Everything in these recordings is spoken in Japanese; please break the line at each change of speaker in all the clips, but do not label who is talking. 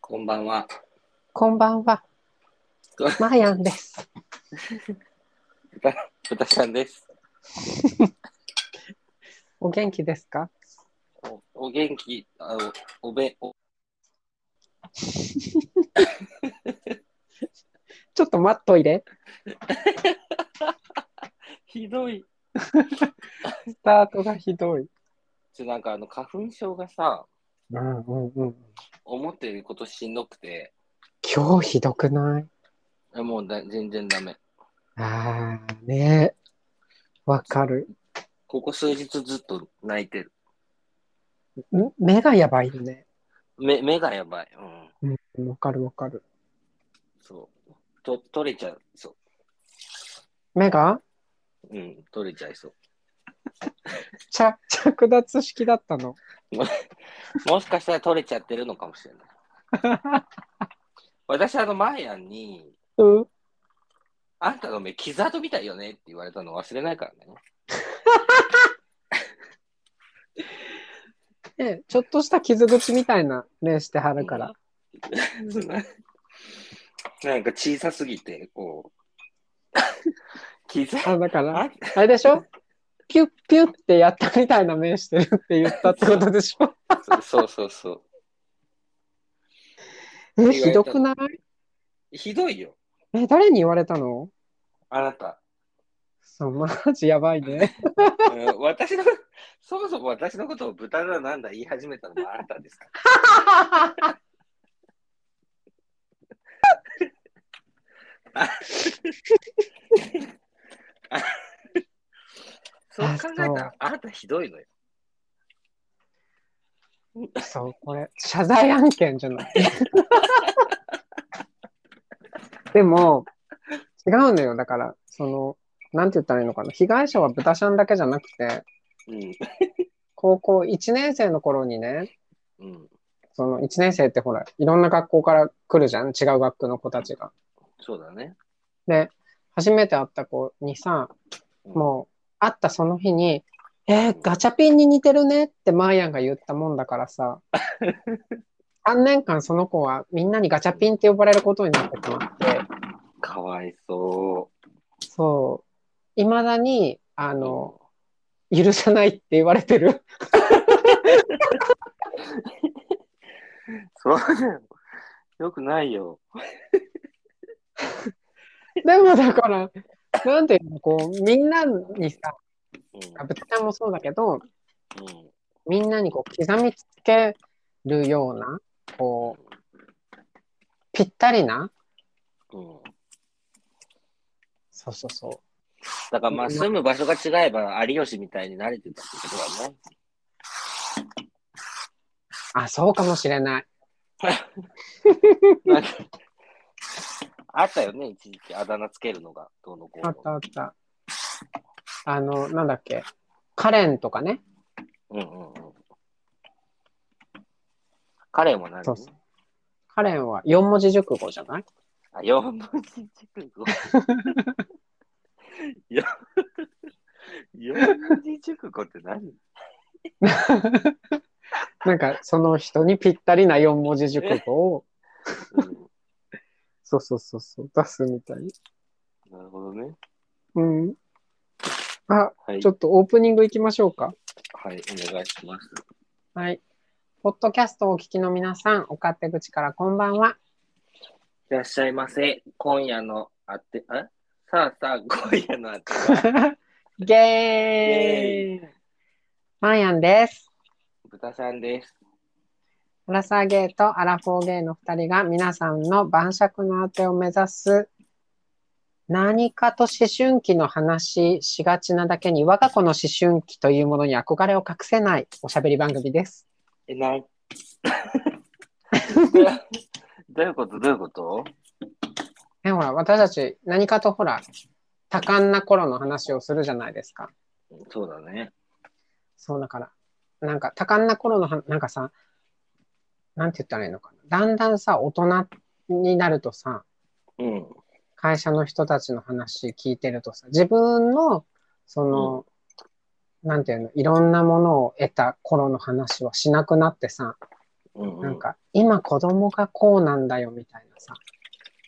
こんばんは。
こんばん は
こん。
マーヤンです。
ブタちゃんです。
お元気ですか
おお元気あおおべお
ちょっと待っといれ。
ひどい。
スタートがひどい。
ちょなんかあの花粉症がさ、
うんうんうん。
思ってることしんどくて、
今日ひどくない
あもうだ全然ダメ。
ああ、ねえ。わかる。
ここ数日ずっと泣いてる。
ん目がやばいよね。
目目がやばい。うん。
うん、わかるわかる。
そう。と取れちゃう。そ
目が
う。うん。取れちゃいそう。
着着脱式だったの。
もしかしたら取れちゃってるのかもしれない。私あのマーヤンに、
うん。
あんたの目傷跡みたいよねって言われたの忘れないからね。
ねちょっとした傷口みたいな目してはるから。
なんか小さすぎて、こう。 傷
あ、だから、
あ
あれでしょピュッピュッってやったみたいな目してるって言ったってことでしょ
そうそうそう。
え、ひどくない
ひどいよ、
え、誰に言われたの
あなた。
そう、マジやばいね。
うん私の、そもそも私のことを豚だなんだ言い始めたのもあなたですから。そう
あ
考えた
そう
ら、あなたひどいのよ。
そう、これ、謝罪案件じゃない。 でも、違うのよ。だから、その、なんて言ったらいいのかな。被害者は豚ちゃんだけじゃなくて、
うん。
高校1年生の頃にね、
うん。
その1年生ってほら、いろんな学校から来るじゃん。違う学区の子たちが。
そうだね。
で、初めて会った子にさ、もう、会ったその日に、えーガチャピンに似てるねってマーヤンが言ったもんだからさ、3年間その子はみんなにガチャピンって呼ばれることになってしまって、
かわいそ
そう、いまだに、あの、許さないって言われてる。
う。そう だよ。よくないよ。
でもだから、なんていうの、こう、みんなにさ、
うん。
ぶちゃんもそうだけど、
うん
みんなにこう刻みつけるような、こう、ぴったりな、
うん、
そうそうそう、
だからまあ住む場所が違えば有吉みたいに慣れてたってことだね。
あ、そうかもしれない。
なんかあったよね、一時期あだ名つけるのがどうのこうの
あったあった。あの、なんだっけ。カレンとかね。
うんうんうん。カレンは何
そうそうカレンは4文字熟語じゃ ない
あ、4文字熟 語。よ四文字熟語って何
なんか、その人にぴったりな4文字熟語を、
う
そうそうそうそう、出すみたい。
んなるほどね。
うん。あ、
はい。
ちょっとオープニングいきましょうか。
はい、お願いします。
はい。ポッドキャストをお聞きの皆さん、お勝手口からこんばんは。
いらっしゃいませ。今夜のあて、あさあさあ、今夜のあては、
ゲーイマンヤンです。
豚さんです。
アラサーゲーとアラフォーゲーの2人が皆さんの晩酌のあてを目指す何かと思春期の話しがちなだけに我が子の思春期というものに憧れを隠せないおしゃべり番組です。
え、ない。どう どういうことどういうこと
ね、ほら私たち何かとほら多感な頃の話をするじゃないですか。
そうだね。
そうだからなんか多感な頃のはなんかさなんて言ったらいいのかなだんだんさ大人になるとさ、
うん。
会社の人たちの話聞いてるとさ、自分の、その、なんていうの、いろんなものを得た頃の話はしなくなってさ、
うん
なんか、今子供がこうなんだよみたいなさ、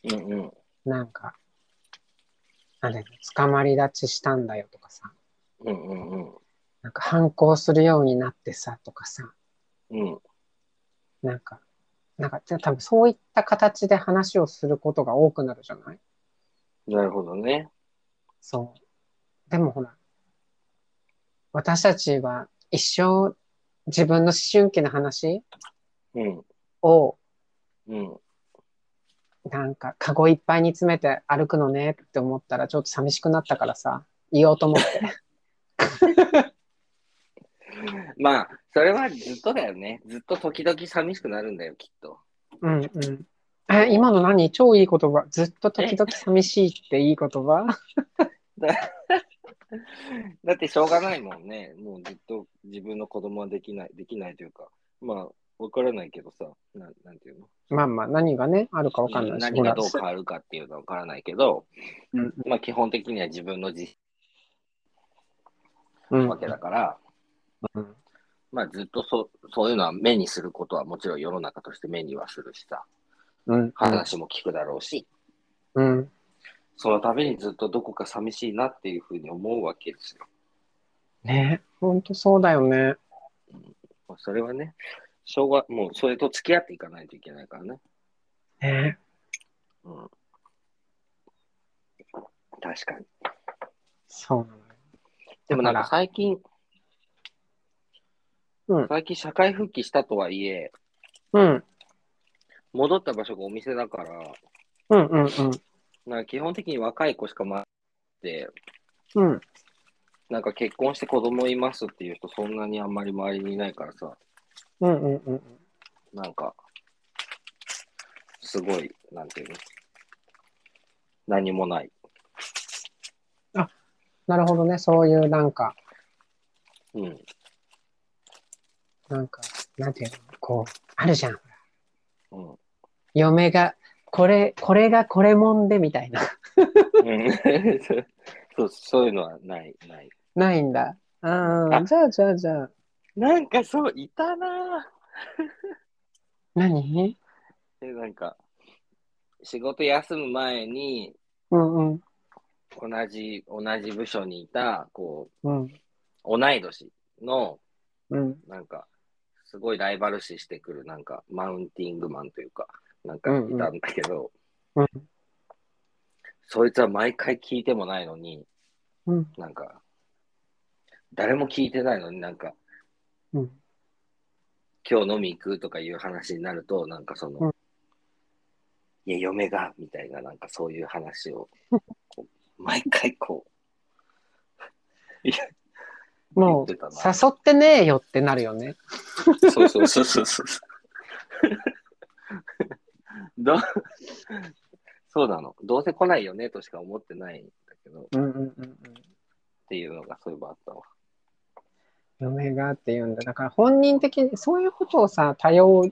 うんうん。
なんか、あれ、捕まり立ちしたんだよとかさ、
うんうんうん。
なんか反抗するようになってさとかさ、
うん
なんか、なんか、じゃあ多分そういった形で話をすることが多くなるじゃない
なるほどね。
そう。でもほら、私たちは一生自分の思春期の話
うん。
を
うん。
なんかカゴいっぱいに詰めて歩くのねって思ったらちょっと寂しくなったからさ、言おうと思 って。
まあ、それはずっとだよね。ずっと時々寂しくなるんだよ、きっと。
うんうん。え、今の何超いい言葉。ずっと時々寂しいっていい言葉
だってしょうがないもんね。もうずっと自分の子供はできない、できないというか、まあ、わからないけどさ、なんなんていうの
まあまあ、何がね、あるかわかんないし。
何がどう
ほ
変
ら
わるかっていうのはわからないけど、
うん
まあ基本的には自分の実
うん
わけだから、
うん
まあずっとそそういうのは目にすることはもちろん世の中として目にはするしさ、
うん。
話も聞くだろうし、
うん。
そのためにずっとどこか寂しいなっていうふうに思うわけですよ。
ね、ほんとそうだよね。
まあそれはね、しょうが、もうそれと付き合っていかないといけないからね。
ね。
うん。確かに。
そうなのよ。
でもなん
だ
か
か
最近、
うん
最近社会復帰したとはいえ、
らうん。
戻った場所がお店だから、
うんうんうん。
なんか基本的に若い子しか回って、
うん。
なんか結婚して子供いますっていう人そんなにあんまり周りにいないからさ、
うんうんうん。
なんか、すごい、なんていうの何もない。
なるほどね。そういうなんか、
うん。
なんか、なんていうの、こう、あるじゃん。
うん。
嫁が、これ、これがこれもんでみたいな。
うん、 そう、そういうのはない、ない。
ないんだ。ああ、
あ
じゃあじゃあじゃあ。
なんかそう、いたなぁ。
何
で、なんか、仕事休む前に、
うんうん。
同じ、同じ部署にいた、こ
うん。
う、同い年の、
うん。
なんか、すごいライバル視してくる、なんか、マウンティングマンというか、なんか
う
い
んうん
たんだけど、
うん
そいつは毎回聞いてもないのに、
うん。
なんか、誰も聞いてないのになんか、
うん。
今日飲み行くとかいう話になると、なんかその、
うん
いや、嫁が、みたいな、なんかそういう話 を、こう毎回こ
もう、
言ってたな
誘ってねえよってなるよね。
う、そうそうそうそうそう。 どうそうなの。どうせ来ないよねとしか思ってないんだけど、っ
うんうんうんうん。
ていうのがそういえばあったわ。
嫁がって言うんだ。だから本人的に、そういうことをさ、多様、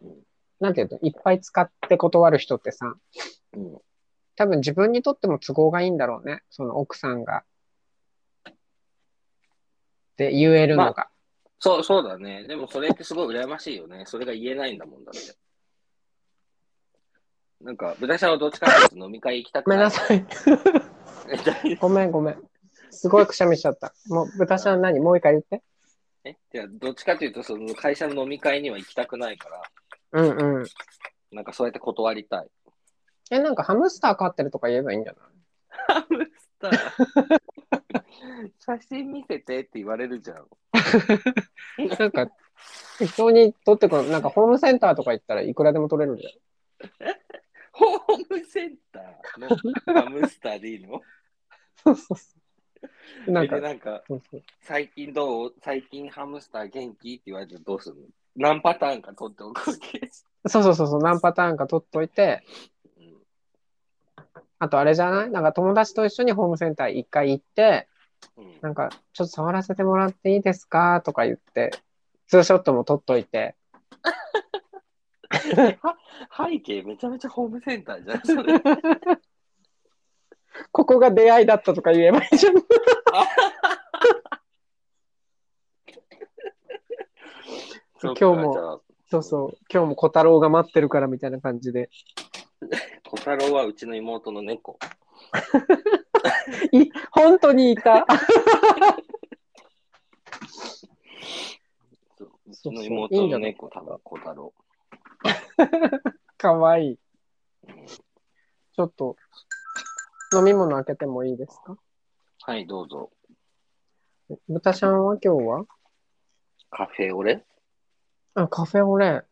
なんていうの、いっぱい使って断る人ってさ、
うん。
多分自分にとっても都合がいいんだろうね。その奥さんが。って言えるのが。
そう、そうだね。でもそれってすごい羨ましいよね。それが言えないんだもんだって。なんか、豚舎はどっちかっていうと飲み会行きたく
ごめん
な。
ないさい。 ごめんごめん。すごいくしゃみしちゃった。もう、豚ちゃん何もう一回言って。
えじゃあどっちかというと、その会社の飲み会には行きたくないから、
うんうん。
なんかそうやって断り たい。
え、なんかハムスター飼ってるとか言えばいいんじゃない
ハムスター。写真見せてって言われるじゃん。
なんか、適当に取ってくる、なんかホームセンターとか行ったらいくらでも取れるじ
ホームセンターのハムスターでいいの
ゃん。そうそう そう。なん
で
か、
なんか、
そうそう
最近どう最近ハムスター元気って言われてどうするの何パターンか取っておくわけ。
そうそうそうそう、何パターンか取っといて、
うん
あとあれじゃないなんか友達と一緒にホームセンター一回行って、
うん
なんか、ちょっと触らせてもらっていいですかとか言って、ツーショットも撮っといて、
背景めちゃめちゃホームセンターじゃん。 それ
ここが出会いだったとか言えばいいじ ゃん。
そっか
今日も
じゃあ
そうそう。今日も小太郎が待ってるからみたいな感じで。
小太郎はうちの妹の猫。
い、本当にいた。
そううち
そうそう
の
いい
妹
んじ
の
ゃない
猫、多分小太郎。
かわいい。ちょっと、飲み物開けてもいいですか
はい、どうぞ。
豚ちゃんは今日は
カフェオレ、
あ、カフェオレ。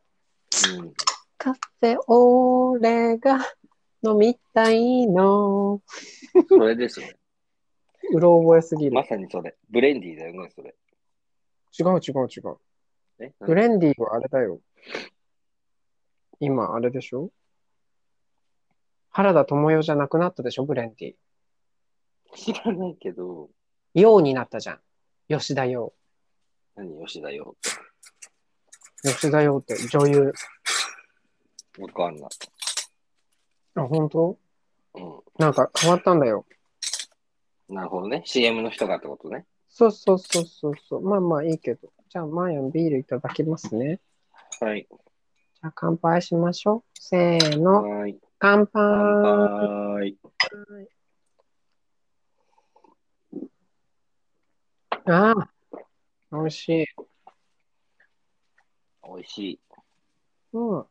うん、
カフェオレが飲みたいの。
それですね。
うろ覚えすぎる
ま。さにそれ。ブレンディーだよね、それ。
違う違う違う。
え
ブレンディーはあれだよ。今、あれでしょ原田智代じゃなくなったでしょブレンディー。
知らないけど、
陽になったじゃん。吉田陽。
何、吉田よ。
吉田陽って女優。
わかんない。
あ、本当
う
なんか変わったんだよ。
ん。なるほどね。CM の人がってことね。
そうそうそうそうそう。まあまあいいけど。じゃあ、マーヤンビールいただきますね。
はい。
じゃあ、乾杯しましょう。せーの。
はい。
乾杯。
乾杯。
ああ。美味しい。
美味しい。
うん。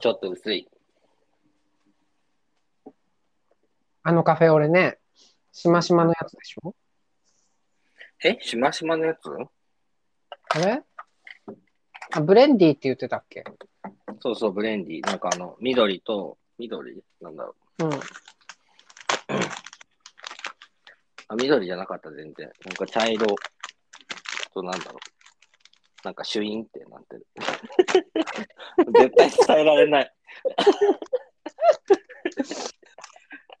ちょっと薄い。
あのカフェオレね。しましまのやつでしょ
えしましまのやつ
あれあ、ブレンディーって言ってたっけ
そうそう、ブレンディー。なんかあの、緑と、緑なんだろう。
うん。
あ、緑じゃなかった、全然。なんか茶色となんだろう。なんかシュインってなってる。 絶対伝えられない。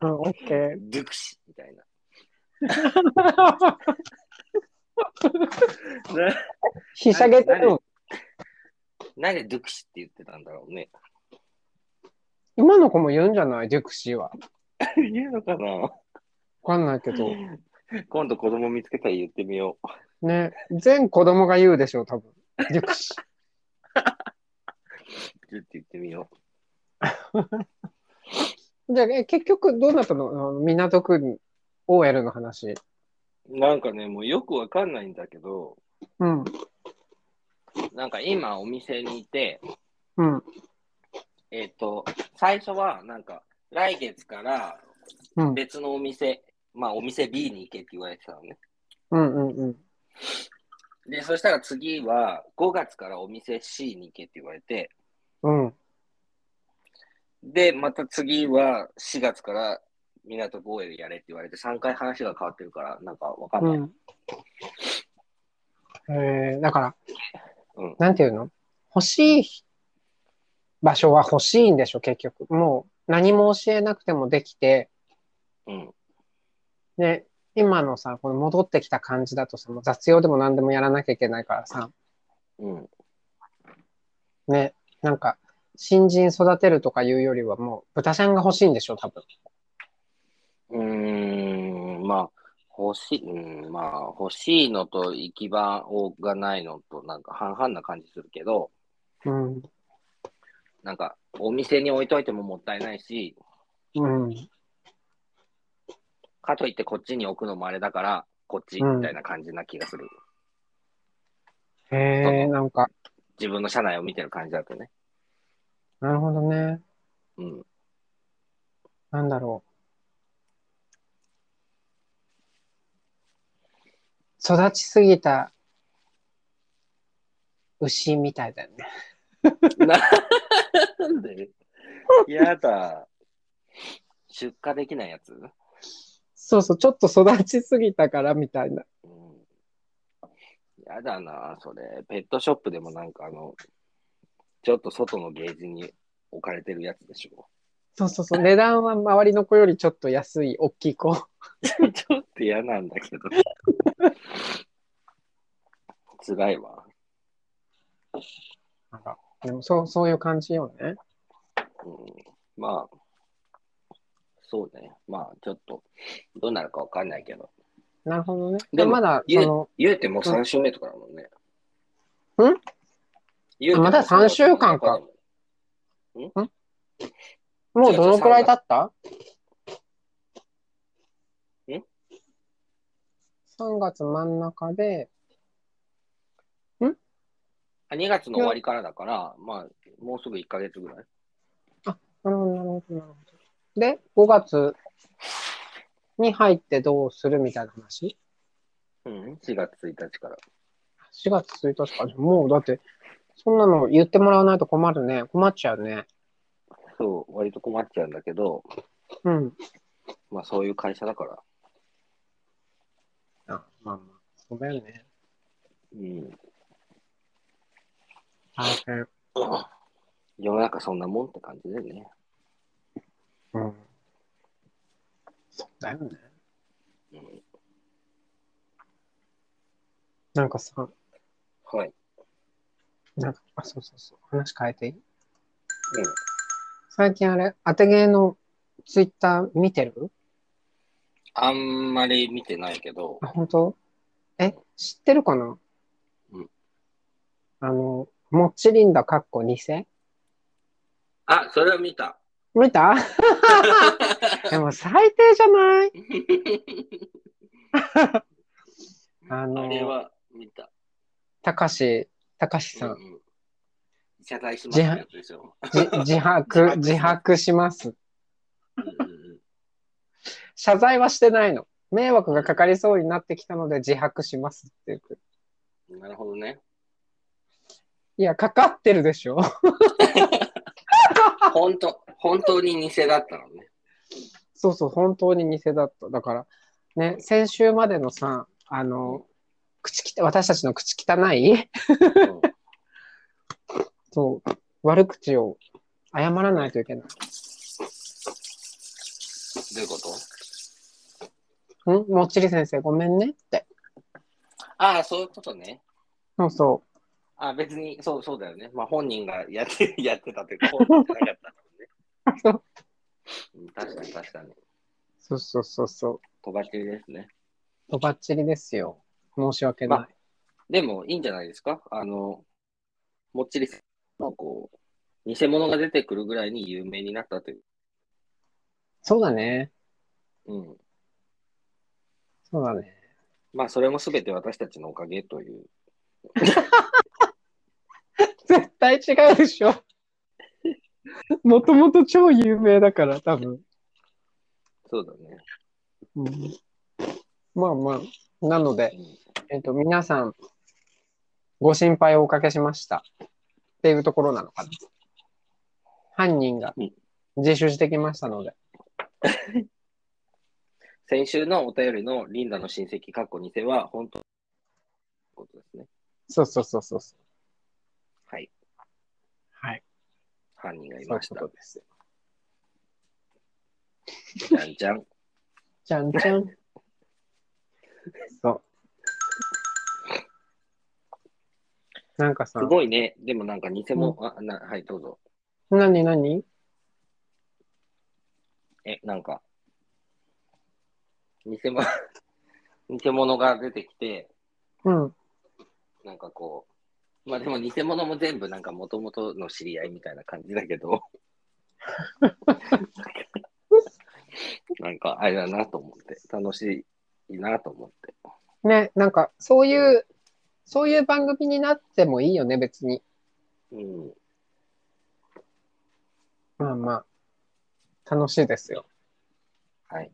うん、オッケー。
ドゥクシみたいな。
ひしゃげてるの。
なんでドゥクシって言ってたんだろうね。
今の子も言うんじゃないデュクシーは。
言うのかな
わかんないけど。
今度子供見つけたら言ってみよう。
ね。全子供が言うでしょう、多分。デュクシー。
ちょっと言ってみよ
じゃあ、え結局どうなったのあの港区 OL の話。
う。なんかね、もうよくわかんないんだけど、
うん。
なんか今お店にいて、
うん。
えっ、と、最初はなんか来月から
うん。
別のお店、まあお店 B に行けって言われてたのね。
うんうんうん。
で、そしたら次は5月からお店 C に行けって言われて、
うん。
で、また次は4月から港公園でやれって言われて、3回話が変わってるから、なんかわかん
う
ない。
ん。えー、だから、
うん
なんていうの欲しい場所は欲しいんでしょ、結局。もう何も教えなくてもできて、
うん。
ね、今のさ、この戻ってきた感じだとさ、もう雑用でも何でもやらなきゃいけないからさ、
うん。
ね、なんか、新人育てるとかいうよりはもう、豚ちゃんが欲しいんでしょ、多分。
うーん、まあ、欲しい、うん、まあ、欲しいのと行き場をがないのと、なんか半々な感じするけど、
うん。
なんか、お店に置いといてももったいないし、
うん。
かといってこっちに置くのもあれだから、こっち
うん
みたいな感じな気がする。
へえ、なんか、
自分の社内を見てる感じだとね。
なるほどね。
うん。
なんだろう。育ちすぎた牛みたいだよね。
なんでやだ。出荷できないやつ、
そうそう、ちょっと育ちすぎたからみたいな。
うん、やだな、それ。ペットショップでもなんかあの、ちょっと外のゲージに置かれてるやつでし ょ。
そうそうそう、値段は周りの子よりちょっと安い、大きい子。
ちょっと嫌なんだけど。辛いわ。
なんかでもそう、そういう感じよね。
うん、まあ、そうね。まあ、ちょっと、どうなるかわかんないけど。
なるほどね。
で
で
も
まだ、その、
言うてもう3週目とかだもんね。
うん
言うても
まだ3週間か。もうどのくらい経った
ん
?3 月真ん中で、
2月の終わりからだから、まあ、もうすぐ1ヶ月ぐらい。
なるほど、なるほど、なるほど。で、5月に入ってどうするみたいな話
うん、4月1日から。
?4 月1日か。もうだって、そんなの言ってもらわないと困るね。困っちゃうね。
そう、割と困っちゃうんだけど、
うん。
まあそういう会社だから。
あ、まあまあ、そうだよね。
うん。
大変。
世の中そんなもんって感じだよね。
うん。そうだよね。なんかさ、
はい。
なんか、あ、そうそうそう。話変えていい最近あれ、当て芸のツイッター見てる
あんまり見てないけど、
あ、本当え、知ってるかな
うん。
あの、もっちりんだかっこ偽
あ、それは見た。
見たでも最低じゃないあ
あれ
の、
は見た。
たかし、たかしさん、
ん。謝罪しますってやつですよ。
じ自白、自白します。
うんうんうん
謝罪はしてないの。迷惑がかかりそうになってきたので自白しますって言って。
なるほどね。
いや、かかってるでしょ
本当、本当に偽だったのね。
そうそう、本当に偽だった。だから、ね、先週までのさ、あの、口きた、私たちの口汚い、
うん
そう、悪口を謝らないといけな
ど
い。
ういうこと
んもっちり先生、ごめんねって。
ああ、そういうことね。
そうそ
ああ別に、そうそうだよね。まあ本人がやって やってたというか、本人じゃなかったもんね。うん確かに確かに。
う、そうそうそうそ
とばっちりですね。
う、とばっちりですよ。申し訳ない。
までも、いいんじゃないですかあの、もっちりさんの、こう、偽物が出てくるぐらいに有名になったという。
そうだね。
うん。
そうだね。
まあ、それもすべて私たちのおかげという。
絶対違うでしょ。 もともと超有名だから、多分。
そうだね。
うんまあまあ、なので、えっと、皆さん、ご心配をおかけしました。っていうところなのかな。犯人が
うん
自首してきましたので。
先週のお便りのリンダの親戚、かっこ偽は、本当ことですね。
そうそうそうそうそう。
はい。
はい。
犯人がい
そうい
ま
う
し
こ
た。
とです。
じゃんじゃん。
じゃんじゃん。そう。なんかさ
す、ごいね。でもなんか偽物、あな、はい、どうぞ。
なになに
え、なんか、偽物、 偽物が出てきて、
うん。
なんかこう、まあでも偽物も全部なんか元々の知り合いみたいな感じだけど、なんかあれだなと思って、楽しいなと思って。
ね、なんか、そういう、そういう番組になってもいいよね、別に。
うん、
まあまあ、楽しいですよ。
はい。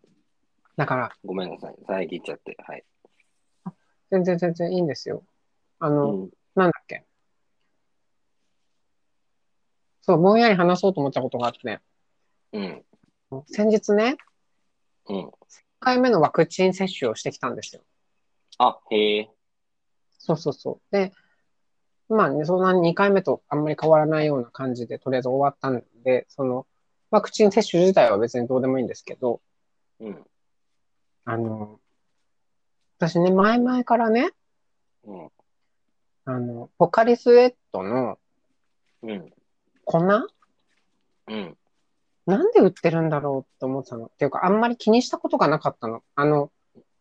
だから、
ごめんなさい。遮っちゃって。はい。
全然全然いいんですよ。あ
う
の、
ん。
なんだっけ。そう、ぼんやり話そうと思ったことがあって、
うん。
先日ね、
うん。
1回目のワクチン接種をしてきたんですよ。
あ、へえ。
そうそうそう。で、まあね、そんな2回目とあんまり変わらないような感じで、とりあえず終わったんで、その、ワクチン接種自体は別にどうでもいいんですけど、
うん。
あの、私ね、前々からね、
うん。
あの、ポカリスエットの
うん。
粉
うん。
なんで売ってるんだろうって思ってたの。っていうか、あんまり気にしたことがなかったの。あの、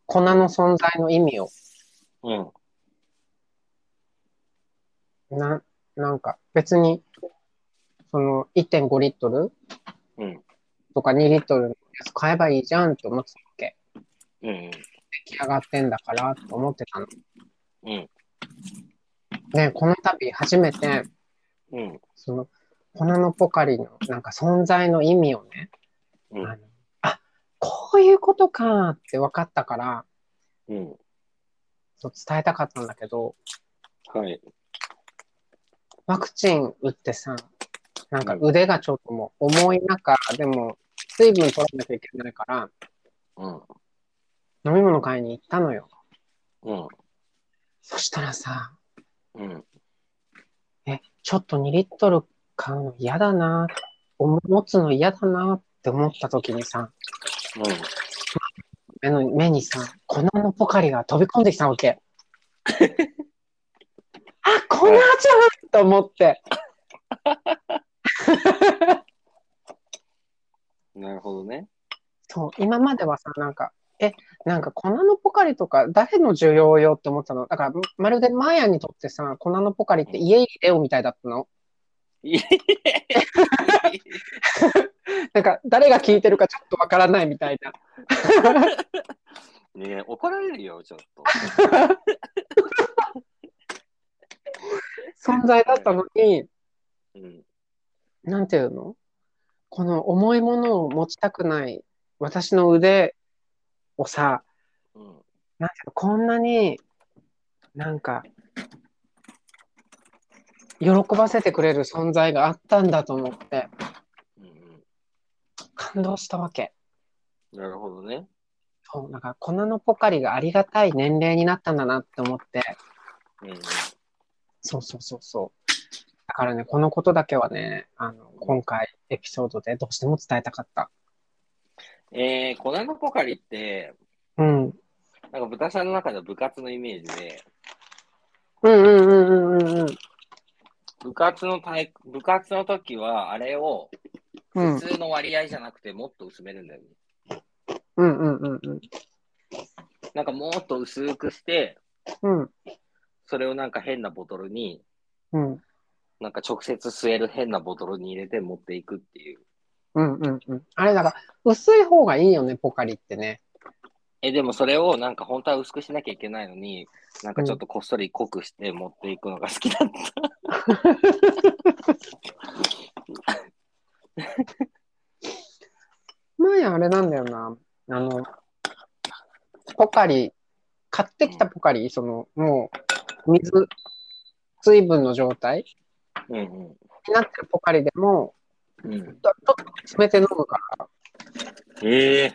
粉の存在の意味を。
うん。
な、なんか別に、その1.5リットル
うん。
とか2リットルのやつ買えばいいじゃんって思ってたわけ。
うん。
出来上がってんだからと思ってたの。
うん。
ね、この度初めて、
うん。
その、粉のポカリのなんか存在の意味をね、
うん
あのあこういうことかって分かったから、
うん。
そう伝えたかったんだけど、
はい。
ワクチン打ってさ、なんか腕がちょっともう重い中、でも水分取らなきゃいけないから、
うん。
飲み物買いに行ったのよ。
うん。
そしたらさ、
うん。
え、ちょっと2リットル買うの嫌だな、持つの嫌だなって思った時にさ、目の目にさ、粉のポカリが飛び込んできたわけ。あ、粉じゃんと思って。
うん。なるほどね。
そう、今まではさ、なんか、え、なんか粉のポカリとか誰の需要よって思ってたの。だから、まるでマーヤにとってさ、粉のポカリって家入れよみたいだったの。なんか、誰が聞いてるかちょっとわからないみたいな。
ねえ怒られるよ、ちょっと。
存在だったのに、
うん。
なんていうのこの重いものを持ちたくない私の腕をさ、
うん。
なんていうのこんなに、なんか、喜ばせてくれる存在があったんだと思って、
うん。うん。
感動したわけ。
なるほどね。
そう、なんか粉のポカリがありがたい年齢になったんだなって思って、
うん。
そうそうそうそう。だからね、このことだけはね、あの、今回エピソードでどうしても伝えたかった。
えー、粉のポカリって、
うん。うん
なんか豚さんの中では部活のイメージで、
うんうんうんうんうん。
部活の体育部活の時は、あれを
うん
普通の割合じゃなくて、もっと薄めるんだよね。
うんうんうんうん。
なんかもっと薄くして、
うん
それをなんか変なボトルに、
うん
なんか直接吸える変なボトルに入れて持っていくっていう。
うんうんうん。あれだから、薄い方がいいよね、ポカリってね。
え、でもそれをなんか本当は薄くしなきゃいけないのに、なんかちょっとこっそり濃くして持っていくのが好きだった。
前あれなんだよな。あの、ポカリ、買ってきたポカリ、その、もう、水、水分の状態
うん
になってるポカリでも、
うん。うん、
ちょっと詰めて飲むから、
ええ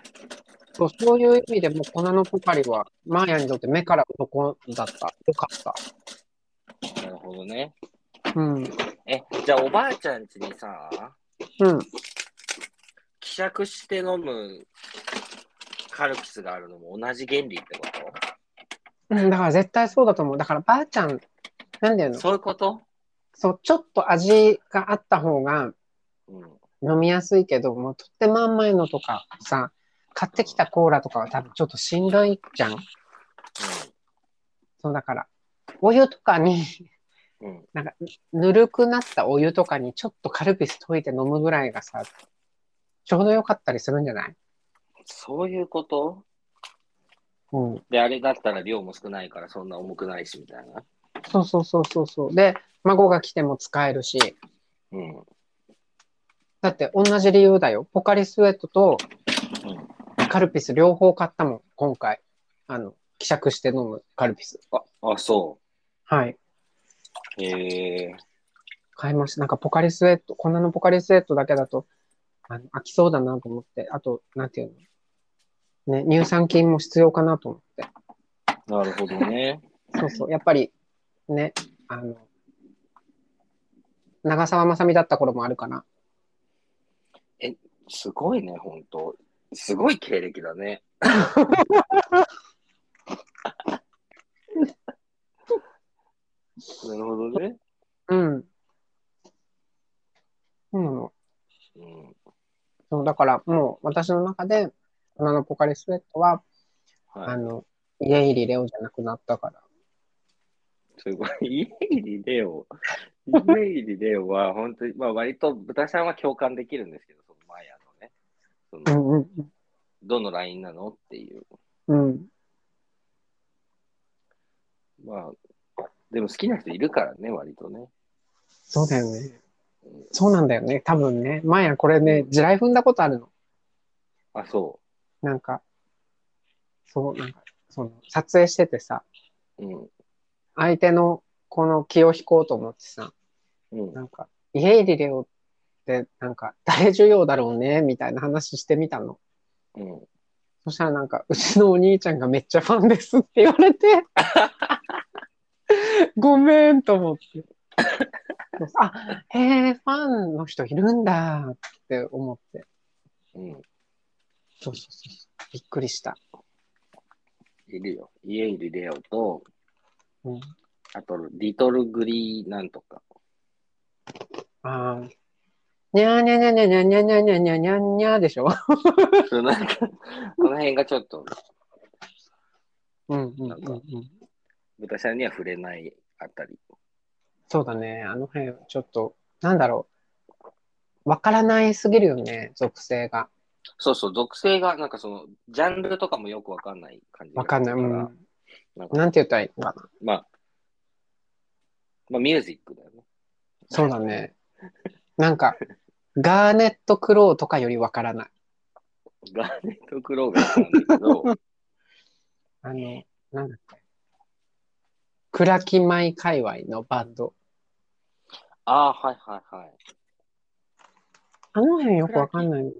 そうそういう意味でも粉のポカリは、マーヤにとって目から鱗だった。よかった。
なるほどね。
うん。うん。
え、じゃあおばあちゃん家にさ、希釈して飲むカルピスがあるのも同じ原理ってこ
うん、だから絶対そうだと思う。だからばあちゃん、なんだよ
と
な。
そういうこと
そう、ちょっと味があった方が
うん。
飲みやすいけど、もうとっても甘いのとかさ、買ってきたコーラとかは多分ちょっとしんどいじゃん。そうだから、お湯とかに、
うん。うん。
ぬるくなったお湯とかにちょっとカルピス溶いて飲むぐらいがさ、ちょうどよかったりするんじゃない
そういうこと
うん。
で、あれだったら量も少ないからそんな重くないしみたいな。
そうそうそうそうそう。で、孫が来ても使えるし、
うん。
だって同じ理由だよ。ポカリスエットとカルピス両方買ったもん、今回。あの、希釈して飲むカルピス。
あ、あ、そ
はい。
う。へえ。
買いました。なんかポカリスエット、こんなのポカリスエットだけだと、あの、飽きそうだなと思って、あと、なんていうの。ね、乳酸菌も必要かなと思って。
なるほどね。
そうそう。やっぱり、ね、あの、長澤まさみだった頃もあるかな。
すごいね、ほんと。すごい経歴だね。なるほどね。
うん。そうなの。
うん。
そう、だからもう私の中で、こんなのポカリスエットは、あ
はい。
の、家入りレオじゃなくなったから。
すごい。家入りレオ。夢入りでは、本当に、まあ割と豚さんは共感できるんですけど、そのマヤのね、そうの
んうん
どのラインなのっていう。
うん。
まあ、でも好きな人いるからね、割とね。
そうだよね。そうなんだよね。多分ね。前やこれね、地雷踏んだことあるの。
あ、そ
なんか、そう、なんか、その、撮影しててさ、
う。うん。
相手のこの気を引こうと思ってさ、
うん。
なんか、家入りレオって、なんか、誰重要だろうね、みたいな話してみたの。
うん。
そしたらなんか、うちのお兄ちゃんがめっちゃファンですって言われて、 ごめんと思って。あ、へえ、ファンの人いるんだって思って。
うん。
そうそうそうそう。びっくりした。
いるよ。家入りレオと、
うん、
あと、リトルグリーなんとか。
ああ。にゃーにゃーにゃーにゃーにゃーにゃーにゃーにゃーにゃーにゃーにゃーでしょ。
そうなんか、こ の辺がちょっと、
うんうんうん
な
うん
か
ん。
豚さんには触れないあたり。
そうだね。あの辺、ちょっと、なんだろう。わからないすぎるよね、属性が。
そうそう、属性が、なんかその、ジャンルとかもよくわかんない感じが
わかんない。
す
う
るら
ん。
なんか
なんて言ったらいいのかな。
まあ、まあ、ミュージックだよね。
そうだね。なんか、ガーネット・クローとかよりわからない。
ガーネットクローガーなんだけど、
あの、なんだっけ。クラキマイ界隈のバンド。
ああ、はいはいはい。
あの辺よくわかんない。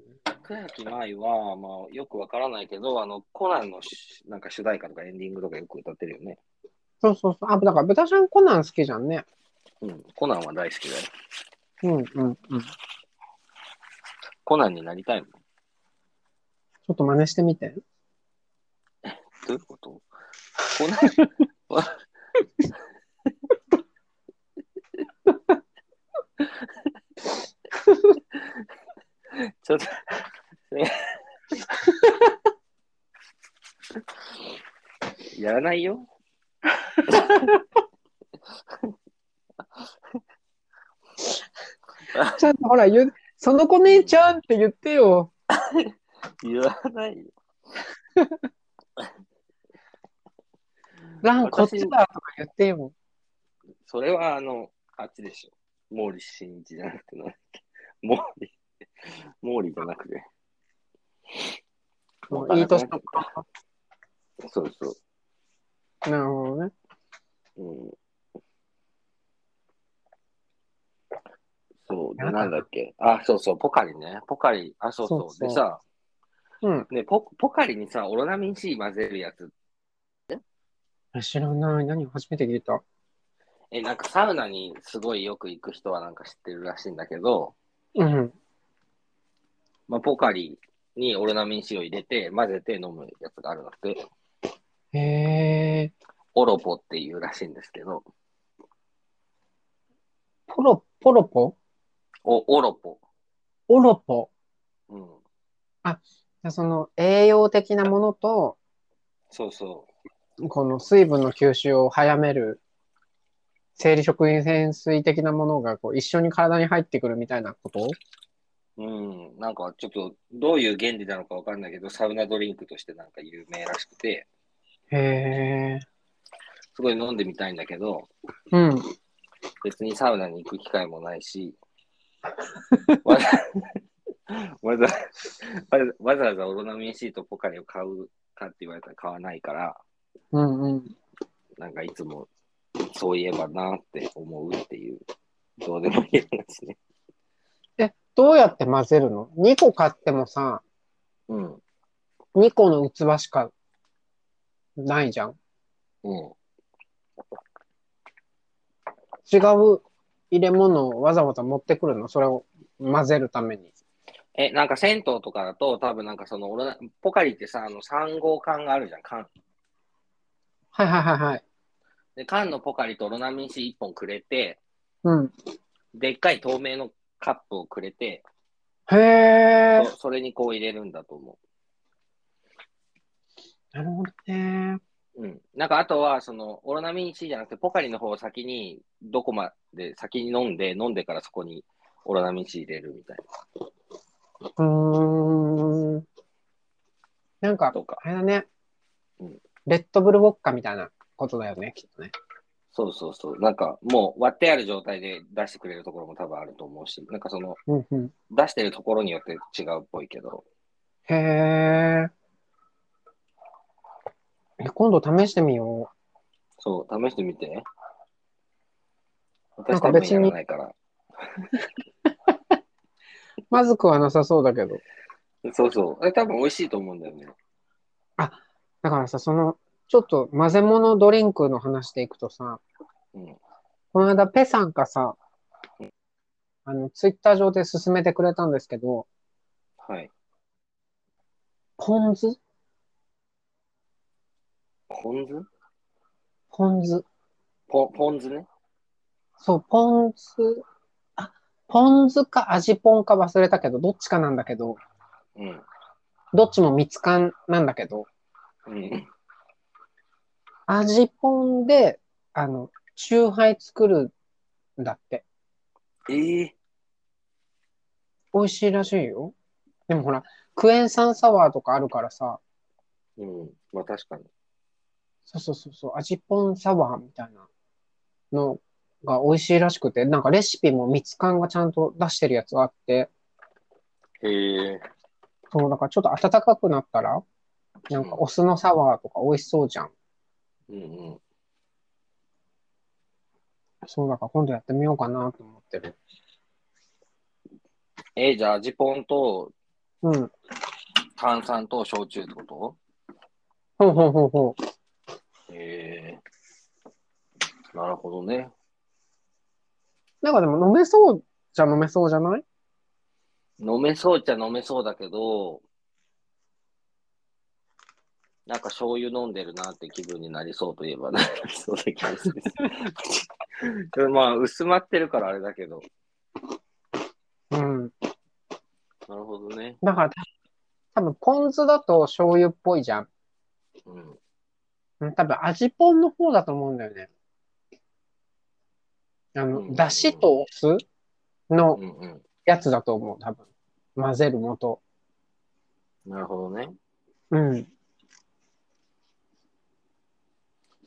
倉木舞は、まあ、よくわからないけど、あの、コナンのしなんか主題歌とかエンディングとかよく歌ってるよね。
そうそうそう。あ、だから豚ちゃんコナン好きじゃんね。
うん、コナンは大好きだよ。
うんうんうん。ち
コナンになりたいもん。ど
ょっと真似してみて。
ういうことコナン ちょっと、 やらないよ。
ちゃんとほら、ゆその子姉ちゃんって言ってよ。
言わないよ。
ラン、こっちだとか言ってよ。
それはあの、あっちでしょ。毛利真一じゃなくてなんだっけ、毛利、毛利じゃなくて。
もういい年とか。
そうそ
なるほどね。
う。うん、そう、で
やだ
なんだっけ。あ、そうそう、ポカリね。ポカリ、あ、そうそう。
そうそう
でさ、
うん。
ねポ、ポカリにさ、オロナミン C 混ぜるやつ。
知らない。何初めて聞いた。
え、なんかサウナにすごいよく行く人はなんか知ってるらしいんだけど、
うん。
まあ、ポカリにオロナミン C を入れて混ぜて飲むやつがあるので、
へえ。
オロポっていうらしいんですけど、
ポロ、ポロポ
おオロポ。
オロポ。
うん。
その栄養的なものと、
そうそ
この水分の吸収を早める、生理食塩潜水的なものがこう一緒に体に入ってくるみたいなこと
う。うん。なんかちょっと、どういう原理なのかわかんないけど、サウナドリンクとしてなんか有名らしくて、
へえ。
すごい飲んでみたいんだけど、
うん。
別にサウナに行く機会もないし、わざ わざわざわざわざオロナミン C とポカリを買うかって言われたら買わないから、
うんうん。
なんかいつもそういえばなって思うっていう、どうでもいい話ね。
どうやって混ぜるの ?2 個買ってもさ、
うん。
2個の器しかないじゃん。
うん。
違う入れ物をわざわざ持ってくるのそれを混ぜるために。
え、なんか銭湯とかだと、多分なんかその、俺ら、ポカリってさ、あの、3号缶があるじゃん、缶。
はいはいはいはい。
で、缶のポカリとオロナミン C1 本くれて、
うん。
でっかい透明のカップをくれて、
へえ
そ。それにこう入れるんだと思
なるほどね。
うん。なんか、あとは、その、オロナミン C じゃなくて、ポカリの方を先に、どこまで、先に飲んで、飲んでからそこにオロナミン C 入れるみたいう
ーん。なん
な。
か、
とか。
あれだね
うん。
レッドブルウォッカみたいなことだよね、きっとね。
そうそうそう。なんか、もう割ってある状態で出してくれるところも多分あると思うし、なんかその、
うんうん。
出してるところによって違うっぽいけど。
へえ。え今度試してみよ
そう、試してみて。
なん
私
か
多
別
分や
に
らないから。
う。まずくはなさそうだけど。
そうそう。あれ多分美味しいと思うんだよね。
だからさ、その、ちょっと混ぜ物ドリンクの話でいくとさ、
うん。
この間ペさんがさ、あの、ツイッター上で勧めてくれたんですけど、
はい。
ポン酢
ポン酢
ポン酢。
ポポン酢ね。
そう、ポン酢。あ、ポン酢か味ポンか忘れたけど、どっちかなんだけど、
うん。
どっちも蜜缶なんだけど、
うん。
味ポンで、あの、チューハイ作るんだって。
ええ
美味しいらしいよ。でもほら、クエン酸サワーとかあるからさ、
うん。まあ確かに。
そうそうそうそう、味ポンサワーみたいなのが美味しいらしくて、なんかレシピも蜜缶がちゃんと出してるやつがあって、
へえ
そう、だからちょっと暖かくなったら、なんかお酢のサワーとか美味しそうじゃん。
うんうん。
そう、だから今度やってみようかなと思ってる。
えー、じゃあ味ポンと
うん。
炭酸と焼酎ってこ
ほうほうほうほう。
とへえなるほどね。
なんかでも飲めそうじゃ飲めそうじゃない
飲めそうっちゃ飲めそうだけど、なんか醤油飲んでるなって気分になりそうといえばなりそうな気がする。で もまあ、薄まってるからあれだけど。
うん。
なるほどね。
だから多分ポン酢だと醤油っぽいじゃん。
うん。
うん多分味ポンの方だと思うんだよね。あ
う
の、
ん
だしとお酢の
うんうん。
やつだと思う、多分。混ぜる元。
なるほどね。
うん。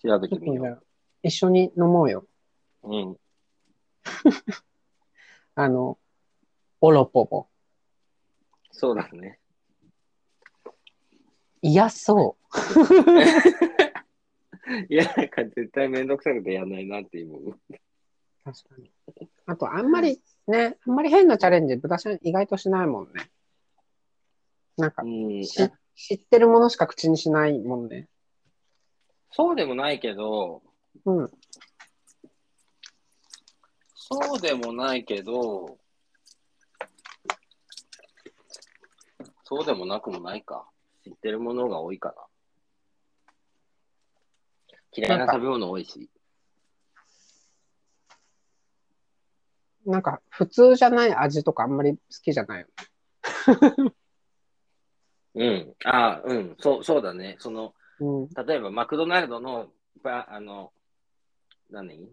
調べ
ち
て
ょっ
み
とじゃ
よ
あ一緒に飲もうよ。
う。うん。
あの、オロポも。
そうだね。
嫌そ
いや、なんか絶対めんどくさくてやんないなって今思う。
う。確かに。あと、あんまりね、あんまり変なチャレンジ、豚ちゃん意外としないもんね。なんか
う、ん。
し知ってるものしか口にしないもんね。
そうでもないけど、
うん。
そうでもないけど、そうでもなくもないか。知ってるものが多いかな。嫌いな食べ物多いし。
なんか、普通じゃない味とかあんまり好きじゃないよ
う
ね。
ん。ああ、うん。そう、そうだね。その、
うん。
例えばマクドナルドの、ばあの、何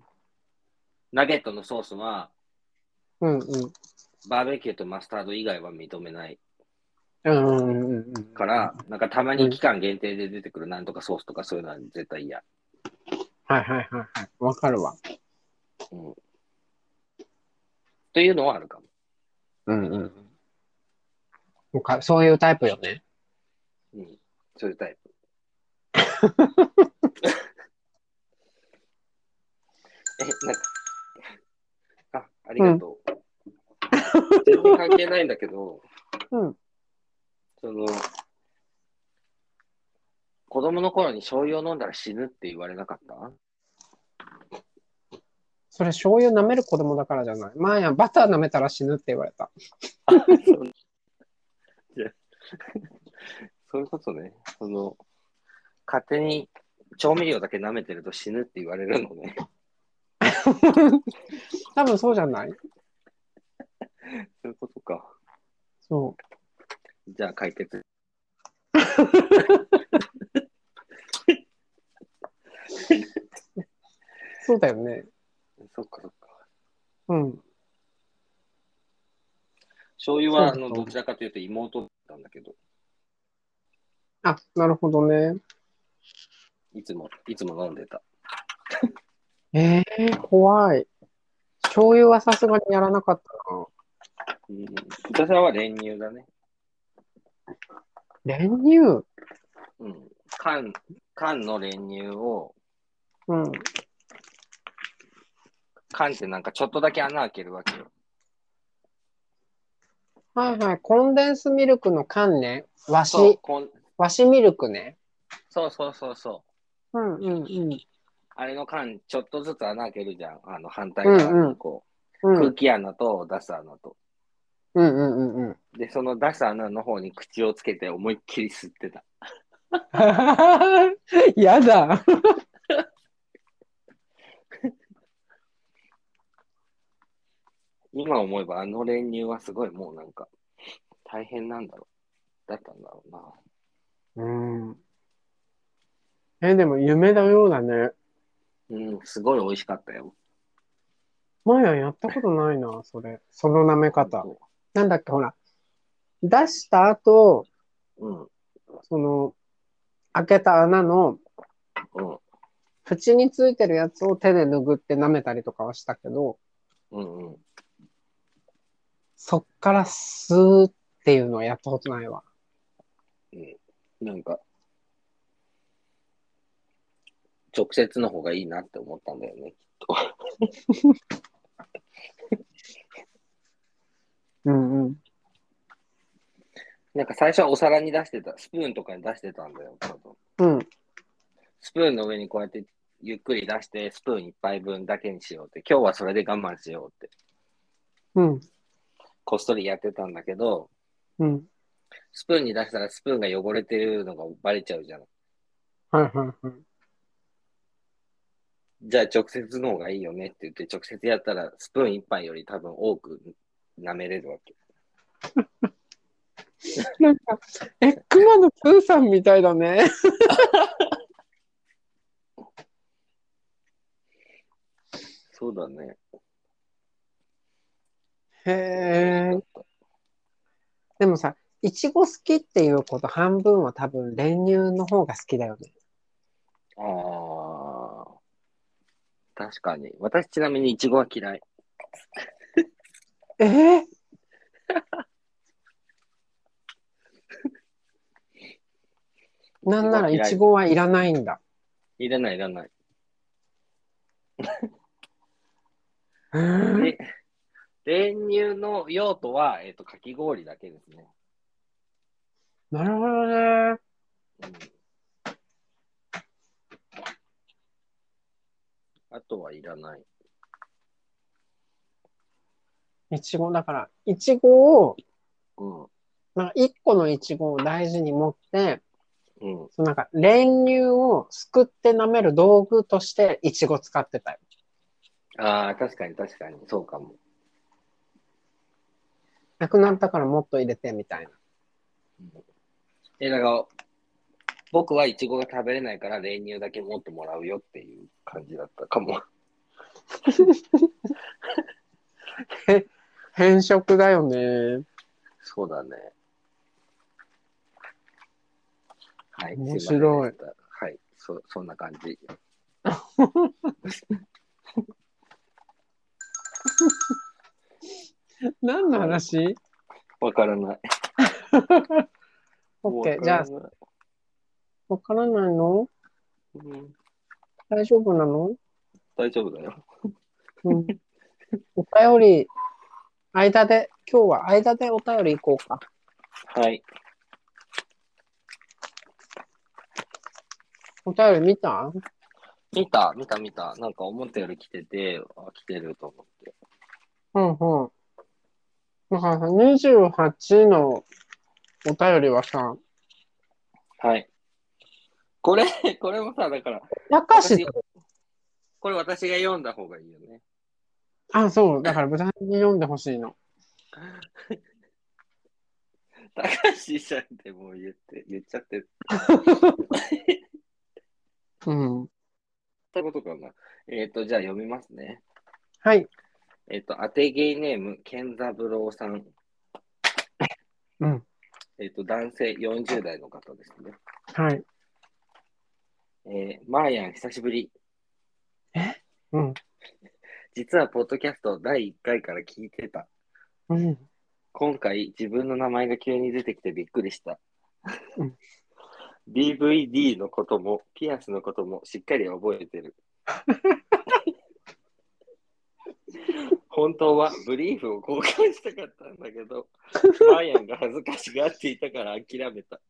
ナゲットのソースは、
うんうん。
バーベキューとマスタード以外は認めない
うんうんうんうん。
から、なんかたまに期間限定で出てくるなんとかソースとかそういうのは絶対嫌。
はいはいはいはい。わかるわ。
うん。というのはあるかも。
うんうん。なんかそういうタイプよね。
うん。そういうタイプ。え、なんか、あ、ありがとう。全然関係ないんだけど、
うん。
その、子供の頃に醤油を飲んだら死ぬって言われなかった
それ醤油舐める子供だからじゃない。まあやバター舐めたら死ぬって言われた。
そういうことね。その、勝手に調味料だけ舐めてると死ぬって言われるのね。
多分そうじゃない
そういうことか。
そ
じゃあ解決。
そうだよね。
そっかそっか。
うん。
醤油は、あ
そうそう
の、どちらかというと妹だったんだけど、
あ、なるほどね。
いつも、いつも飲んでた。
えー、怖い。醤油はさすがにやらなかったな。
うん、私は練乳だね。
練乳
うん。缶、缶の練乳を、
うん。
缶ってなんかちょっとだけ穴開けるわけよ。
はいはい。コンデンスミルクの缶ね。和
そう
紙。
こん
和紙ミルクね。
そうそうそうそう。
うんうんうん。
あれの缶、ちょっとずつ穴開けるじゃん。あの、反対
うん
側
うん
にこ
う
う、
んう
空
ん
気穴と出す穴と。
うんうんうん。
で、その出す穴の方に口をつけて思いっきり吸ってた。
やだ。
今思えばあの練乳はすごいもうなんか、大変なんだろう。だったんだろうな。
うん。え、でも夢のようだね。
うん、すごい美味しかったよ。
マヤやったことないな、それ。その舐め方。
そ
なんだっけ、ほら。出した後、
う。うん、
その、開けた穴の
うん、
縁についてるやつを手で拭って舐めたりとかはしたけど、
うん、うん。
そっから吸うっていうのはやったことないわ。
なんか、直接の方がいいなって思ったんだよね。
うんうん。
なんか最初はお皿に出してた、スプーンとかに出してたんだよ。多分
うん。
スプーンの上にこうやってゆっくり出して、スプーン一杯分だけにしようって、今日はそれで我慢しようって、
うん。
こっそりやってたんだけど、
うん。
スプーンに出したらスプーンが汚れてるのがバレちゃうじゃん。
はいはいはい。
じゃあ直接の方がいいよねって言って、直接やったらスプーン一杯より多分多く舐めれるわけ。
なんか、え、熊野プーさんみたいだね。
そうだね。
へえ。でもさ、いちご好きっていうこと半分は多分練乳の方が好きだよね。
ああ。確かに。私ちなみにイチゴは嫌い。
ええ なんならいちごはいらないんだ。
いらないいらない。
うん
で、練乳の用途は、えっ、と、かき氷だけですね。
なるほどね。
うんあとはいらない。
いちごだから、いちごを、
うん。う
なんか一個のいちごを大事に持って、
ん。
そのなんか練乳をすくって舐める道具としていちご使ってたよ。
ああ、確かに確かに。そうかも。
なくなったからもっと入れてみたいな。
え、だから、僕はイチゴが食べれないから練乳だけ持ってもらうよっていう感じだったかも。
変色だよね。
そうだね。はい、
面白い
すませんでしたはい、そそんな感じ。
何の話
わからない。
?OK。じゃあ、
あ、
わからないの
うん、
大丈夫なの
大丈夫だよ。
うん。 お便り、間で、今日は間でお便り行こうか。
はい。
お便り見た
見た、見た、見た。なんか思ったより来てて、あ、来てると思って。
うんうん。だからさ、28のお便りはさ、
はい。これ、 これもさ、だから、
たかし
私、これ私が読んだ方がいいよね。
あ、そう、だから、無駄に読んでほしいの。
高橋さんってもう言って、言っちゃってる
うん。
ったことかな。えっ、と、じゃあ読みますね。
はい。
えっ、と、当てゲイネーム、健三郎さん。
うん。
えっ、と、男性40代の方ですね。
はい。
えー、マーヤン、久しぶり。
うん。
実は、ポッドキャスト第1回から聞いてた。
うん。
今回、自分の名前が急に出てきてびっくりした
うん。
DVD のことも、ピアスのこともしっかり覚えてる。本当はブリーフを交換したかったんだけど、マーヤンが恥ずかしがっていたから諦めた。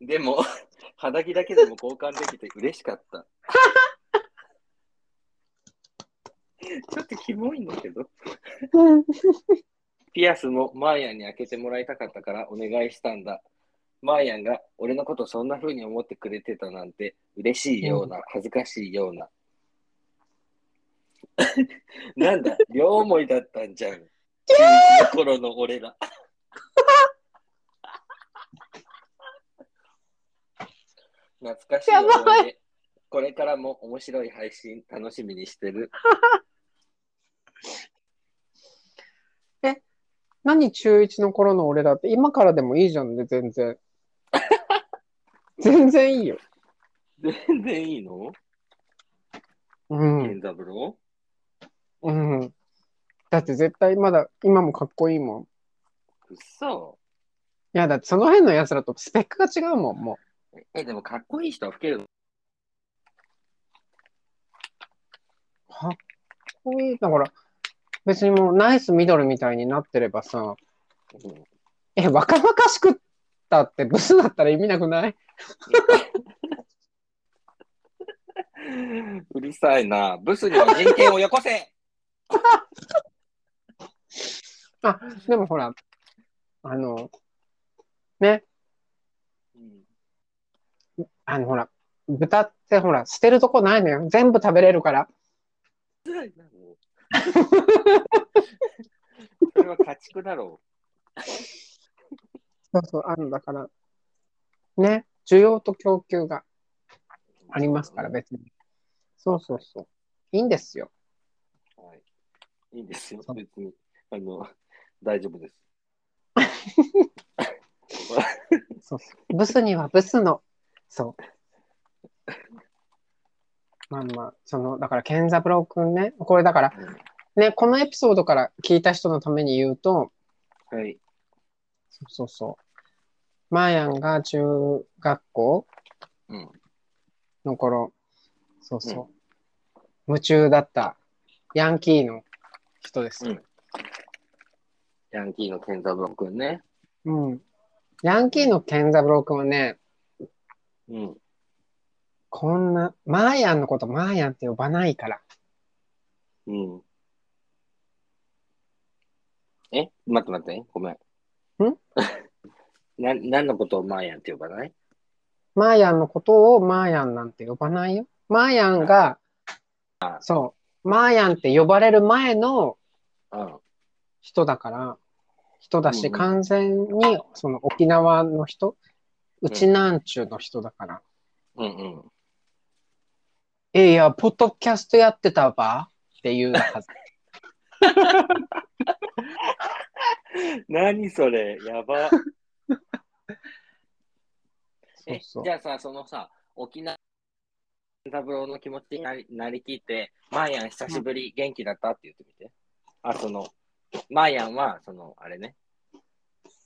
でも、肌着だけでも交換できて嬉しかった。 ちょっとキモいんだけど。ピアスもマーヤンに開けてもらいたかったからお願いしたんだ。マーヤンが俺のことそんな風に思ってくれてたなんて嬉しいような、恥ずかしいような。 なんだ、両思いだったんじゃん。中1の頃の俺ら。懐かしい思い出。これからも面白い配信楽しみにしてる。
何中1の頃の俺だって、今からでもいいじゃんね、全然。全然いいよ。
全然いいの
うん。
健三郎
うん。だって絶対まだ、今もかっこいいもん。い
くっそ。
や、だってその辺の奴らとスペックが違うもん、も
え、でもかっこいい人は老けるの
う。かっこいい。だから、別にもうナイスミドルみたいになってればさ、え、若々しくったってブスだったら意味なくない
うるさいな。ブスには人権をよこせ
でもほら、あの、ね、あのほら、豚ってほら、捨てるとこないのよ。全部食べれるから。
うるさいな、もう。それは家畜だろ
そうそう、あるんだから。ね、需要と供給が
う。
ありますから、
ね。
別に。そうそうそう。いいんですよ。
はい、いいんですよ、別に。あの、大丈夫です。
そうそう。ブスにはブスの、そう。まあまあ、その、だから、健三郎くんね、これだから、ね、このエピソードから聞いた人のために言うと、
はい。
そうそうそう。マーヤンが中学校
うん
の頃、そうそう、夢中だったヤンキーの人ですよ。
ヤンキーの健三郎くんね。
うん。ヤンキーの健三郎くんはね、
うん。
こんな、マーヤンのことマーヤンって呼ばないから。
うん。え待って待って、ごめん。ん な何のことをマーヤンって呼ばない
マーヤンのことをマーヤンなんて呼ばないよ。マーヤンが、そう、マーヤンって呼ばれる前の
うん。
人だから、人だし、
うんうん
完全にその沖縄の人、うちなんちゅうの人だから。
うんうん。
え、いや、ポッドキャストやってたばっていうはず。
何それ、やば。
そう
え
そう
じ。ゃあさ、そのさ、沖縄三郎の気持ちになりなりきって、マーヤン久しぶり、元気だったって言ってみて。あ、その、マーヤンは、その、あれね、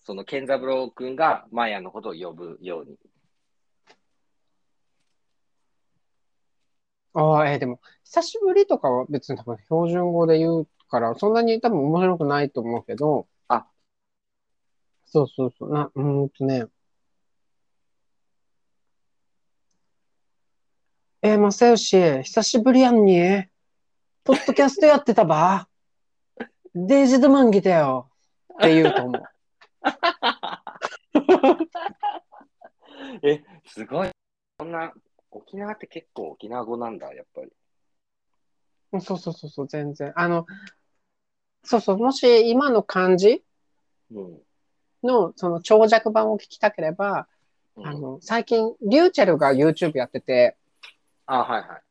その、健三郎くんがマーヤンのことを呼ぶように。
ああ、えーでも、久しぶりとかは別に多分標準語で言うから、そんなに多分面白くないと思うけど、
あ、
そうそうそう、な、うーんとね。えー、正義、久しぶりやんに。ポッドキャストやってたば。デイジドマンギだよ。って言うと思う。
え、すごい。こんな、沖縄って結構沖縄語なんだ、やっぱり。
うんそうそうそうそう、全然。あの、そうそう、もし今の漢字
うん。
のその長尺版を聞きたければ、
うん
あの、最近、リューチェルが YouTube やってて、
あ、はいはい。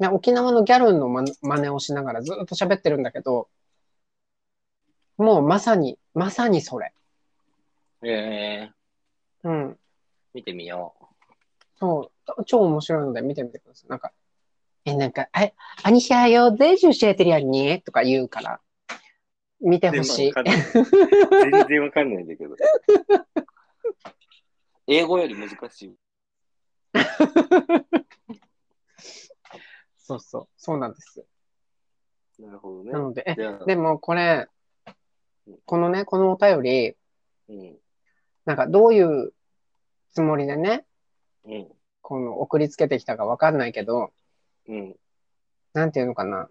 ね、沖縄のギャルンのま真似をしながらずっと喋ってるんだけど、もうまさに、まさにそれ。
ええ
うん。
見てみよ
そう。超面白いので見てみてください。なんか、え、なんか、え、アニシャよ、全集教えてるやんねとか言うから、見て
う。
ほしい。
全 然わかんないんだけど。英語より難しい。
そうそう。そうなんです。
なるほどね。
なので、え、
じゃあ、
でもこれ、このね、このお便り、
うん。
なんかどういうつもりでね、
うん。
この送りつけてきたかわかんないけど、
うん。
なんていうのかな。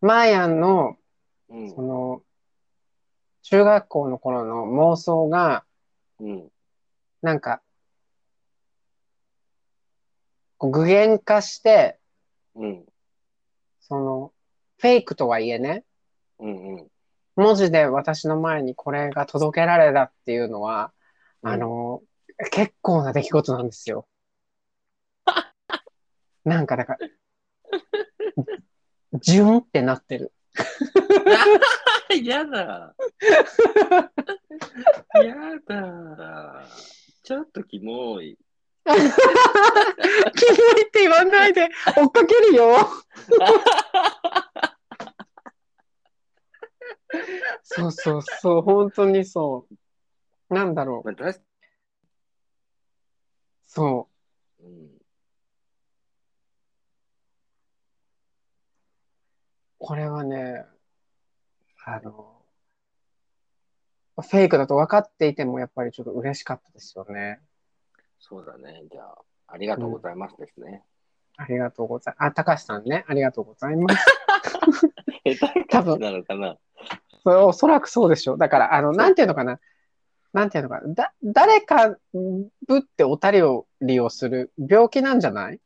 マーヤンの、
うん
そ。の、中学校の頃の妄想が、
うん。
なんか、こう具現化して、
うん。
その、フェイクとはいえね、
うん。うん。
文字で私の前にこれが届けられたっていうのは、あの、結構な出来事なんです よ。なんかだから、ジュンってなってる。
や だ。やだ。ちょっとキモい。
キモいって言わないで、追っかけるよ。 そうそうそう、本当にそう。なんだろう、
まあ、だし
そ
うん。
う。これはね、あの、フェイクだと分かっていても、やっぱりちょっと嬉しかったですよね。
そうだね。じゃあ、ありがとうございますですね。
ありがとうございます。あ、高橋さんね、ありがとうございます。
下手
多分
なのかな。
そうおそらくそうでしょう。だから、あの、なんていうのかな。なんていうのかな。だ、誰かぶっておたりを利用する病気なんじゃない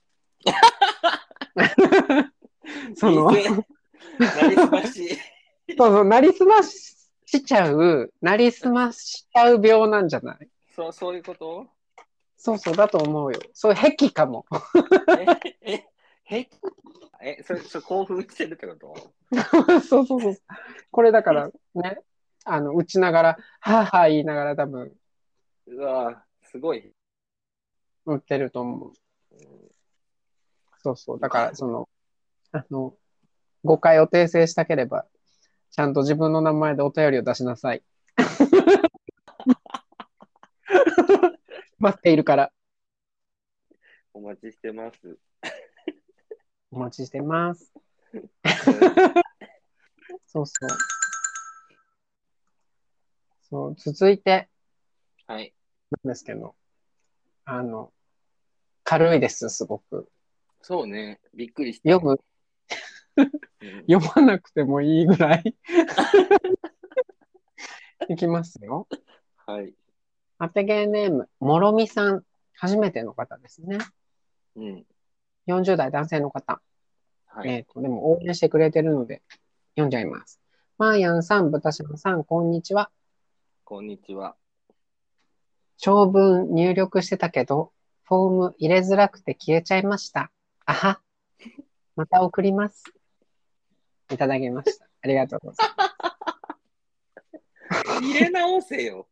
その、そう
なりすましい。
そう、なりすましちゃう、なりすましちゃう病なんじゃない
そう、そういうこと
そうそう、だと思うよ。そう、癖かも。
え、え、へえ、それ、それ興奮してるってこと
そうそうそう。これだからね、あの、打ちながら、はぁはぁ言いながら多分、
うわすごい。
売ってると思う。そうそう。だから、その、あの、誤解を訂正したければ、ちゃんと自分の名前でお便りを出しなさい。 待っているから、
お待ちしてます。
お待ちしてます。そうそう。そう、続いて
はい。
なんですけど、あの、軽いです、すごく。
そうね。びっくりして。
読む
うん
読まなくてもいいぐらい。 いきますよ。
はい。
アペゲーネーム、もろみさん。初めての方ですね。
うん。
40代男性の方。
はい。
えっ、と、でも応援してくれてるので、読んじゃいます。マーヤンさん、ブタシマさん、こんにちは。
こんにちは。
長文入力してたけど、フォーム入れづらくて消えちゃいました。あは。また送ります。いただきました。ありがとうございます。
入れ直せよ。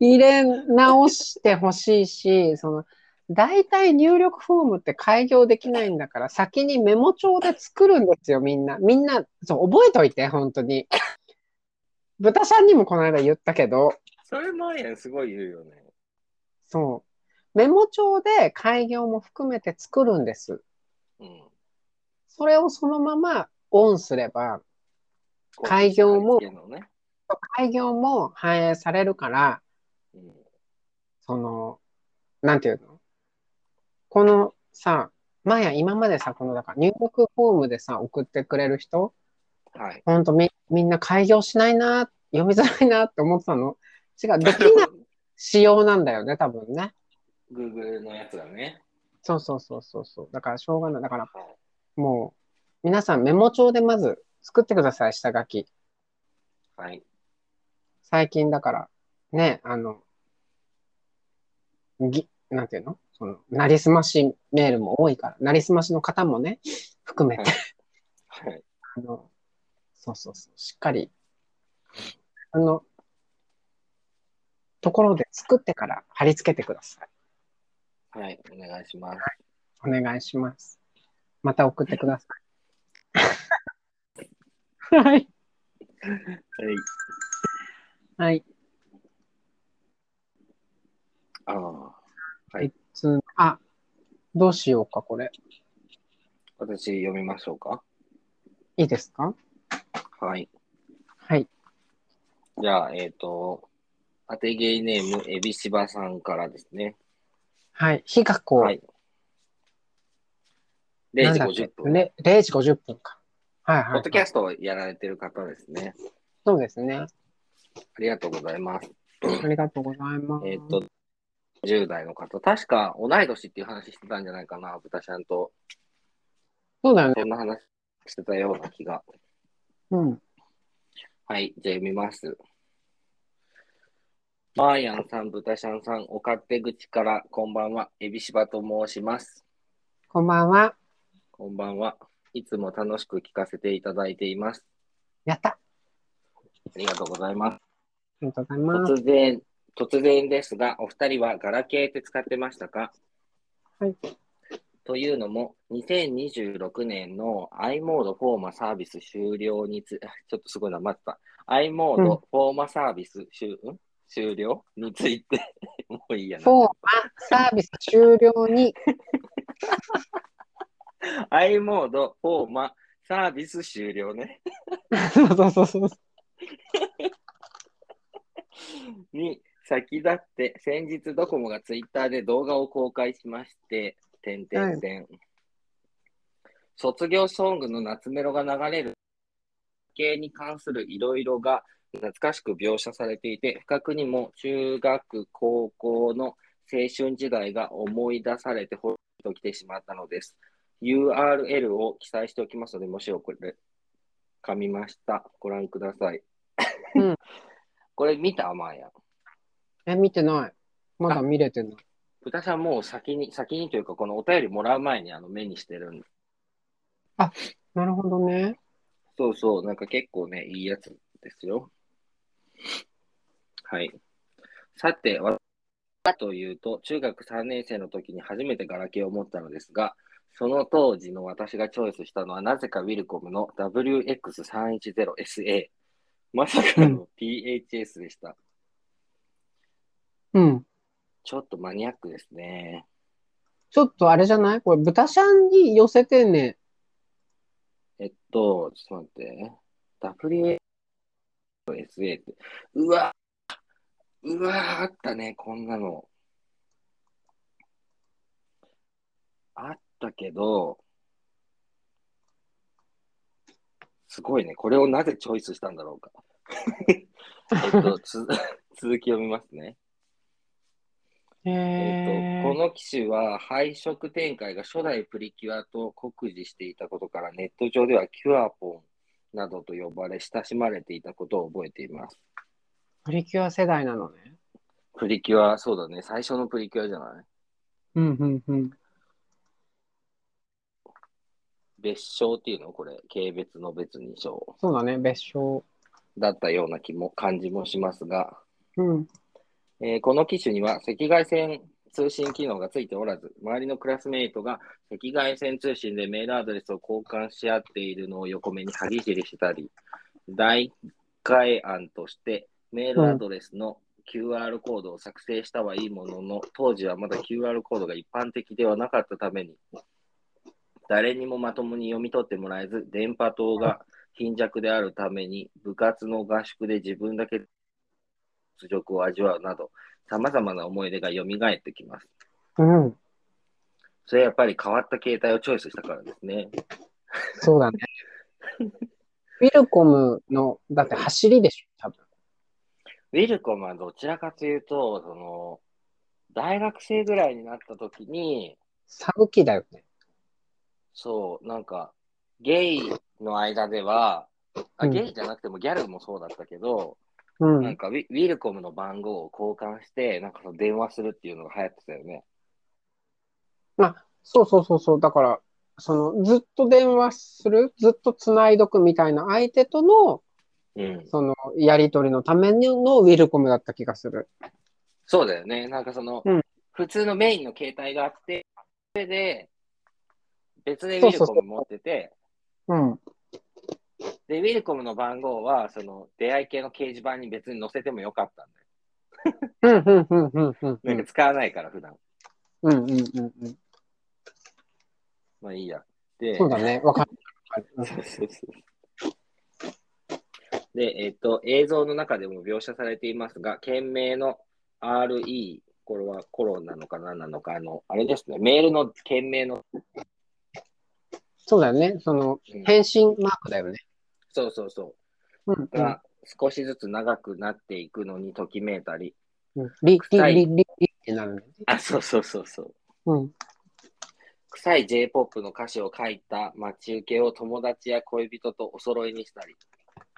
入れ直してほしいし、その、大体入力フォームって開業できないんだから、先にメモ帳で作るんですよ、みんな。みんな、そう、覚えといて、本当に。豚さんにもこの間言ったけど、
それマーヤンすごい言うよね。
そう、メモ帳で開業も含めて作るんです。
うん。
それをそのままオンすれば、開業も
開業のね。
開業も反映されるから、
うん。
その、なんていうのこのさ、まあや今までさ、このだから入力フォームでさ、送ってくれる人、
はい。
ほんとみみんな開業しないな、読みづらいなって思ってたの。違う、できない仕様なんだよね、多分ね。
Google のやつだね。
そうそうそうそうそう。だからしょうがない。だから
はい
もう、皆さんメモ帳でまず作ってください、下書き。
はい。
最近だから、ね、あの、ぎ、なんていうのその、なりすましメールも多いから、なりすましの方もね、含めて、
はい。
あの、そうそうそう、しっかり、あの、ところで作ってから貼り付けてください。
はい。お願いします。
お願いします。また送ってください。 はい。
はい。
はい。
ああ。
つあ、どうしようか、これ。
私読みましょうか。
いいですか
はい。
はい。
じゃあ、えっ、と、当てゲイネーム、エビシバさんからですね。
はい。日がこう、
はい。0時
なんだっけ
50分。
れ0時50分か。はい
ポ
はい、
ッドキ
は
ャ
い。
ストをやられてる方ですね。
そうですね。
ありがとうございます。
ありがとうございます。
えっ、と、10代の方。確か、同い年っていう話してたんじゃないかな、豚ちゃんと。
そうだよね。
そんな話してたような気が。
うん。
はい、じゃあ読みます。マーヤンさん、ブタシャンさん、お勝手口から、こんばんは、エビシバと申します。
こんばんは。
こんばんは。いつも楽しく聞かせていただいています。
やった。あ
ありがとうございます。
りがとうございます。
突然、突然ですが、お二人はガラケーって使ってましたか
はい。
というのも、2026年の i モードフォーマサービス終了につ、ちょっとすごいな、待ってた。i モー
うん
ドフォーマサービス終,、ん、終了について、 もういいや
フォー
な。
マサービス終了に、
i モードフォーマサービス終了ね。
そうそうそうそう。
に先立って、先日ドコモがツイッターで動画を公開しまして、てんてんてん。卒業ソングの夏メロが流れる系に関するいろいろが懐かしく描写されていて、不覚にも中学、高校の青春時代が思い出されてほっと来てしまったのです。URL を記載しておきますので、もしよこれ、噛みました。ご覧ください。
うん
これ見たまーや。
え、見てない。まだ見れてない。
豚さんもう先に、先にというか、このお便りもらう前にあの目にしてるんで。
なるほどね。
そうそう、なんか結構ね、いいやつですよ。はい。さて、私はというと、中学3年生の時に初めてガラケーを持ったのですが、その当時の私がチョイスしたのは、なぜかウィルコムの WX310SA。まさかの PHS でした。
うん。
ちょっとマニアックですね。
ちょっとあれじゃないこれ、豚ちゃんに寄せてね。
えっと、ちょっと待って。WA と SA って。うわうわあったね、こんなの。あったけど、すごいね。これをなぜチョイスしたんだろうか。 えっと、つ 続き読みますね。
へ
えっ
え
とこの機種は配色展開が初代プリキュアと酷似していたことからネット上ではキュアポンなどと呼ばれ親しまれていたことを覚えています。
プリキュア世代なのね。
プリキュア、そうだね、最初のプリキュアじゃない
うんうんうん。
別称っていうのこれ、軽蔑の別に称
そうだね、別称。
だったような気も感じもしますが、
うん。
えーこの機種には赤外線通信機能がついておらず、周りのクラスメイトが赤外線通信でメールアドレスを交換し合っているのを横目に歯ぎしりしたり、代替案としてメールアドレスの QR コードを作成したはいいものの、当時はまだ QR コードが一般的ではなかったために、誰にもまともに読み取ってもらえず、電波塔が貧弱であるために、部活の合宿で自分だけ屈辱を味わうなど、さまざまな思い出が蘇ってきます。
うん。
それはやっぱり変わった携帯をチョイスしたからですね。
そうだね。ウィルコムの、だって走りでしょ、多分。
ウィルコムはどちらかというと、その、大学生ぐらいになった時に、
サブ機だよね。
そう、なんか、ゲイの間では、あ
うん
ゲイじゃなくてもギャルもそうだったけど、
う
なん
ん。
かウィウィルコムの番号を交換して、なんかその電話するっていうのが流行ってたよね。
そうそうそうそう。だから、その、ずっと電話する、ずっと繋いどくみたいな相手との、
うん。
その、やりとりのためのウィルコムだった気がする。
そうだよね。なんかその、
うん
普通のメインの携帯があって、それで、別でウ
そう
ィ
そ
ル
うそう
コム持ってて、
うん。
で、ウィルコムの番号は、その、出会い系の掲示板に別に載せてもよかったんだよ。
うん、うん、うん、うん、うん。う
なん
ん
か、使わないから、普段。
うん、うん、うんうん。
まあいいや。で、
そうだね。わかる。わかる
そうそうそう で、えっと、映像の中でも描写されていますが、件名の RE、これはコロンなのか何なのか、あの、あれですね、メールの件名の、
そうだよね。その、
うん
返信マークだよね。
そうそうそ
うん
う、。が少しずつ長くなっていくのにときめいたり、
うん。リ、リ、
臭い
リ、リ、リってなるね。
あ、そうそうそうそう、
うん。
臭い J-POP の歌詞を書いた待ち受けを友達や恋人とお揃いにしたり、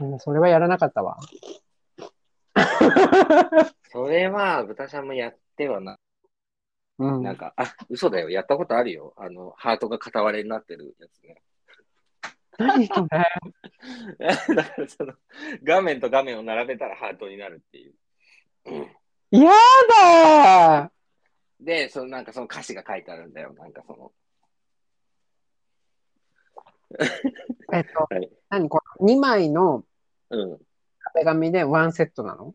うんそれはやらなかったわ。
それは豚ちゃんもやってはな、
うん。
なんか、あ、嘘だよ、やったことあるよ、あの、ハートが片割れになってるやつね。
何それ
だからその画面と画面を並べたらハートになるっていう。
やだー
で、そのなんかその歌詞が書いてあるんだよ。なんかその。
えっと、
はい
何この2枚の
うん。
壁紙でワンセットなの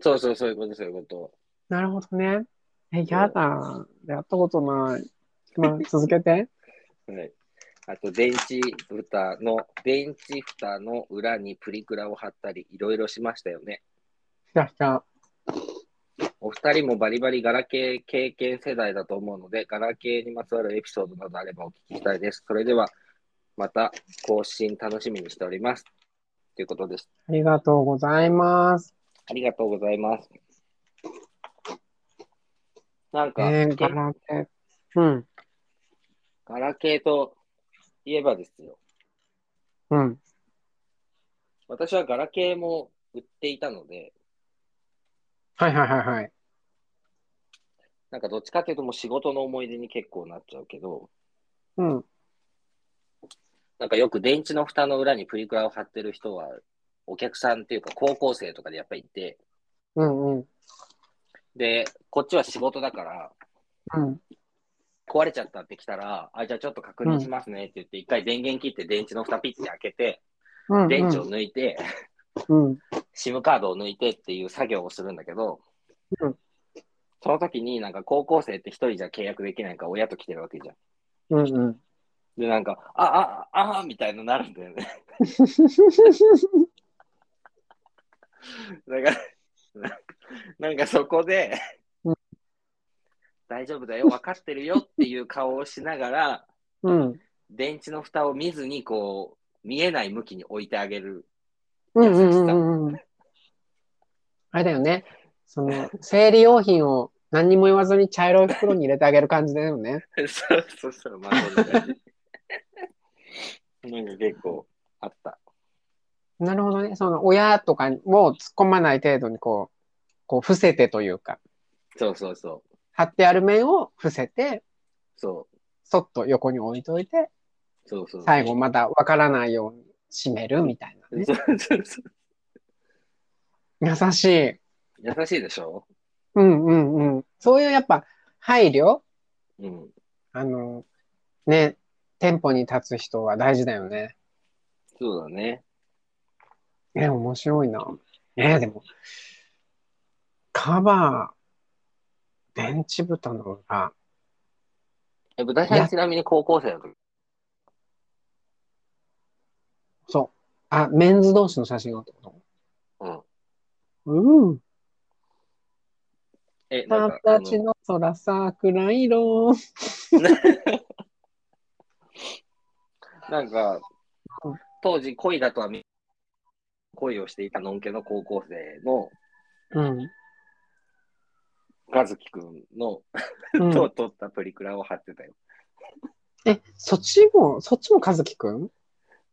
そうそう、そういうこと、そういうこと。
なるほどね。え、やだ。やったことない。ま あ、続けて。
はい。あと、電池蓋の、電池蓋の裏にプリクラを貼ったり、いろいろしましたよね。
ひたひた。
お二人もバリバリガラケー経験世代だと思うので、ガラケーにまつわるエピソードなどあればお聞きしたいです。それでは、また更新楽しみにしております。ということです。
ありがとうございます。
ありがとうございます。なんか、
えー、
け
ガラケー。うん、
ガラケーといえばですよ。
うん。
私はガラケーも売っていたので、
はいはいはいはい。
なんかどっちかっていうともう仕事の思い出に結構なっちゃうけど、
うん。
なんかよく電池の蓋の裏にプリクラを貼ってる人は、お客さんっていうか高校生とかでやっぱりいて、
うんうん。
で、こっちは仕事だから、
うん。
壊れちゃったって来たら、あ、じゃあちょっと確認しますねって言って、一回電源切って電池の蓋ピッて開けて、
うん、うん。
電池を抜いて、
うん。
SIM カードを抜いてっていう作業をするんだけど、
うん
その時になんか高校生って一人じゃ契約できないから親と来てるわけじゃん。
うんうん。
で、なんか、あ、あ、あ、あみたいになるんだよね。だから、なんかそこで
うん、
大丈夫だよ、分かってるよっていう顔をしながら、
うん。
電池の蓋を見ずに、こう、見えない向きに置いてあげる。
うんうんうんうんうん。あれだよね。その、生理用品を何にも言わずに茶色い袋に入れてあげる感じだよね。
そうそうそう、まあ、そんな感じなんか結構あった。
なるほどね。その、親とかも突っ込まない程度にこう、こう、伏せてというか、
そうそうそう。
貼ってある面を伏せて、
そう。
そっと横に置いといて、
そうそうそう。
最後まだわからないように締めるみたいなね。
そうそうそう
優しい。
優しいでしょ
うんうんうん。そういうやっぱ、配慮
うん。
あの、ね、店舗に立つ人は大事だよね。
そうだね。
え、面白いな。え、でも、カバー、電池蓋の裏。
え、豚さ
い
ん
や
ちなみに高校生の時。
そう。あ、メンズ同士の写真がってこ
うん。
とうん。
え、なんか、あ
形
の
の空桜色。
なんか
うん
当時恋だとは見恋をしていたのんけの高校生の
うん。
和樹くんの、
うん
と撮ったプリクラを貼ってたよ。
え、そっちも、そっちも和樹くん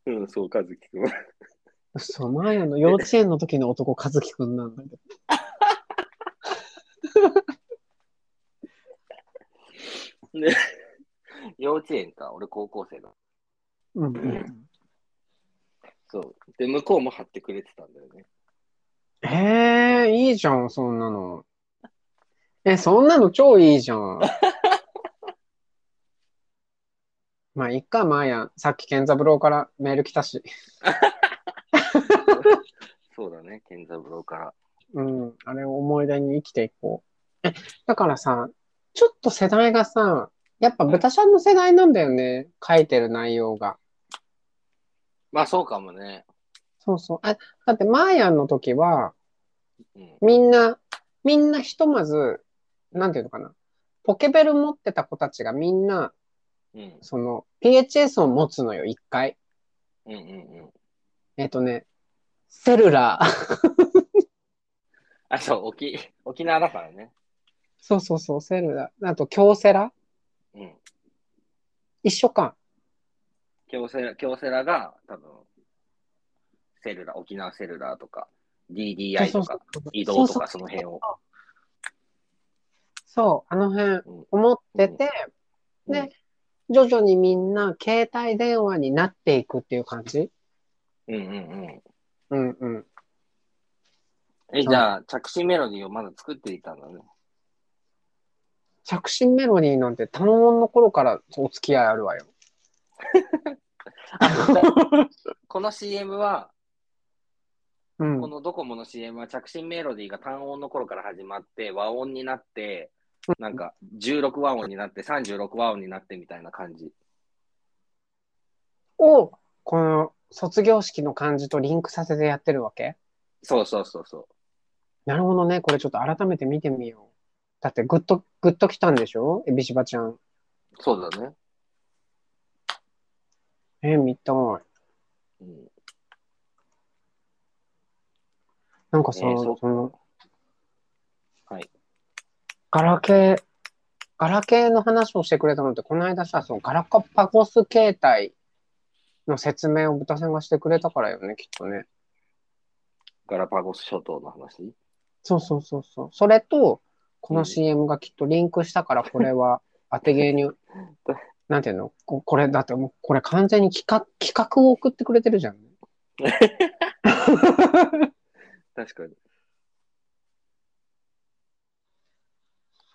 うん、そう、和樹くん。
そう、マーヤの幼稚園の時の男、和樹くんなんだけど。
幼稚園か、俺高校生だ。
うんうん、
そう。で、向こうも貼ってくれてたんだよ ね。
えー、いいじゃん、そんなの。え、そんなの超いいじゃん。 まあ、いっか、マーヤ。さっき、健三郎からメール来たし。
そうだね、健三郎から。
うん、あれを思い出に生きていこう。え、だからさ、ちょっと世代がさ、やっぱ豚ちゃんの世代なんだよね、書いてる内容が。
まあ、そうかもね。
そうそう。あ、だって、マーヤンの時は、
うん。
みんな、みんなひとまず、なんていうのかな。ポケベル持ってた子たちがみんな、
うん。
その、PHS を持つのよ、一回。
うんうんうん。
えっとね、セルラー。
あ、そう、沖、沖縄だからね。
そうそうそう、セルラー。あと、京セラ
うん。
一緒か。
京セラ、京セラが多分、セルラー、沖縄セルラーとか、DDI
そ
と
うそ
か
う、そう
移動
そう
と
そう
かその辺を。
そう、あの辺
うん、
思ってて、
うん
で、徐々にみんな携帯電話になっていくっていう感じ
うんうんう
うんうん。
ん。え、じゃあ、着信メロディーをまだ作っていたんだ ね。
着信メロディーなんて単音の頃からお付き合いあるわよ。
この CM は、
うん
こ。のドコモの CM は着信メロディーが単音の頃から始まって、和音になって、なんか16和音になって、36和音になってみたいな感じ。
を、この卒業式の感じとリンクさせてやってるわけ
そうそうそうそ
なるほどね。これちょっと改めて見てみよう。だってグッと、グッときたんでしょエビシバちゃん。
う。そうだね。
えー、見たい。
うん、
なんかさ、
えーそう
その、
はい。
ガラケー、ガラケーの話をしてくれたのって、この間さ、そのガラパゴス形態の説明を豚さんがしてくれたからよね、きっとね。
ガラパゴス諸島の話。
そうそうそうそう。それと、こ
う
の
ん
CM がきっとリンクしたから、これ は当て芸に、なんていうのここれ、だってもう、これ完全に企画、企画を送ってくれてるじゃん。
確かに。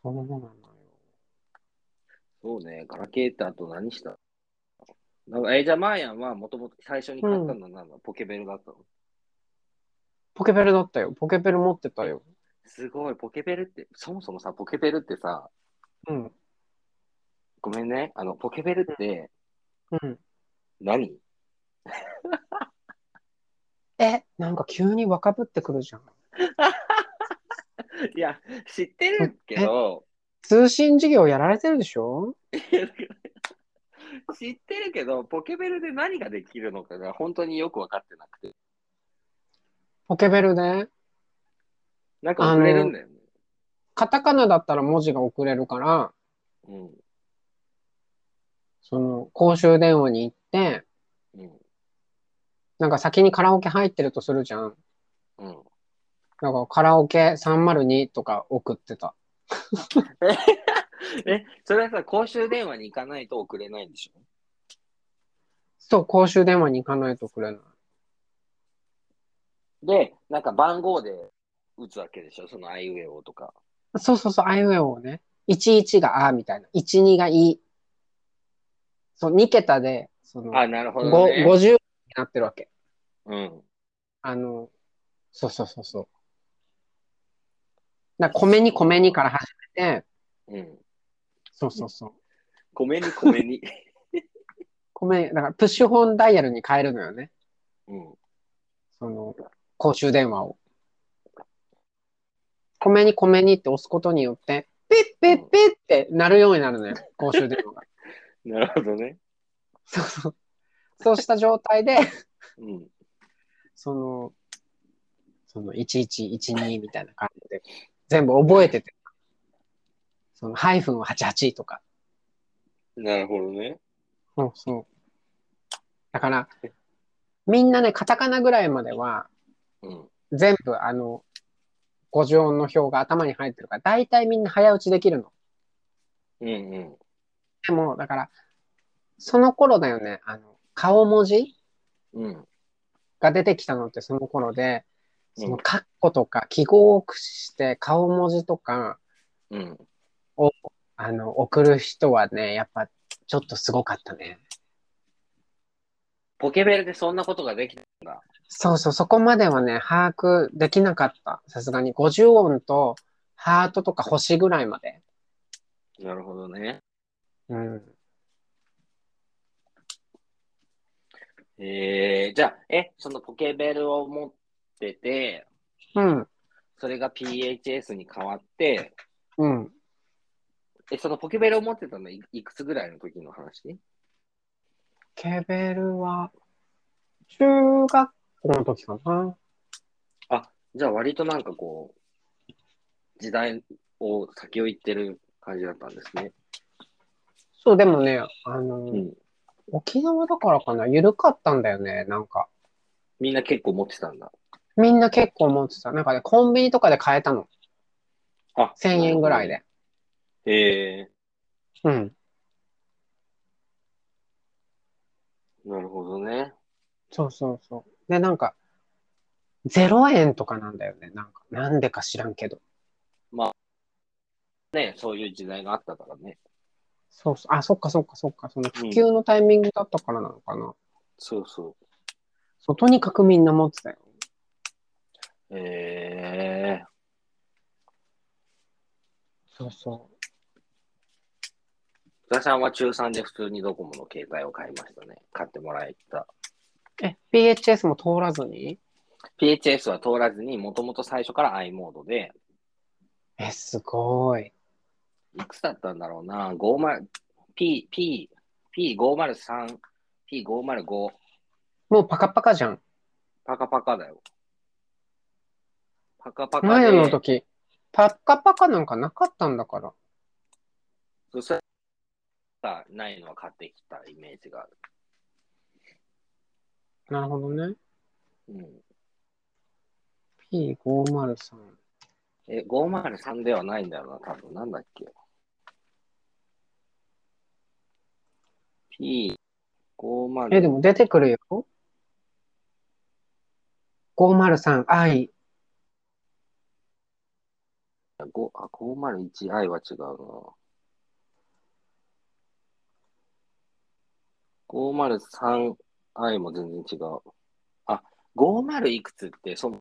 そうなのよ。
そうね、ガラケーってあと何したなんかえ、じゃあ、マーヤンはもともと最初に買ったのは何だ、ポケベルだったの
ポケベルだったよ。ポケベル持ってたよ。
すごい、ポケベルって、そもそもさ、ポケベルってさ、
うん。
ごめんね、あの、ポケベルって
うん。
何、
え、なんか急に若ぶってくるじゃん。
いや、知ってるけど、
通信事業やられてるでしょ
いやだから知ってるけど、ポケベルで何ができるのかが本当によく分かってなくて、
ポケベルで。
なんか遅れるんだよね。
カタカナだったら文字が送れるから、
うん、
その公衆電話に行って、
うん、
なんか先にカラオケ入ってるとするじゃん。
うん。
なんかカラオケ302とか送ってた。
え、それはさ、公衆電話に行かないと遅れないんでしょ
そう、公衆電話に行かないとくれない。
で、なんか番号で打つわけでしょ、そのアイウェオとか。
そうそうそう、あいうえおをね。11があみたいな。12がい。そう、2桁で、その、
あ、なるほど、
ご
ね。
50になってるわけ。
うん。
あの、そうそうそうそう。だから米に米にから始めて、
うん。
そうそうそう。
米に米に。
米、だからプッシュホンダイヤルに変えるのよね。
うん。
その、公衆電話を。米に米にって押すことによって、ピッピッピッってなるようになるのよ、公衆電話が。
なるほどね。
そうそう。そうした状態で、
うん。
その、その1112みたいな感じで、全部覚えてて、そのハイフンを88とか。
なるほどね。
そうそう。だから、みんなね、カタカナぐらいまでは、
うん。
全部、あの、五条音の表が頭に入ってるから、大体みんな早打ちできるの。
うんうん。
でも、だから、その頃だよね、あの、顔文字
うん。
が出てきたのってその頃で、
うん
そのカッコとか記号を駆使して顔文字とか、
うん。
あの、送る人はね、やっぱちょっとすごかったね。
ポケベルでそんなことができたんだ。
そうそう、そこまではね、把握できなかった。さすがに50音とハートとか星ぐらいまで。
なるほどね。
うん。
えー、じゃあ、え、そのポケベルを持ってて、
うん。
それが PHS に変わって、
うん。
え、そのポケベルを持ってたのいいくつぐらいの時の話
ケベルは、中学校の時かな。
じゃあ割となんかこう、時代を先を行ってる感じだったんですね。
そう、でもね、あの、
うん。
沖縄だからかな、緩かったんだよね、なんか。
みんな結構持ってたんだ。
みんな結構持ってた。なんかね、コンビニとかで買えたの。
あ、
1000円ぐらいで。
え
うん。
ー、なるほどね。
そうそうそう。で、なんか、0円とかなんだよね。なんか、なんでか知らんけど。
ね、そういう時代があったからね。
そうそう。あ、そっかそっかそっか。その普及のタイミングだったからなのかな。
そうそ
そう、とにかくみんな持ってたよ。
う。え
そうそう。
ー、津田さんは中3で普通にドコモの携帯を買いましたね。買ってもらえた。
え、PHS も通らずに
PHS は通らずに、もともと最初から i モードで、
え、すごい。
いくつだったんだろうな、50、P、P、P503、P505、
もうパカパカじゃん。
パカパカだよ。パカパカ
前の
で、
時、パカパカなんかなかったんだから。
そしたら、ないのは買ってきたイメージがある。
なるほどね。
うん、
P503。
え、503ではないんだよな、多分。なんだっけ。P503。
え、でも出てくるよ。503i。
ごあ、501i は違うな。503i も全然違う。あ、50いくつって、その、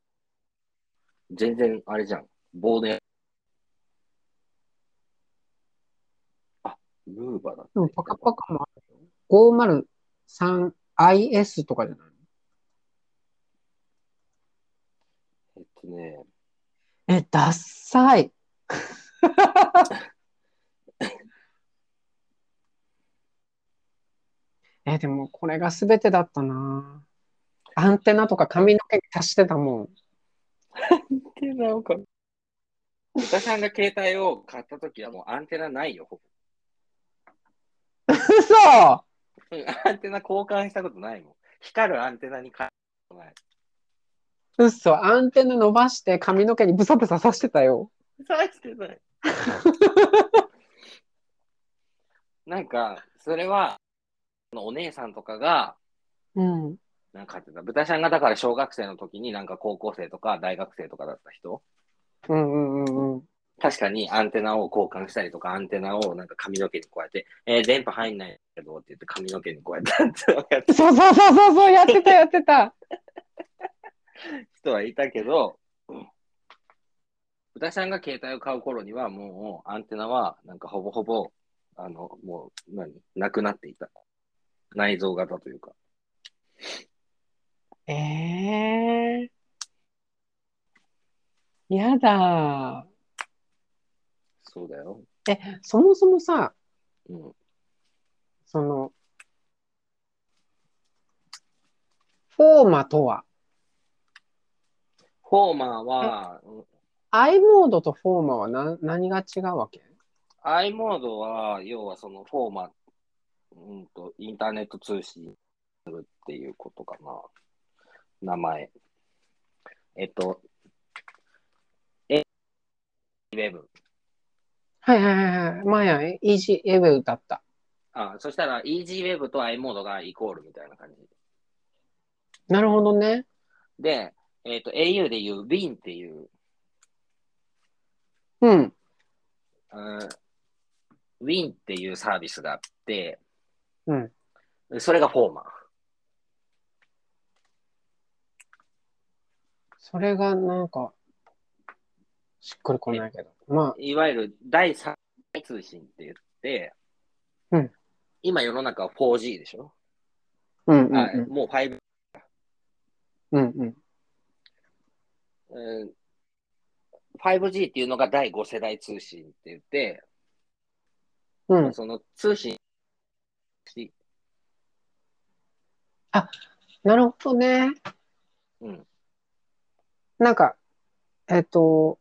全然あれじゃん。棒で。あ、ムーバだって。
でもパカパカもあるよ。503is とかじゃない
えっとね、
え、ダッサい。 え、でもこれが全てだったな。アンテナとか髪の毛に足してたもん。
ってなんか。歌さんが携帯を買ったときはもうアンテナないよ、ほ
嘘
ぼうんアンテナ交換したことないもん。光るアンテナに変えたことない。
嘘アンテナ伸ばして髪の毛にブサブサ刺してたよ。
大してない。 なんか、それは、そのお姉さんとかが、
うん。
なんか買ってた。豚ちゃんがだから小学生の時になんか高校生とか大学生とかだった人
うんうんうんうん。
確かにアンテナを交換したりとか、アンテナをなんか髪の毛にこうやって、えー電波入んないけどって言って髪の毛にこうやってやって
そうそうそうそうそう、やってたやってた。
人はいたけど、豚ちゃんが携帯を買う頃にはもうアンテナはなんかほぼほぼ、あの、もう何なくなっていた。内臓型というか。
ええー。やだ。
そうだよ。
そもそもさ、
うん。
その、フォーマとは、
フォーマーは、うん
i モードとフォーマはな何が違うわけ
i モードは、要はそのフォーマー、うんと、インターネット通信するっていうことかな。名前。えっと、え、ウェブ。
はいはいはいはい。前はイージーエブだった。
あ、そしたら、イージーウェブと i モードがイコールみたいな感じ。
なるほどね。
で、えっと、au でいう Win っていう、
うん。
うん、Win っていうサービスがあって、
うん。
それがフォーマー。
それがなんか、しっくりこないけど。ま
いわゆる第三次通信って言って、
うん
今世の中は 4G でしょ、
あ、うんうん
あ
うん。
もう 5G、
うんうん、
うん、5G っていうのが第5世代通信って言って、
うん。
その通信し、
なるほどね。
うん、
なんか、えっと、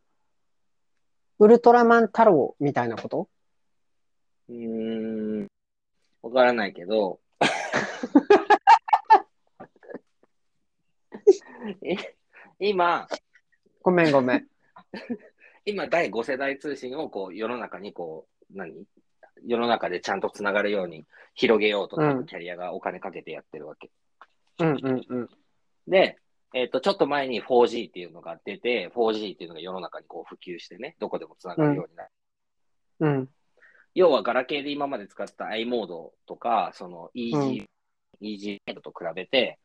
ウルトラマン太郎みたいなこと
うーん、わからないけど、 え今、
ごめんごめん。
今、第5世代通信をこう世の中にこう、何世の中でちゃんとつながるように広げようと、
うん
キャリアがお金かけてやってるわけ。
うんうんうん。
で、えっとちょっと前に 4G っていうのが出て、4G っていうのが世の中にこう普及してね、どこでもつながるようになる。
うん
要は、ガラケーで今まで使った i モードとか、その EG、EG モードと比べて、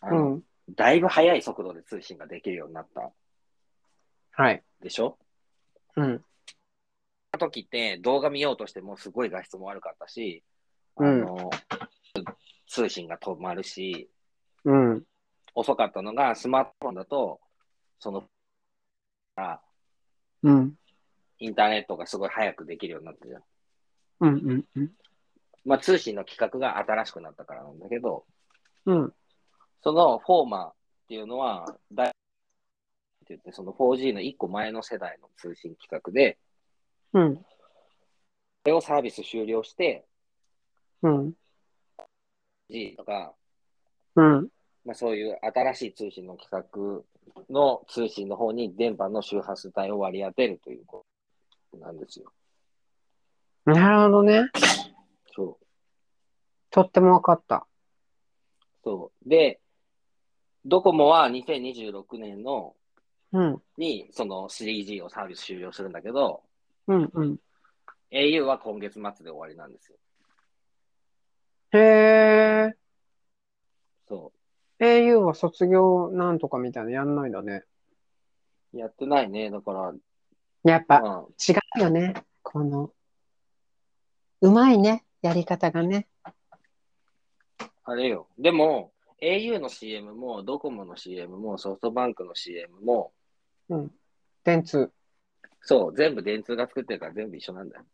あ
う
の
ん。
だいぶ速い速度で通信ができるようになった
はい。
でしょ
うん。
その時って動画見ようとしてもすごい画質も悪かったし、あの、通信が止まるし、
うん。
遅かったのがスマートフォンだと、その、あ
うん。
インターネットがすごい早くできるようになったじゃん。
うんうんうん。
まあ通信の規格が新しくなったからなんだけど、
うん。
そのフォーマーっていうのは、だいって言って、その 4G の1個前の世代の通信規格で、
うん。
それをサービス終了して、
うん。
G とか、
うん。
まあ、そういう新しい通信の規格の通信の方に電波の周波数帯を割り当てるということなんですよ。
なるほどね。
そう。
とっても分かった。
そう。で、ドコモは2026年の
うん。
にその 3G をサービス終了するんだけど、
うんうん。
au は今月末で終わりなんですよ。
へえ。
そ
au は卒業なんとかみたいなのやんないんだね。
う。やってないね。だから、
やっぱ
まあ、
違うよね。この、うまいね。やり方がね。
あれよ。でも、au の CM も、ドコモの CM も、ソフトバンクの CM も、
うん。電通。
そう、全部電通が作ってるから全部一緒なんだよ。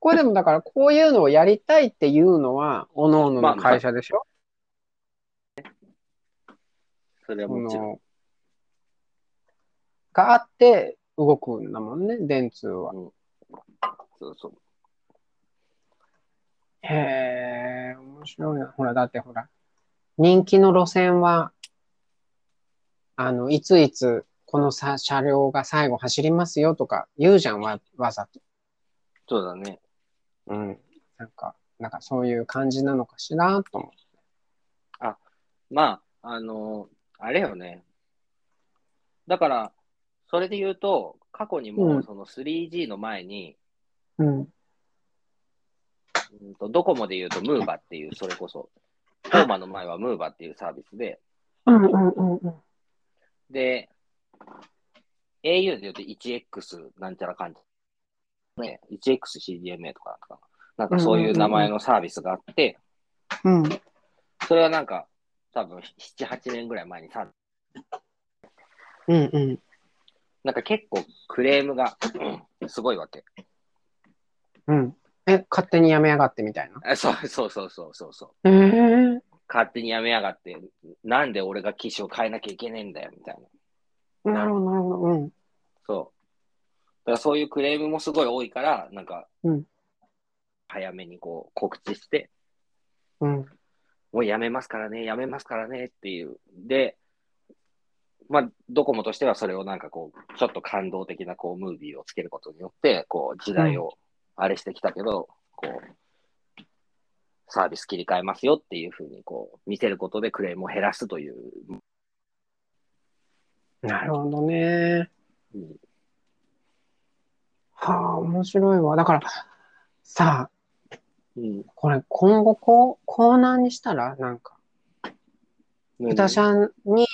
これでもだからこういうのをやりたいっていうのは、おのおのの会社でしょ、
それは
そ
もちろん。
のがあって動くんだもんね、電通は。
うんそうそう。
へえ、面白いな。ほら、だってほら、人気の路線は、あの、いついつ、このさ車両が最後走りますよとか言うじゃん、わわざと。
そうだね。
うん。なんか、なんかそういう感じなのかしら、と思
まあ、あのあれよね。だから、それで言うと、過去に
う
も
ん
その 3G の前に、
う。うん。
うんとドコモで言うとムーバっていう、それこそ、トーマの前はムーバっていうサービスで、
うんうんうんうん。
で、au で言うと 1X なんちゃらかんちゃら、ね、1XCDMA とかなんか、なんかそういう名前のサービスがあって、
うん。
それはなんか、多分7、8年ぐらい前にさ、
うんうん。
なんか結構クレームがうんすごいわけ。
うん。え、勝手にやめやがってみたいな。
あそうそうそうそうそうそう。
ええ
勝手にやめやがって、なんで俺が機種を変えなきゃいけねえんだよ、みたいな。
なるほど、なるほど。うん。
そう。だからそういうクレームもすごい多いから、なんか、
うん
早めにこう告知して、
うん。
もうやめますからね、やめますからねっていう。で、まあ、ドコモとしてはそれをなんかこう、ちょっと感動的なこう、ムービーをつけることによって、こう、時代をあれしてきたけど、こう、サービス切り替えますよっていうふうにこう、見せることでクレームを減らすという。
なるほどね。
うん
はあ、面白いわ。だから、さあ、
うん。
これ今後こう、コーナーにしたら、なんか、
何
ブタちゃんに、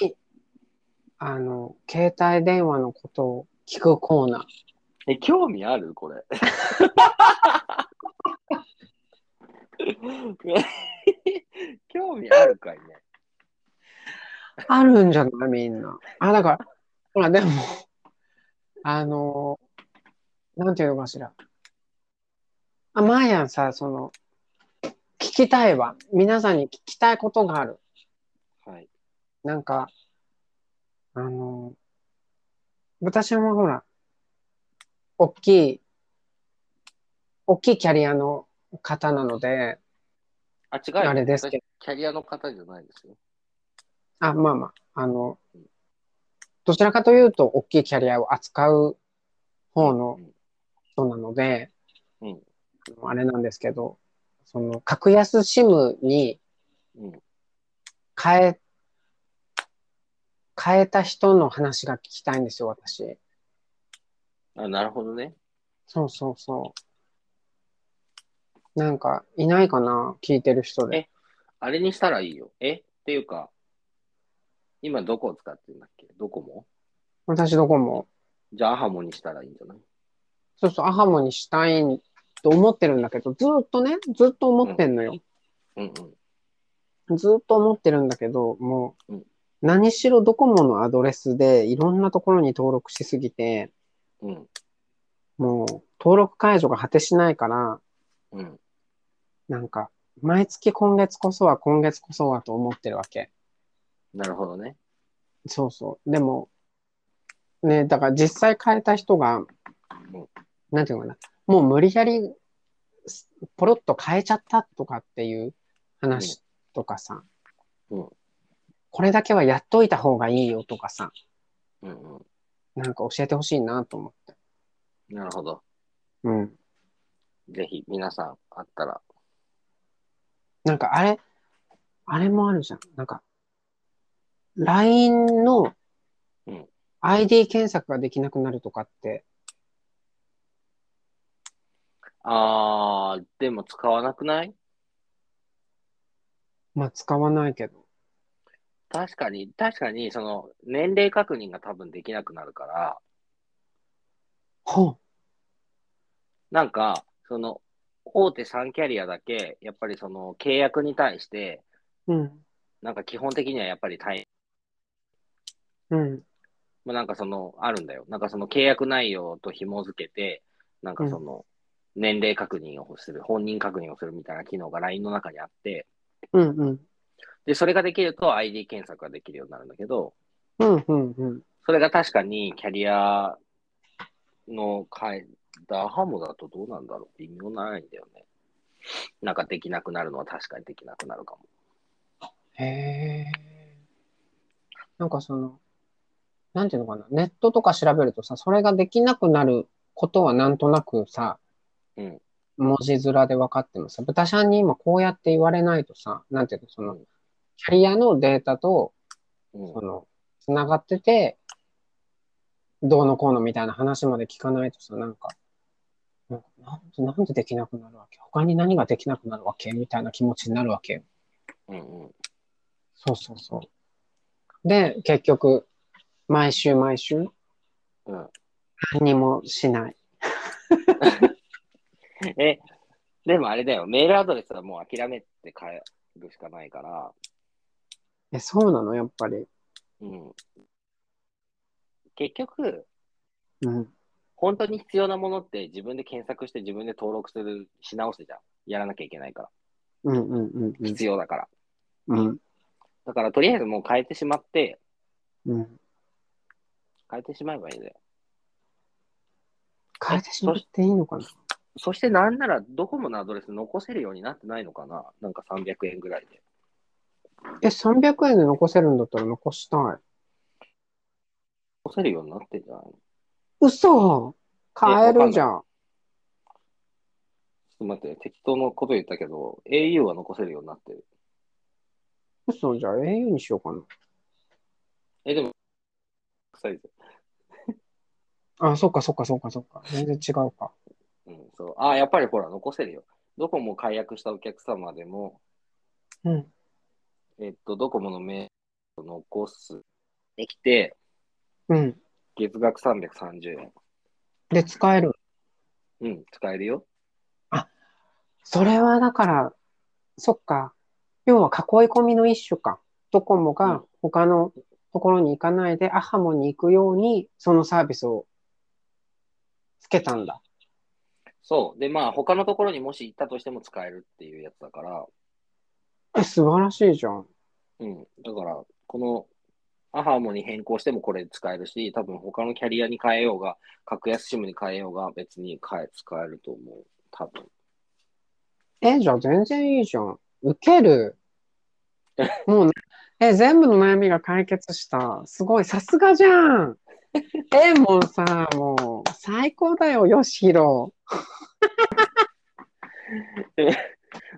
あの、携帯電話のことを聞くコーナー。
え、興味あるこ れ。 興味あるかいね。
あるんじゃないみんな。あ、だから、ほら、でも、あの、なんていうのかしら。あ、まーやんさ、その、聞きたいわ。皆さんに聞きたいことがある。
はい。
なんか、あの、私もほら、大きい、大きいキャリアの方なので、
あ、違うよ。
あれですけど、
キャリアの方じゃないですよ。
あ、まあまあ、あの、どちらかというと、大きいキャリアを扱う方の人なので、
うん
あのあれなんですけど、その、格安 SIM に
うん。
変え、変えた人の話が聞きたいんですよ、私。
あ、なるほどね。
そうそうそう。なんか、いないかな聞いてる人で。
あれにしたらいいよ。えっていうか、今どこを使ってるんだっけドコモ
私どこも。
じゃあアハモにしたらいいんじゃない
そうそう、アハモにしたいと思ってるんだけど、ずーっとね、ずっと思ってんのよ。
うん
ずーっと思ってるんだけど、も
うん
う、何しろドコモのアドレスでいろんなところに登録しすぎて、
うん。うん。
もう登録解除が果てしないから、
うん。
なんか、毎月今月こそは今月こそはと思ってるわけ。
なるほどね。
そうそう。でも、ね、だから実際変えた人が、なんていうのかな、もう無理やり、すポロッと変えちゃったとかっていう話とかさ、
うん
これだけはやっといた方がいいよとかさ、
うんうん。
なんか教えてほしいなと思って。
なるほど。
うん。
ぜひ皆さんあったら。
なんかあれ、あれもあるじゃん。なんか、LINE の
うん
ID 検索ができなくなるとかって、
あー、でも使わなくない
まあ使わないけど。
確かに、確かに、その、年齢確認が多分できなくなるから、
ほう。
なんか、その、大手3キャリアだけ、やっぱりその、契約に対して、
うん。
なんか基本的にはやっぱり対
うん。
まあ、なんかその、あるんだよ。なんかその契約内容と紐付けて、なんかその、年齢確認をする、本人確認をするみたいな機能が LINE の中にあって、
うん。うん。
で、それができると ID 検索ができるようになるんだけど、
うん。うん。うん。
それが確かにキャリアの変えたハモだとどうなんだろう微妙ないんだよね。なんかできなくなるのは確かにできなくなるかも。
へえ。なんかその、なんていうのかな。ネットとか調べるとさ、それができなくなることはなんとなくさ、
うん
文字面で分かってもさ、豚ちゃんに今こうやって言われないとさ、なんていうの、その、キャリアのデータと、
うん
その、つながってて、どうのこうのみたいな話まで聞かないとさ、なんか、なんかなんでなんでできなくなるわけ他に何ができなくなるわけみたいな気持ちになるわけよ。
うんうん。
そうそうそう。で、結局、毎週毎週、
うん
何もしない。
え、でもあれだよ。メールアドレスはもう諦めて変えるしかないから、
え、そうなのやっぱり。
うん。結局、
うん。
本当に必要なものって自分で検索して自分で登録する、し直すじゃん。やらなきゃいけないから。
うんうんうんうん
必要だから。
うん。
だからとりあえずもう変えてしまって、
うん。
変えてしまえばいいんだよ。
変えてしまっていいのかな
そしてなんならドコモのアドレス残せるようになってないのかななんか300円ぐらいで。
え、300円で残せるんだったら残したい。
残せるようになってんじゃないのちょ
嘘買えるじゃん。
っと待って、適当なこと言ったけど、au は残せるようになってる。
嘘じゃあ au にしようか
え、でも、臭いぞ。
な。あ、そっかそっかそっかそっか。全然違うか。
うん、そう。ああ、やっぱりほら、残せるよ。ドコモを解約したお客様でも、
うん。
えっと、ドコモの名を残す。できて、
うん。
月額330円。
で、使える。
うん、使えるよ。
それはだから、そっか。要は囲い込みの一種か。ドコモ
う
が
ん
他のところに行かないで、アハモに行くように、そのサービスをつけたんだ。
そう。で、まあ、他のところにもし行ったとしても使えるっていうやつだから、
え、素晴らしいじゃん。
うん。だから、この、アハモに変更してもこれ使えるし、多分他のキャリアに変えようが、格安シムに変えようが、別に変え、使えると思う。多分。
え、じゃあ全然いいじゃん。受ける。もうね、 え、全部の悩みが解決した。すごい、さすがじゃん。え、もうさ、もう、最高だよ、よしひろ。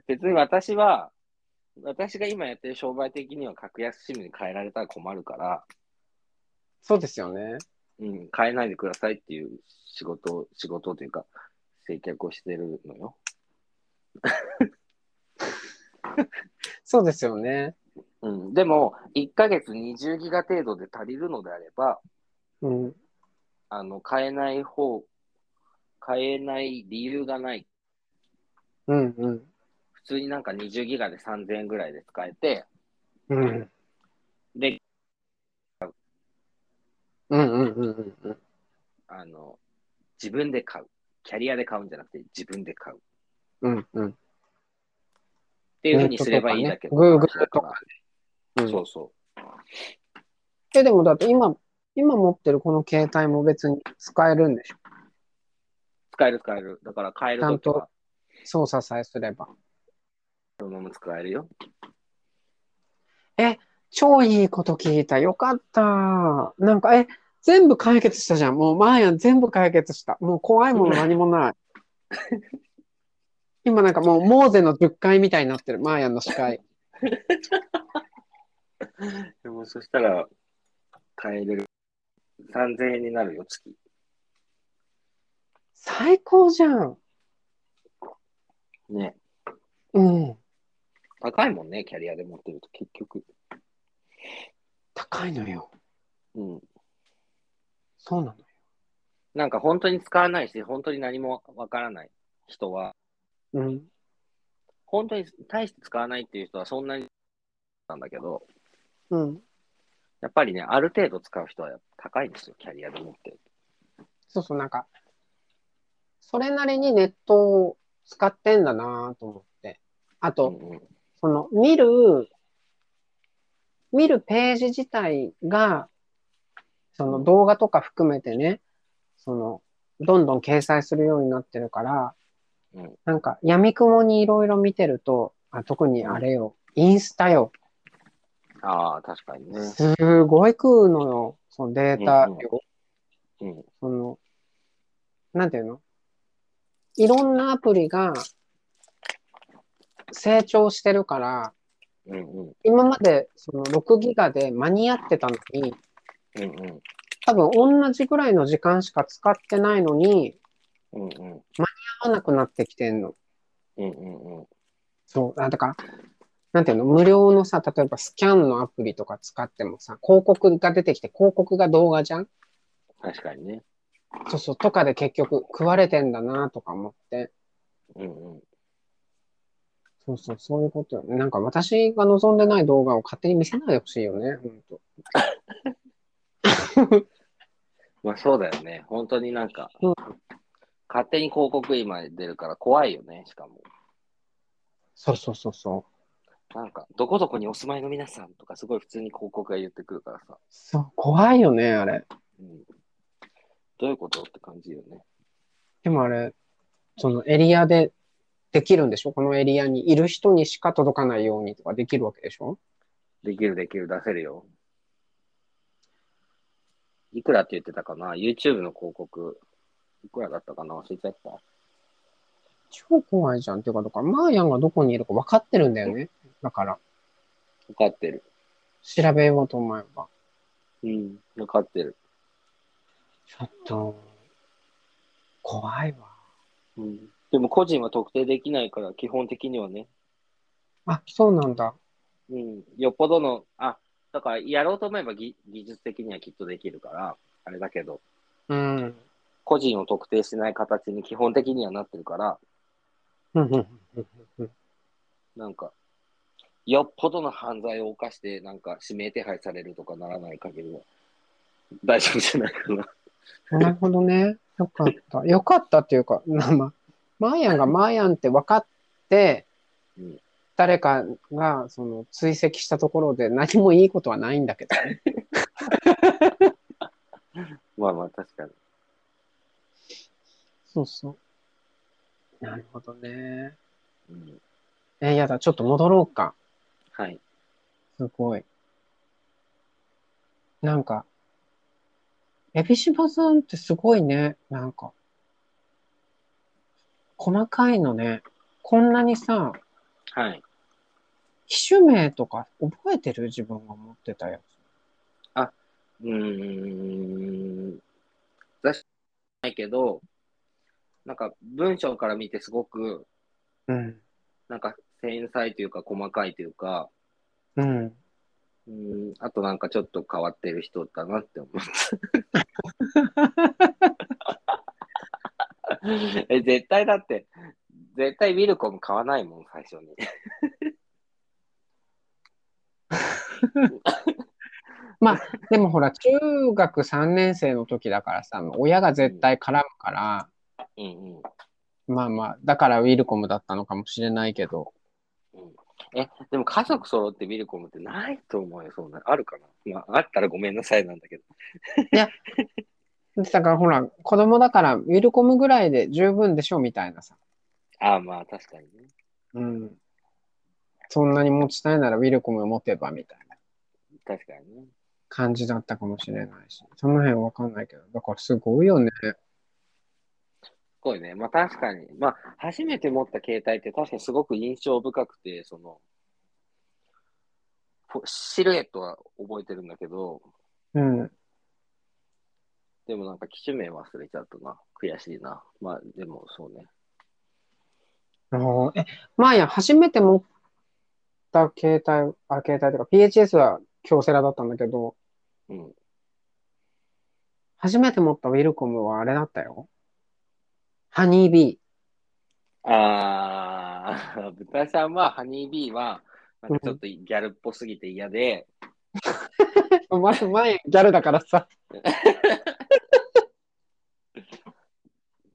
別に私は、私が今やってる商売的には格安シムに変えられたら困るから、
そうですよね。
うん、変えないでくださいっていう仕事を、仕事というか、接客をしてるのよ。
そうですよね。
うん。でも、1ヶ月20ギガ程度で足りるのであれば、
うん。
あの、変えない方、変えない理由がない。
うん、うん。
普通になんか20ギガで3000円ぐらいで使えて、
うん。
で、
うん、うん、うん、うんうん。
あの、自分で買う。キャリアで買うんじゃなくて、自分で買う。っ
うん、うん。
ていうふうにすればいいんだけど。
ネットとかね Google
だ
と
か
からうん
そうそ
え、でもだって今、今持ってるこの携帯も別に使えるんでしょ。
う。使える使える。だから買えるとき
ちゃん
は、
操作さえすれば。
そのまま使えるよ。
超いいこと聞いた。よかった。なんか、え、全部解決したじゃん。もう、マーヤン全部解決した。もう怖いもの何もない。今なんかもう、モーゼの10回みたいになってる。マーヤンの司会。
でも、そしたら、買える。3000円になるよ、月。
最高じゃん。
ね。
うん。
高いもんね、キャリアで持ってると、結局。
高いのよ。
うん。
そうなの。
なんか本当に使わないし、本当に何もわからない人は、
うん。
本当に大して使わないっていう人はそんなになんだけど、
うん。
やっぱりね、ある程度使う人は高いんですよ、キャリアで持ってる。
そうそう、なんか、それなりにネットを使ってんだなと思って。あと、
うんうん
その見る、見るページ自体が、その動画とか含めてね、その、どんどん掲載するようになってるから、
うん
なんか、闇雲にいろいろ見てると、あ特にあれよ、インスタよ、
ああ、確かにね。
すごい食うのよ、そのデータ量。
うん。
その、なんていうのいろんなアプリが成長してるから、
うんうん。
今までその6ギガで間に合ってたのに、
うん
多分同じぐらいの時間しか使ってないのに、
うん。うんうん。
合わなくなってきてんの。
うんうんうん。
そう。あだから、なんていうの無料のさ、例えばスキャンのアプリとか使ってもさ、広告が出てきて、広告が動画じゃん
確かにね。
そうそう、とかで結局食われてんだなとか思って。
うんうん。
そうそう、そういうことよね。なんか私が望んでない動画を勝手に見せないでほしいよね。ほんと
まあそうだよね。本当になんか、
うん
勝手に広告今出るから怖いよね、しかも。
そうそうそうそう。
なんか、どこどこにお住まいの皆さんとか、すごい普通に広告が言ってくるからさ。
そう、怖いよね、あれ。
うん。どういうことって感じよね。
でもあれ、そのエリアでできるんでしょこのエリアにいる人にしか届かないようにとかできるわけでしょ
できるできる、出せるよ。いくらって言ってたかな ?YouTube の広告。いくらだったかな忘れちゃった。
超怖いじゃん。っていうか、だから、マーヤンがどこにいるか分かってるんだよね。だから、
分かってる。
調べようと思えば。
うん。分かってる。
ちょっと、怖いわ。
うん。でも個人は特定できないから、基本的にはね。
あ、そうなんだ。
うん。よっぽどの、あ、だからやろうと思えば技技術的にはきっとできるから、あれだけど、
うん。うん
個人を特定しない形に基本的にはなってるから、
うんうんうんうん
なんか、よっぽどの犯罪を犯して、なんか指名手配されるとかならない限りは、大丈夫じゃないかな。
なるほどね。よかった。よかったっていうか、まあまあ、マーヤンがマーヤンって分かって
うん、
誰かがその追跡したところで何もいいことはないんだけどね。
まあまあ、確かに。
そうそう。なるほどね。
うん。
え、やだ、ちょっと戻ろうか。
はい。
すごい。なんか、エビシバさんってすごいね。なんか、細かいのね。こんなにさ、
はい。
機種名とか覚えてる自分が持ってたやつ。
うーん。出してないけど、なんか文章から見てすごく、
うん。
なんか繊細というか細かいというか、
うん。
うん、あとなんかちょっと変わってる人だなって思った。え絶対だって、絶対ウィルコム買わないもん、最初に。
でもほら、中学3年生の時だからさ、親が絶対絡むから、
うんうん
まあまあ、だからウィルコムだったのかもしれないけど、
え、でも家族揃ってウィルコムってないと思うよ、そんな。あるかな、まあ、あったらごめんなさいなんだけど。
だからほら、子供だからウィルコムぐらいで十分でしょみたいなさ。
ああ、まあ確かにね。
うん。そんなに持ちたいならウィルコムを持てばみたいな
確かにね。
感じだったかもしれないし、その辺わかんないけど、だからすごいよね。
すごいね。まあ確かに。まあ初めて持った携帯って確かにすごく印象深くて、その、フォシルエットは覚えてるんだけど、
うん。
でもなんか機種名忘れちゃったな。悔しいな。まあでもそうね。
あーえ、まあや、初めて持った携帯、あ、携帯とか、PHS は京セラだったんだけど、
うん。
初めて持ったウィルコムはあれだったよ。ハニービ
あー、 豚さんはハニービーは、なんかちょっとギャルっぽすぎて嫌で、
ー。まず前、ギャルだからさ。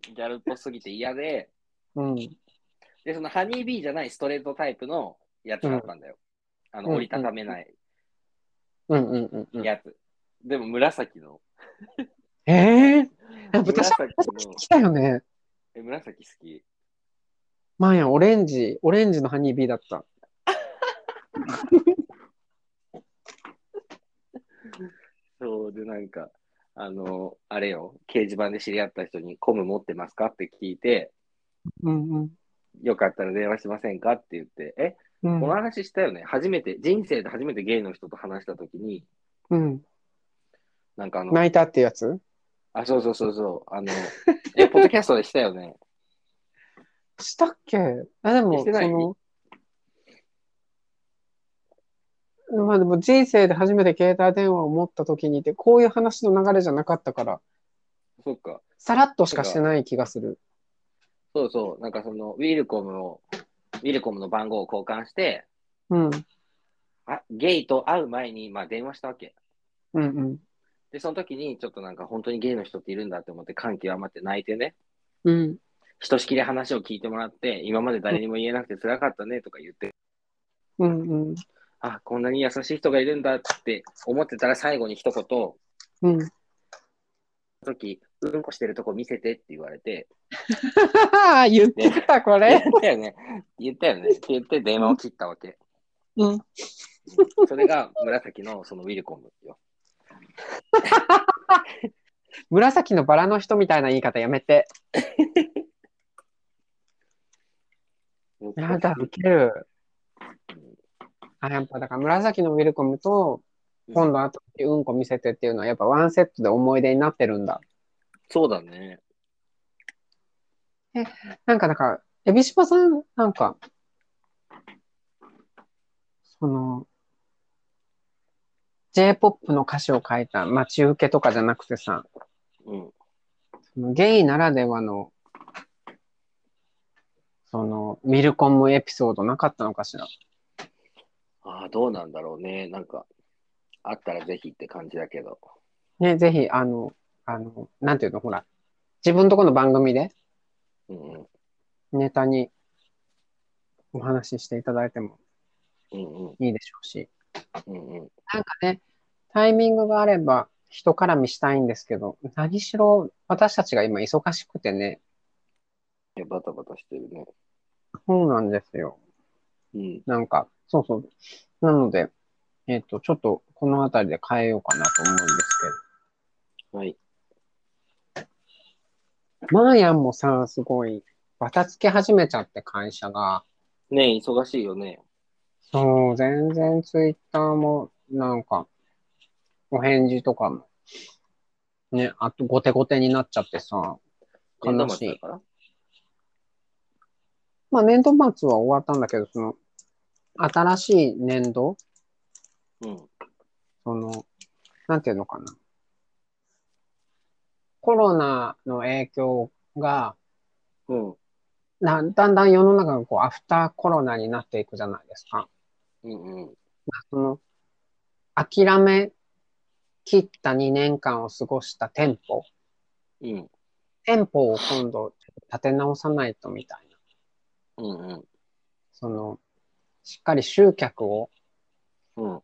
ギャルっぽすぎて嫌で、
うん。
で、そのハニービーじゃないストレートタイプのやつだったんだよ。あの、
うん
折りたためない
うんうんうんうん。
やつ。でも紫の。
えー、豚
紫
しゃぶ
の。
来たよね。
え、紫好き。
まあや、オレンジ、オレンジのハニービーだった。
そうで、なんか、あの、あれよ、掲示板で知り合った人にコム持ってますかって聞いて、
うんうん。
よかったら電話しませんかって言って、え、
うん
この話したよね、初めて、人生で初めてゲイの人と話したときに、
うん。
なんかあの、
泣いたってやつ
あ、そうそうそうそう、あの、 え、ポッドキャストでしたよね。
したっけあでも、
し
そ
てない
の、まあでも人生で初めて携帯電話を持った時にって、こういう話の流れじゃなかったから、
そっか。
さらっとしかしてない気がする。
そうそう、なんかその、ウィルコムを、ウィルコムの番号を交換して、
うん。
あ、ゲイと会う前に、まあ電話したわけ。
うんうん。
で、その時に、ちょっとなんか本当にゲイの人っているんだって思って感極まって泣いてね。
うん。
ひとしきり話を聞いてもらって、今まで誰にも言えなくて辛かったねとか言って、
うんうん。
あ、こんなに優しい人がいるんだって思ってたら最後に一言、
うん。
時、うんこしてるとこ見せてって言われて、
言ってた、こ
言っ
れ。
たよね、言ったよねって言って電話を切ったわけ。
うん。
それが紫のそのウィルコムよ。
紫のバラの人みたいな言い方やめて。やだ、ウケる。あ、やっぱだから紫のウィルコムと、
うん
今度あとうんこ見せてっていうのはやっぱワンセットで思い出になってるんだ。
そうだね。
なんかだから、エビシバさん、なんか、その、J-POP の歌詞を書いた待ち受けとかじゃなくてさ、
うん。
そのゲイならではの、その、ミルコムエピソードなかったのかしら。
ああ、どうなんだろうね。なんか、あったらぜひって感じだけど。
ね、ぜひ、あの、あの、なんていうの、ほら、自分とこの番組で
うんうん。
ネタにお話ししていただいても
うんうん。
いいでしょうし、
うんうん。
なんかね、タイミングがあれば人絡みしたいんですけど、何しろ私たちが今忙しくてね、
いやバタバタしてるね。
そうなんですよ。
うん。
なんか、そうそう。なので、えっ、と、ちょっとこの辺りで変えようかなと思うんですけど。
はい。
マーヤンもさ、すごい、バタつき始めちゃって会社が、
ねえ忙しいよね。
そう、全然ツイッターも、なんか、お返事とかも、ね、あと、後手後手になっちゃってさ、
年
悲し
度末だ
い。
から。
まあ、年度末は終わったんだけど、その、新しい年度、
うん。
その、なんていうのかな。コロナの影響が、
うん。
なだんだん世の中がこう、アフターコロナになっていくじゃないですか。
うんうん。
その、諦め切った2年間を過ごした店舗、
うん。
店舗を今度立て直さないとみたいな、
うんうん。
その、しっかり集客を
うん。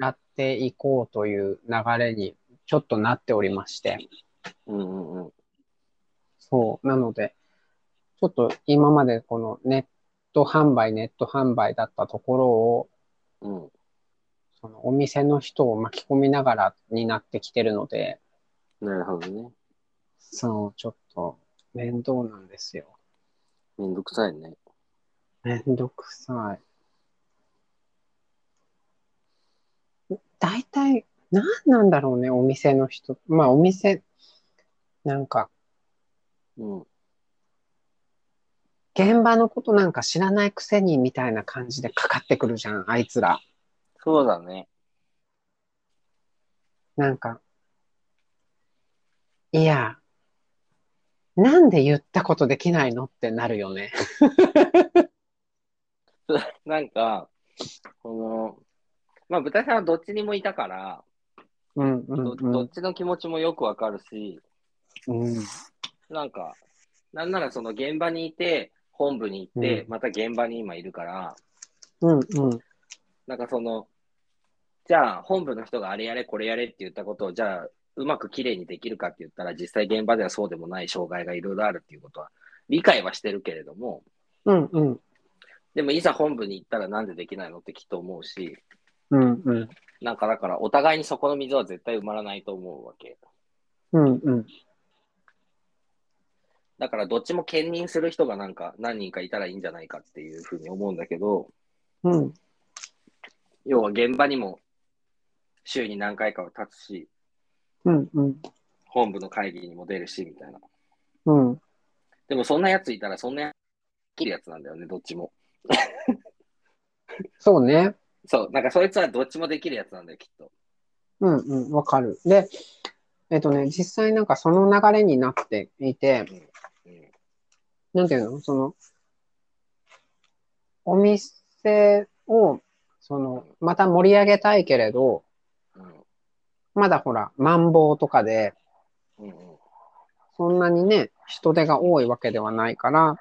狙っていこうという流れにちょっとなっておりまして、
うんうんうん。
そう、なので、ちょっと今までこのネット販売、ネット販売だったところを、
うん。
そのお店の人を巻き込みながらになってきてるので、
なるほどね。
そう、ちょっと面倒なんですよ。
めんどくさいね。
めんどくさい。大体、何なんだろうね、お店の人。まあ、お店、なんか、
うん。
現場のことなんか知らないくせにみたいな感じでかかってくるじゃん、あいつら。
そうだね。
なんか、いや、なんで言ったことできないのってなるよね。
なんか、この、まあ、豚さんはどっちにもいたから、
うんう
どどっちの気持ちもよくわかるし、
うん。
なんか、なんならその現場にいて、本部に行って、
う
また現場に今いるから、
うんうん。
なんかその、じゃあ本部の人があれやれこれやれって言ったことを、じゃあうまくきれいにできるかって言ったら、実際現場ではそうでもない障害がいろいろあるっていうことは、理解はしてるけれども、
うんうん。
でもいざ本部に行ったらなんでできないのってきっと思うし、
うんうん。
なんかだからお互いにそこの溝は絶対埋まらないと思うわけ。
うんうん。
だからどっちも兼任する人がなんか何人かいたらいいんじゃないかっていうふうに思うんだけど、
うん
要は現場にも週に何回かは立つし、
うんうん。
本部の会議にも出るし、みたいな。
うん。
でもそんなやついたらそんなやついるやつなんだよね、どっちも。
そうね。
そう、なんかそいつはどっちもできるやつなんだよ、きっと。
うんうん、わかる。で、えっとね、実際なんかその流れになっていて、
うん、
なんていうのその、お店を、その、また盛り上げたいけれど、まだほら、マンボウとかで、
うん、うん、
そんなにね、人手が多いわけではないから、
うん、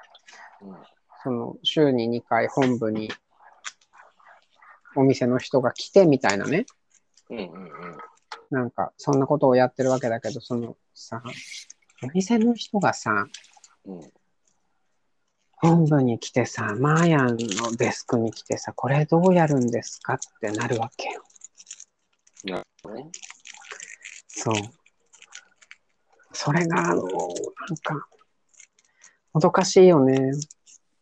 その、週に2回本部に、お店の人が来てみたいなね。
うん、うん、うん、
なんか、そんなことをやってるわけだけど、そのさ、お店の人がさ、
うん。
本部に来てさ、マーヤンのデスクに来てさ、これどうやるんですかってなるわけよ。
なるほどね。
そう。それが、あの、なんか、もどかしいよね。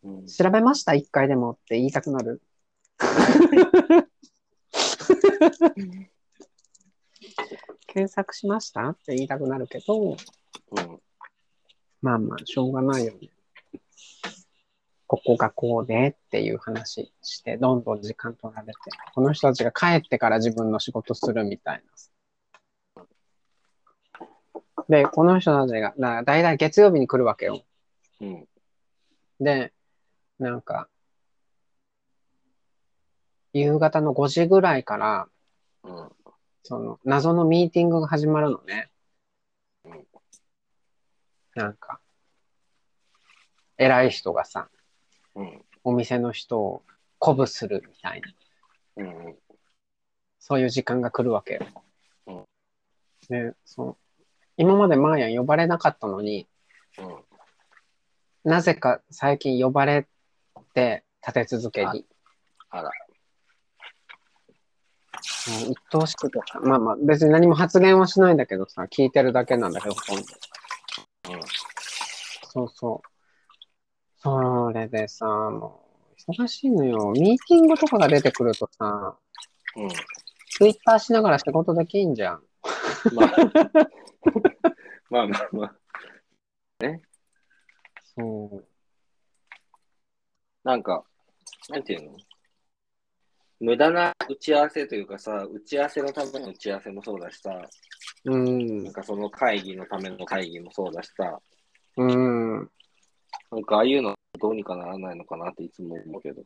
うん、
調べました一回でもって言いたくなる。 検索しましたって言いたくなるけど、
うん。
まあまあ、しょうがないよね。ここがこうでっていう話して、どんどん時間取られて、この人たちが帰ってから自分の仕事するみたいな。で、この人たちが、だだいたい月曜日に来るわけよ。
うん。
で、なんか、夕方の5時ぐらいから、
うん。
その、謎のミーティングが始まるのね
うん。
なんか、偉い人がさ、
うん。
お店の人を鼓舞するみたい
う
な、
ん。
そういう時間が来るわけ
う
よ。で、そう、今までマーヤン呼ばれなかったのに、
うん。
なぜか最近呼ばれて立て続けに。
あら。
もう鬱陶しくてさまあまあ別に何も発言はしないんだけどさ、聞いてるだけなんだけど、ほんと
うん。
そうそう。それでさ、もう、忙しいのよ。ミーティングとかが出てくるとさ、
うん。
ツイッターしながら仕事できんじゃん。
まあ、まあまあまあ。
そう。
なんか、なんていうの無駄な打ち合わせというかさ、打ち合わせのための打ち合わせもそうだしさ、
うん
なん。かその会議のための会議もそうだしさ、
うん。
なんかああいうのどうにかならないのかなっていつも思うけど、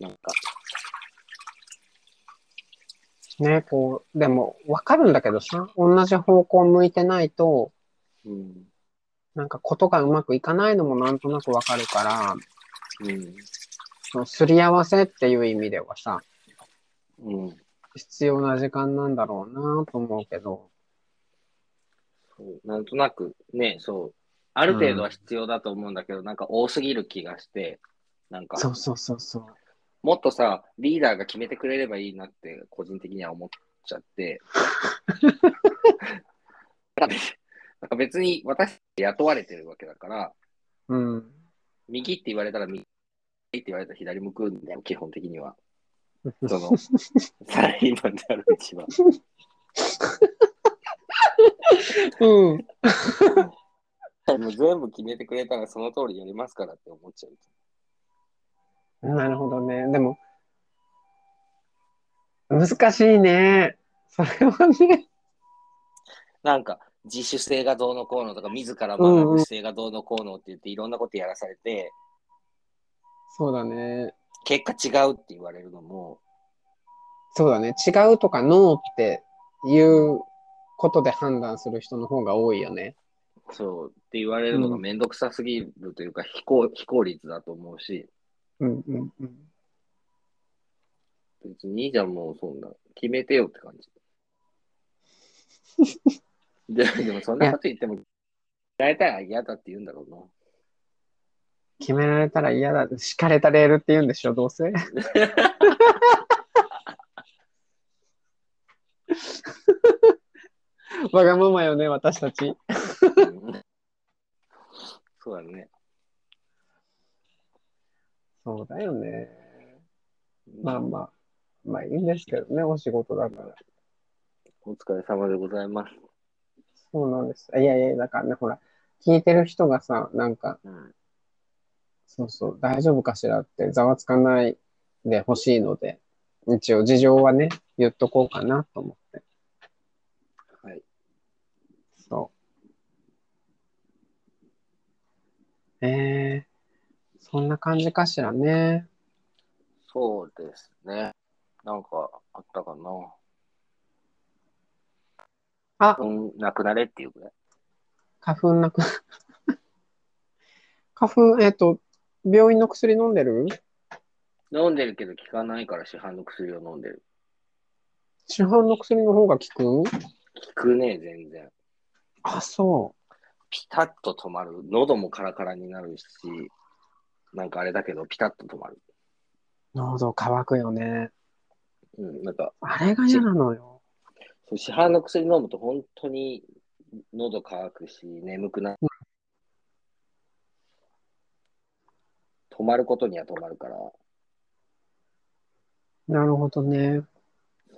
なんか、
ね、こう、でも、わかるんだけどさ、同じ方向向いてないと、
うん、
なんかことがうまくいかないのもなんとなくわかるから、
うん、
そのすり合わせっていう意味ではさ、
うん、
必要な時間なんだろうなと思うけど、
そうなんとなくね、そう、ある程度は必要だと思うんだけど、なんか多すぎる気がして、なんか、
そうそうそうそう。
もっとさ、リーダーが決めてくれればいいなって、個人的には思っちゃって。 なんか別に私雇われてるわけだから、
うん。
右って言われたら右、左って言われたら左向くんだよ、基本的に は。その、サラリーマンであるうちは。
うん。
もう全部決めてくれたらその通りやりますからって思っちゃう。
なるほどね。でも、難しいね。それはね。
なんか、自主性がどうのこうのとか、自ら学ぶ姿勢がどうのこうのって言って、いろんなことやらされて、
そうだね。
結果違うって言われるのも、
そうだね。違うとかノーっていうことで判断する人の方が多いよね。
そうって言われるのが
うん
めんどくさすぎるというか、非効非効率だと思うし、
うんうんうん。
別にいいじゃん、もうそんな、決めてよって感 じ。ででもそんなこと言っても、大体は嫌だって言うんだろう
決められたら嫌だ。敷かれたレールって言うんでしょ、どうせ。 わがままよね、私たち。
な。うんそうだね。
そうだよね。まあまあ。まあいいんですけどね、お仕事だから。
お疲れ様でございます。
そうなんです。いやいや、だからね、ほら、聞いてる人がさ、なんか、
うん、
そうそう、大丈夫かしらって、ざわつかないでほしいので、一応事情はね、言っとこうかなと思って。
はい。
そう。えー、そんな感じかしらね。
そうですね。なんかあったかな。
あ
うん、なくなれっていうぐらい。
花粉なく、 花粉、えっ、と、病院の薬飲んでる
飲んでるけど効かないから市販の薬を飲んでる。
市販の薬の方が効く
効くね、全然。
あ、そ
ピタッと止まる。喉もカラカラになるし、なんかあれだけど、ピタッと止まる。
喉乾くよね。
うん、なんか、
あれが嫌なのよ。
そう市販の薬飲むと本当に喉乾くし、眠くなる。止まることには止まるから、
なるほどね。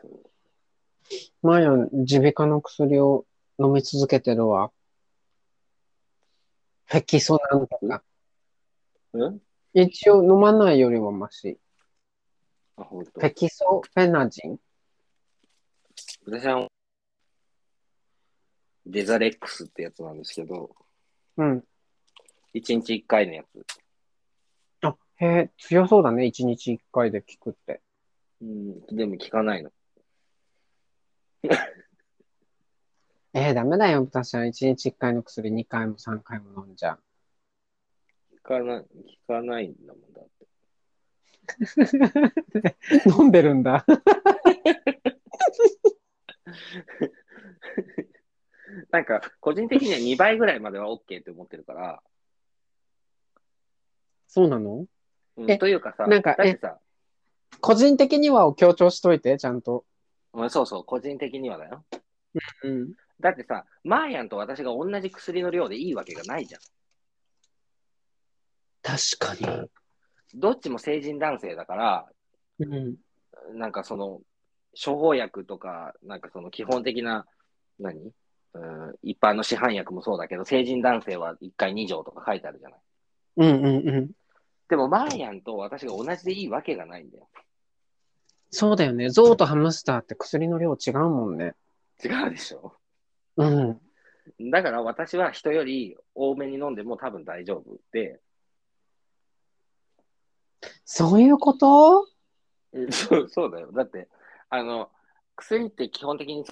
そう
マヤ、耳鼻科の薬を飲み続けてるわ。フェキソなんとか。
うん
一応飲まないよりはマシ。
あ、本当
フ。ェキソフェナジン。
私は、デザレックスってやつなんですけど、
うん。
1日1回のやつ。
あ、へえ、強そうだね。一日一回で効くって。
うん、でも効かないの。
えー、ダメだよ。私は一日一回の薬二回も三回も飲んじゃう。
効かない、効かないんだもんだって。
飲んでるんだ。
なんか、個人的には2倍ぐらいまでは OK って思ってるから、
そうなの
うん、
え
というかさ、
なんか
だってさ、
個人的にはを強調しといて、ちゃんと。
うんそうそう、個人的にはだよ。
うん。
だってさ、マーヤンと私が同じ薬の量でいいわけがないじゃん。
確かに。
どっちも成人男性だから、
うん。
なんかその、処方薬とか、なんかその基本的な、何うん、一般の市販薬もそうだけど、成人男性は1回2錠とか書いてあるじゃない。
うんうんうん。
でも、マーヤンと私が同じでいいわけがないんだよ。
そうだよね。ゾウとハムスターって薬の量違うもんね。
違うでしょ
うん。
だから私は人より多めに飲んでも多分大丈夫って、
そういうこと
そうそうだよ。だって、あの、薬って基本的に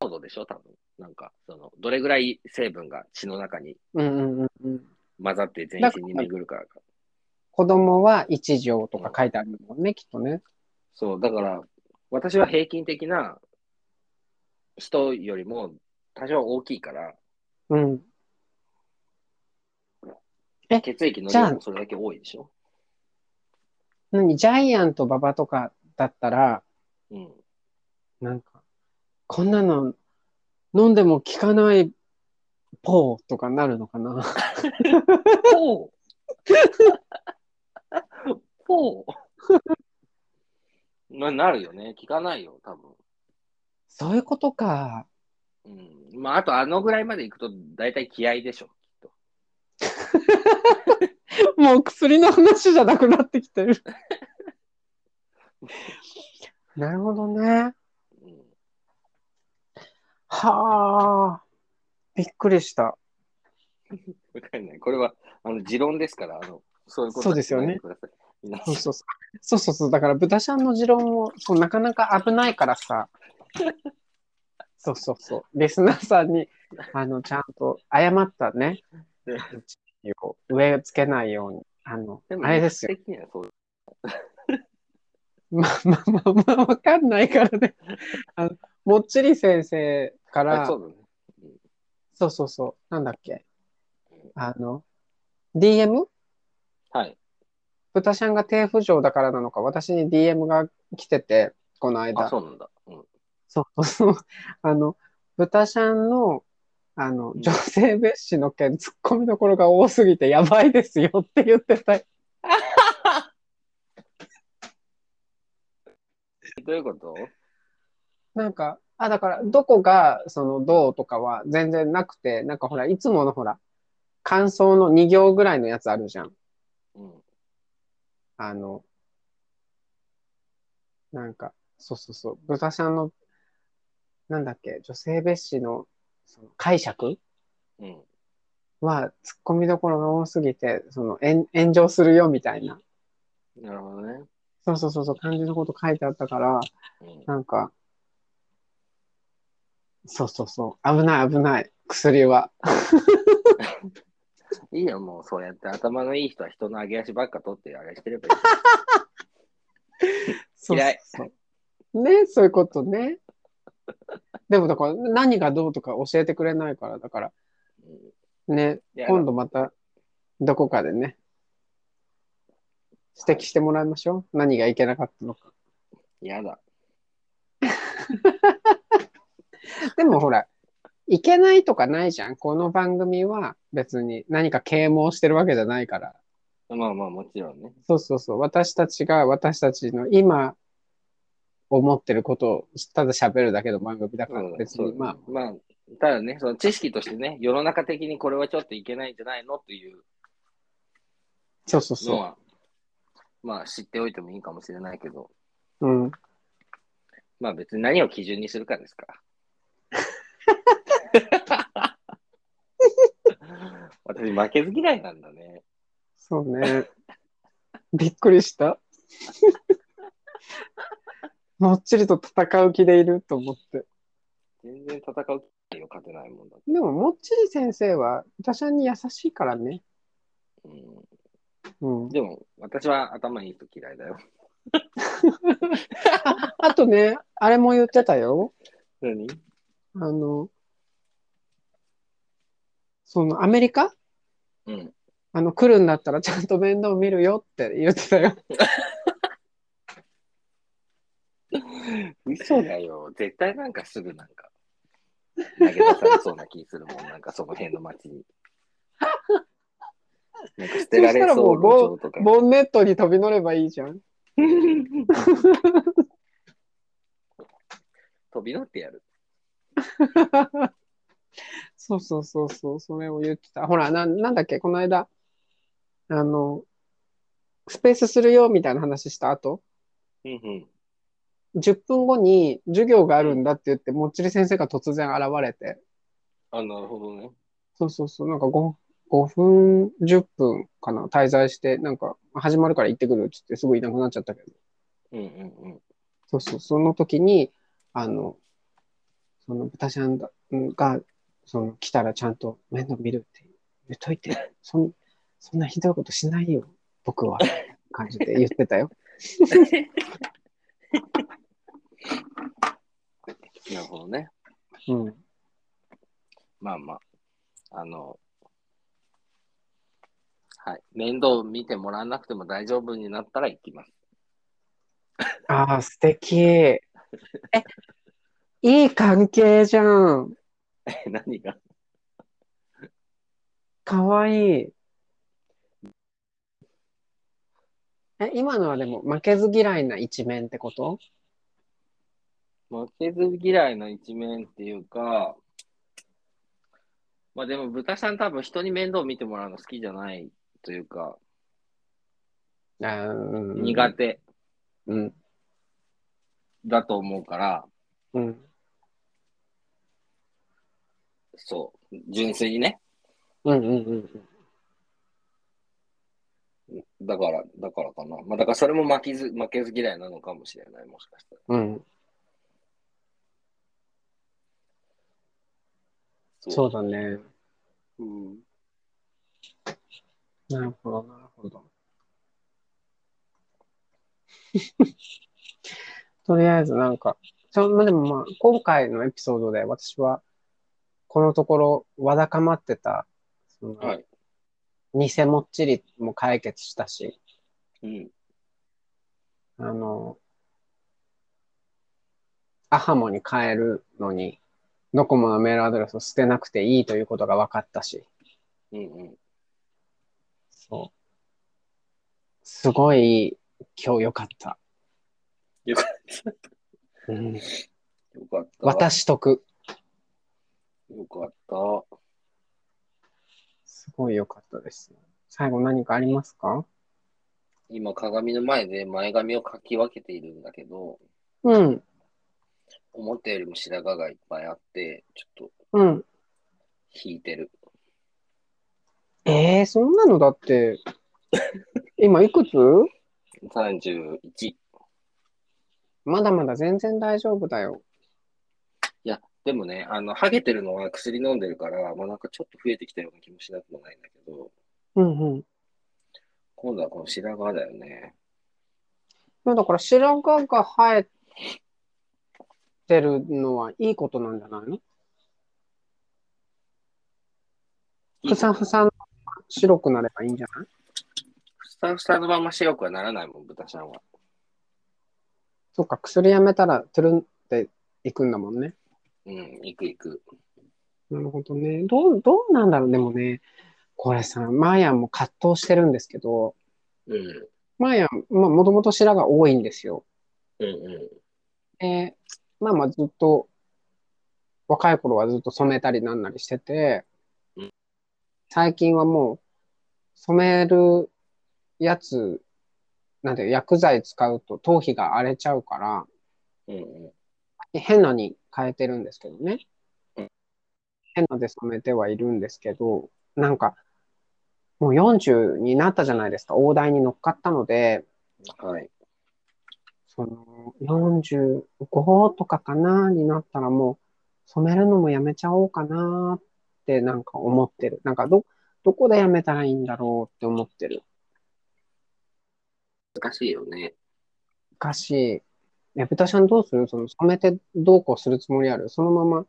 濃度でしょ多分。なんか、その、どれぐらい成分が血の中に
うんうんうんうん。
混ざって全身に巡るからか。
子供は一錠とか書いてあるもんね、きっとね。
そう、だから、私は平均的な人よりも多少大きいから、
うん。え
血液の
じゃあ
量もそれだけ多いでしょ
何ジャイアント馬場とかだったら、
うん。
なんか、こんなの飲んでも効かないポーとかなるのかな。
ほうほ うななるよね。聞かないよ、多
そういうことか。
分。うん。まあ、あとあのぐらいまで行くと大体気合でしょ、きっと。
もう薬の話じゃなくなってきてる。 なるほどね。
うん、
はあ。びっくりした。
わかんない。これは、あの、持論ですから、あの、そういうこと
そうですよ
はしない
ね
でください。皆さ
そ
ん
うそうそう。そうそうそうだから豚ちゃんの持論もそうなかなか危ないからさ。そうそうそう。リスナーさんにあのちゃんと謝ったね。
ね
植えつけないように。あの
でも、
あれですよ。
的にはそう。
まあまあまあまあ、わかんないからね。あのもっちり先生から、
あ
そ
そううだね。
そうそうなんだっけ。あの、DM?
はい。
豚ちゃんが低浮上だからなのか、私に DM が来てて、この間
あ、。そうなんだ。うん。
そうそう。 あの、豚ちゃんの、あの、
うん
女性蔑視の件、ツッコミどころが多すぎてやばいですよって言ってた。
どういうこと
なんか、あ、だから、どこが、その、どうとかは全然なくて、なんかほら、いつものほら、感想の2行ぐらいのやつあるじゃん。
うん。
あの、なんか、そうそうそう、豚ちゃんの、なんだっけ、女性蔑視のその解釈
うん。
は、ツッコミどころが多すぎて、その、炎炎上するよみたいな、
なるほどね。
そうそうそうそう、感じのこと書いてあったから、
うん。
なんか、そうそうそう、危ない危ない、薬は。
いいよ、もうそうやって頭のいい人は人の上げ足ばっか取ってあれしてればいい。
そうそうそうね、そういうことね。でもだから、何がどうとか教えてくれないから、だから、ね、
いや
今度また、どこかでね、指摘してもらいましょう。何がいけなかったのか。
やだ。
でもほら、いけないとかないじゃん。この番組は別に何か啓蒙してるわけじゃないから。
まあまあ、もちろんね。
そうそうそう。私たちが私たちの今思ってることをただ喋るだけの番組だから
うん
別
そ
に
う
まあ、
まあ、ただね、その知識としてね、世の中的にこれはちょっといけないんじゃないのという
そうそう
の
そ
は、まあ知っておいてもいいかもしれないけど、
う。うん。
まあ別に何を基準にするかですから。私、負けず嫌いなんだね。
そうね。びっくりした。 もっちりと戦う気でいると思って。
全然戦う機会を勝てないもんだって。
でも、もっちり先生は、私に優しいからね。
う
うん
ん、。でも、私は頭いい人嫌いだよ。
あとね、あれも言ってたよ。
何
あの、その、アメリカ
うん。
あの、来るんだったらちゃんと面倒見るよって言ってたよ。
嘘だよ。絶対なんかすぐなんか、投げ出されそうな気するもん。なんかその辺の街に。なんか捨てられそう路上とか。
ボンネットに飛び乗ればいいじゃん。
飛び乗ってやる。
そうそうそうそう、それを言ってた。ほら、ななんだっけ、この間、あの、スペースするよみたいな話した後、
うんうん。
10分後に授業があるんだって言って、もっちり先生が突然現れて、
あ、なるほどね。
そうそうそう、なんか 5, 5分、10分かな、滞在して、なんか始まるから行ってくるって言って、すぐいなくなっちゃったけど、
うんうんうん。
そうそう、その時に、あの、その豚ちゃんが、その来たらちゃんと面倒見るって言っといて、そんそんなひどいことしないよ、僕は、感じで言ってたよ。
なるほどね。
うん。
まあまあ。あの、はい。面倒見てもらわなくても大丈夫になったら行きます。
ああ、素敵。え、いい関係じゃん。
え何が
かわいい。え、今のはでも負けず嫌いな一面ってこと
負けず嫌いの一面っていうか、まあでも、豚さん多分人に面倒見てもらうの好きじゃないというか、苦
苦
手
うん。
だと思うから、
うん。
そう、純粋にね。
うんうんうん
だから、だからかな。まあだからそれも負けず、負けず嫌いなのかもしれない、もしかしたら。
うん。うん。そうだね。
う。うん。
なるほど、なるほど。 とりあえず、なんか、そまあでもまあ、今回のエピソードで私は、このところ、わだかまってた、その、
はい。
偽もっちりも解決したし、
うん。
あの、アハモに変えるのに、ドコモのメールアドレスを捨てなくていいということが分かったし、
うんうん。
そう。すごい、今日良かった。
よかっ
うん
た。よかった。。
私得。
よかった。
すごい良かったです。最後何かありますか
今、鏡の前で前髪をかき分けているんだけど、
うん、
思ったよりも白髪がいっぱいあって、ちょっと
うん。
引いてる。
えー、そんなのだって、今いくつ
31。い
まだまだ全然大丈夫だよ。
や、でもね、あの、ハゲてるのは薬飲んでるから、まあなんかちょっと増えてきたような気もしなくもないんだけど、
うんうん。
今度はこの白髪だよね。
まあだから白髪が生えてるのはいいことなんじゃないのふさふさの白くなればいいんじゃない
ふさふさのまま白くはならないもん、豚ちゃんは。
そっか、薬やめたらトゥルンっていくんだもんね。
うん、いくいく。
なるほどね。どう、どうなんだろう。でもね、これさ、マーヤンも葛藤してるんですけど、
うん、
マーヤン、まあ、もともと白が多いんですよ。
うん、う
で、まあまあずっと、若い頃はずっと染めたりなんなりしてて
うん、
最近はもう、染めるやつ、なんていう薬剤使うと頭皮が荒れちゃうから、
ん、うん、
変なに変えてるんですけどね
うん。
変なで染めてはいるんですけど、なんか、もう40になったじゃないですか、大台に乗っかったので、
うん。はい。
その45とかかなになったらもう染めるのもやめちゃおうかなってなんか思ってる。なんかど、どこでやめたらいいんだろうって思ってる。
難しいよね。
昔、ね、豚ちゃんどうするその染めてどうこうするつもりあるそのまま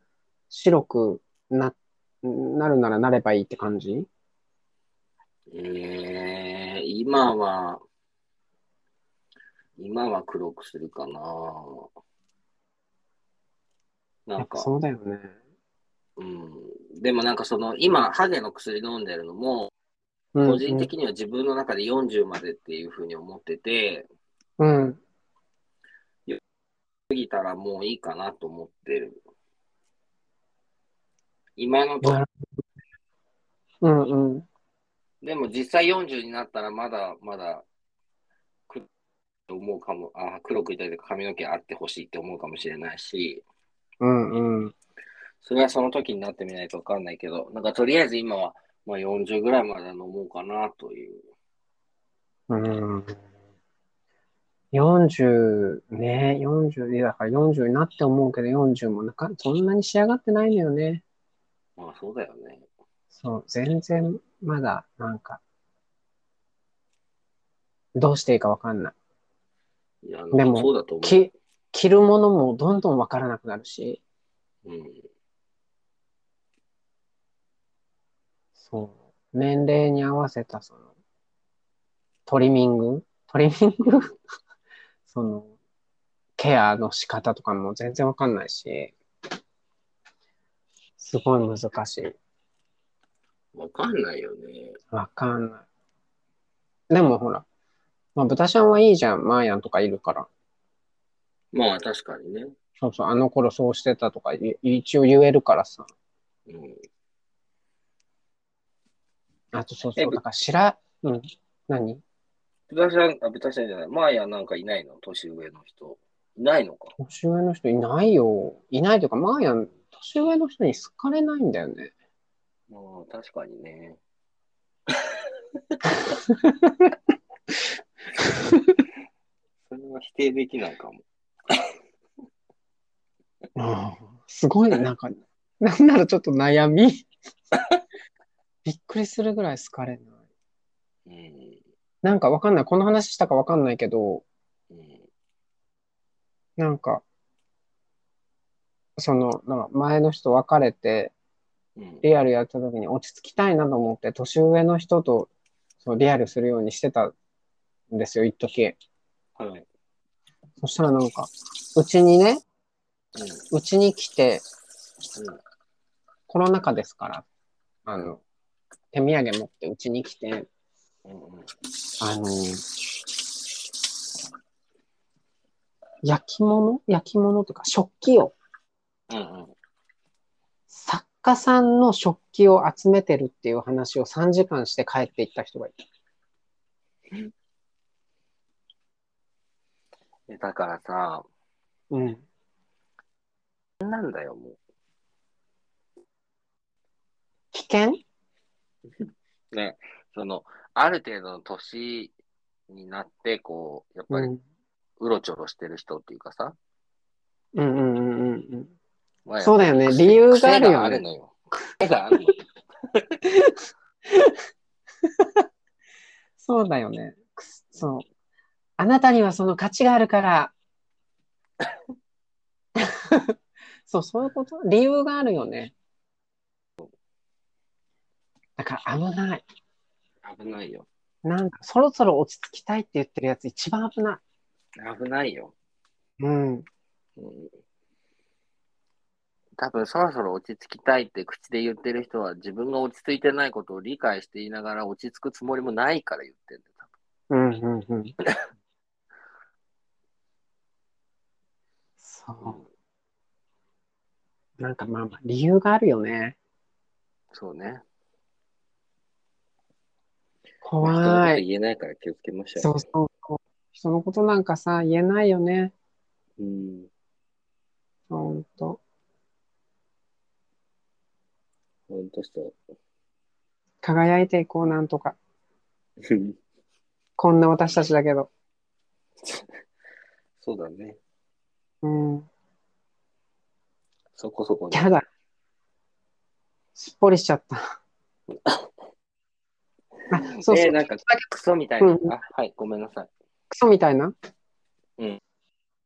白くな、なるならなればいいって感じ
えー、今は、今は黒くするかな。な
や
ん
っ
か、
ぱそうだよね。
うん。でもなんかその、今、ハゲの薬飲んでるのも、
うん
個人的には自分の中で40までっていうふうに思ってて、
うん。うん。
過ぎたらもういいかなと思ってる。今のと
なるほどうんうん。
でも実際40になったらまだまだくと思うかもあ黒くいたりとか髪の毛あってほしいって思うかもしれないし
うんうん。
それはその時になってみないと分かんないけどなんかとりあえず今は、まあ、40ぐらいまで飲もうかなという
うん40ね、40で、だから40になって思うけど、40もなか、そんなに仕上がってないのよね。
まあそうだよね
そう、全然、まだ、なんか、どうしていいかわかんない。
いや
でも
そうだと思
き、着るものもどんどんわからなくなるし、
う、うん、
そう、年齢に合わせた、その、トリミングトリミング その、ケアの仕方とかも全然わかんないし、すごい難しい。
分かんないよね
わかんない。でもほら、まあ、豚ちゃんはいいじゃん。マーヤンとかいるから。
まあ確かにね、
そうそう、あの頃そうしてたとかい一応言えるからさ。
うん、
あとそう
え
そう、
ぶ
だから知ら、うん、何
豚ちゃんあ豚ちゃんじゃないマーヤなんかいないの年上の人いないのか
年上の人いないよ。いないというか、マーヤン、年上の人に好かれないんだよね。
まあ確かに ね。それは否定できないかも。
うん、すごい、なんか、なんならちょっと悩み。 びっくりするぐらい好かれな
う
い。
ん。
なんかわかんない。この話したかわかんないけど、
うん。
なんか、その、なんか前の人別れて、
うん。
リアルやった時に落ち着きたいなと思って、年上の人とそうリアルするようにしてたんですよ、一時。
はい。
そしたらなんか、うちにね、
うん。
うちに来て、コロナ禍ですから、あの、手土産持ってうちに来て、
うん。うん。
あの、焼き物焼き物とか食器を、
うん。うん。
作家さんの食器を集めてるっていう話を3時間して帰っていった人がいた。
えだからさ、
うん。
なんだよ、も
危険
う。ね。その、ある程度の年になって、こう、やっぱ
う
り、
ん。
うろちょろしてる人っていうかさ。
うんうんうんうんうん。
まあ
そうだよね理由がある
癖があ
よね
るのよ。癖があるの。
そうだよね。くすそう。あなたにはその価値があるから。 そう、そういうこと理由があるよね。だから危ない。
危ないよ。
なんか、そろそろ落ち着きたいって言ってるやつ一番危な
危ないよ。
い。うん。
うん多分そろそろ落ち着きたいって口で言ってる人は自分が落ち着いてないことを理解していながら落ち着くつもりもないから言ってるんだよ
うん、うん、うん。そ
多分
う。なんかまあまあ、理由があるよね。
そうね。人のこ
怖
と
い。
言えないから気をつけましょう。
そうそうそう。人のことなんかさ、言えないよね。
うん、
ほんと。
ほんとそ
輝いていこう、なんとか。
う。
こんな私たちだけど。
そうだね。
うん。
そこそこに。
やだ。すっぽりしちゃった。あ、そうそう。
えー、なんかクソみたいな、
うん
あ。はい、ごめんなさい。
クソみたいな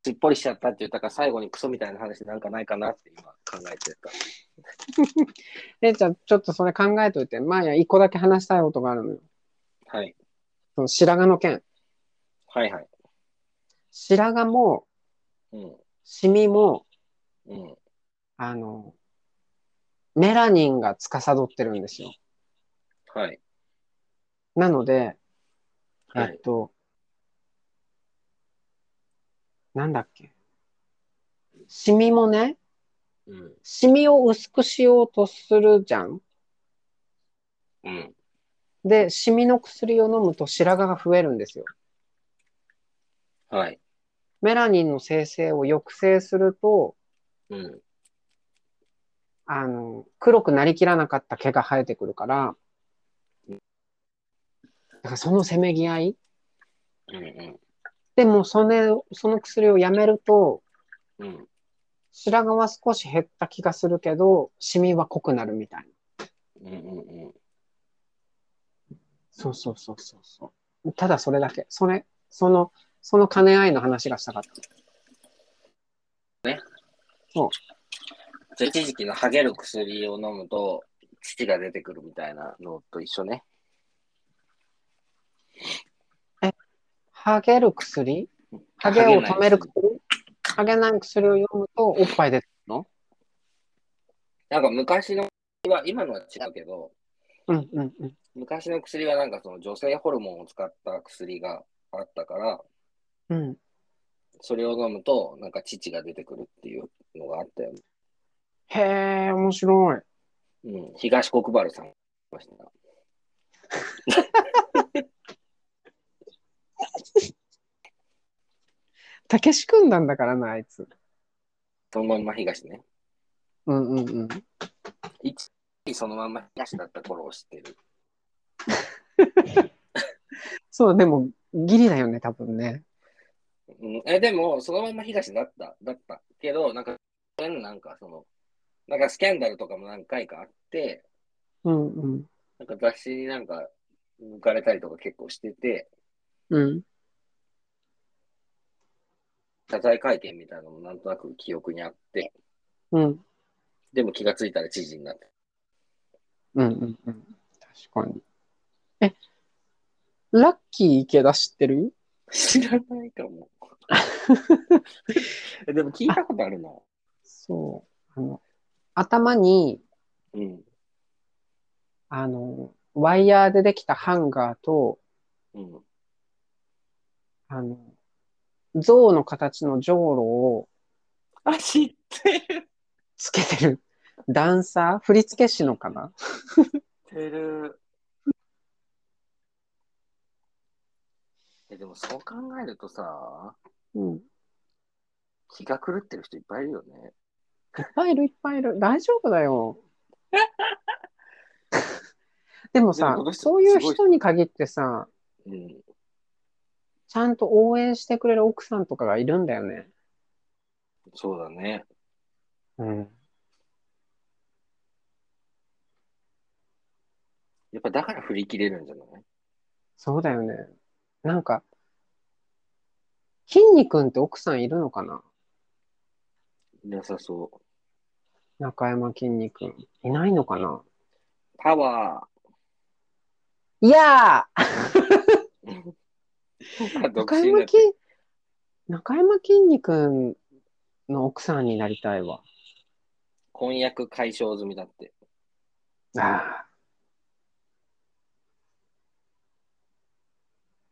しっぽりしちゃったって言ったから最後にクソみたいな話なんかないかなって今考えてた。
えーちゃん、ちょっとそれ考えといて。まあいや、一個だけ話したいことがあるのよ。
はい。
その白髪の件。
はいはい。
白髪も、
うん。
シミも、
うん。
あの、メラニンが司ってるんですよ。
はい。
なので、
は
えっ
い。
と、なんだっけ。シミもね、
うん。
シミを薄くしようとするじゃん。
うん。
で、シミの薬を飲むと白髪が増えるんですよ。
はい。
メラニンの生成を抑制すると、
うん。
あの、黒くなりきらなかった毛が生えてくるから、だからそのせめぎ合い。
うん
でもその、その薬をやめると、
うんうん
白髪は少し減った気がするけど、シミは濃くなるみたいな。
うんうんうん
そうそうそうそうそう。ただそれだけ。それ、その、その兼ね合いの話がしたかった。
じゃあ一時期のハゲる薬を飲むと乳が出てくるみたいなのと一緒ね。
ハゲる薬ハゲを止める
ハゲない薬
薬ハゲない薬を読むとおっぱい出てくるの
なんか昔の薬は今のは違うけど
うんうんうん。
昔の薬はなんかその女性ホルモンを使った薬があったから
うん。
それを飲むとなんか乳が出てくるっていうのがあったよね。
へえ、面白い。
うん、東国原さんが言ってました。
たけし軍団だからな、あいつ。
そのまんま東ね。
うんうんうん。
一時期そのまんま東だった頃を知ってる。
そう、でも、ギリだよね、多分ね。
うん、えでも、そのまま東だった、だったけど、なんか、なんかその、なんかスキャンダルとかも何回かあって、
うんうん。
なんか雑誌になんか抜かれたりとか結構してて、
うん。
謝罪会見みたいなのもなんとなく記憶にあって、
うん。
でも気がついたら知事になって。
うんうんうん。確かに。え、ラッキー池田知ってる
知らないか も。えでも聞いたことあるな。
そう。あの、頭に、
うん。
あの、ワイヤーでできたハンガーと、
うん。
あの、象の形のじょうろを
あ、知ってる。
つけてるダンサー振付師のかな
てる。え、でもそう考えるとさ、
うん。い
気が狂ってる人いっぱいいるよね。
っぱいいるいっぱいいる。大丈夫だよ。 でも
で
さ
もこの、人
そういう
すごい
人に限ってさ、
うん。
ちゃんと応援してくれる奥さんとかがいるんだよね。
そうだね。
うん。
やっぱだから振り切れるんじゃない
そうだよね。なんか、筋肉って奥さんいるのかな
なさそう。
中山筋肉いないのかな
パワ
いや
あ
ー、
独
中
身だ
山
っ
き
て。、
中山きんに君の奥さんになりたいわ。
婚約解消済みだって。
ああ。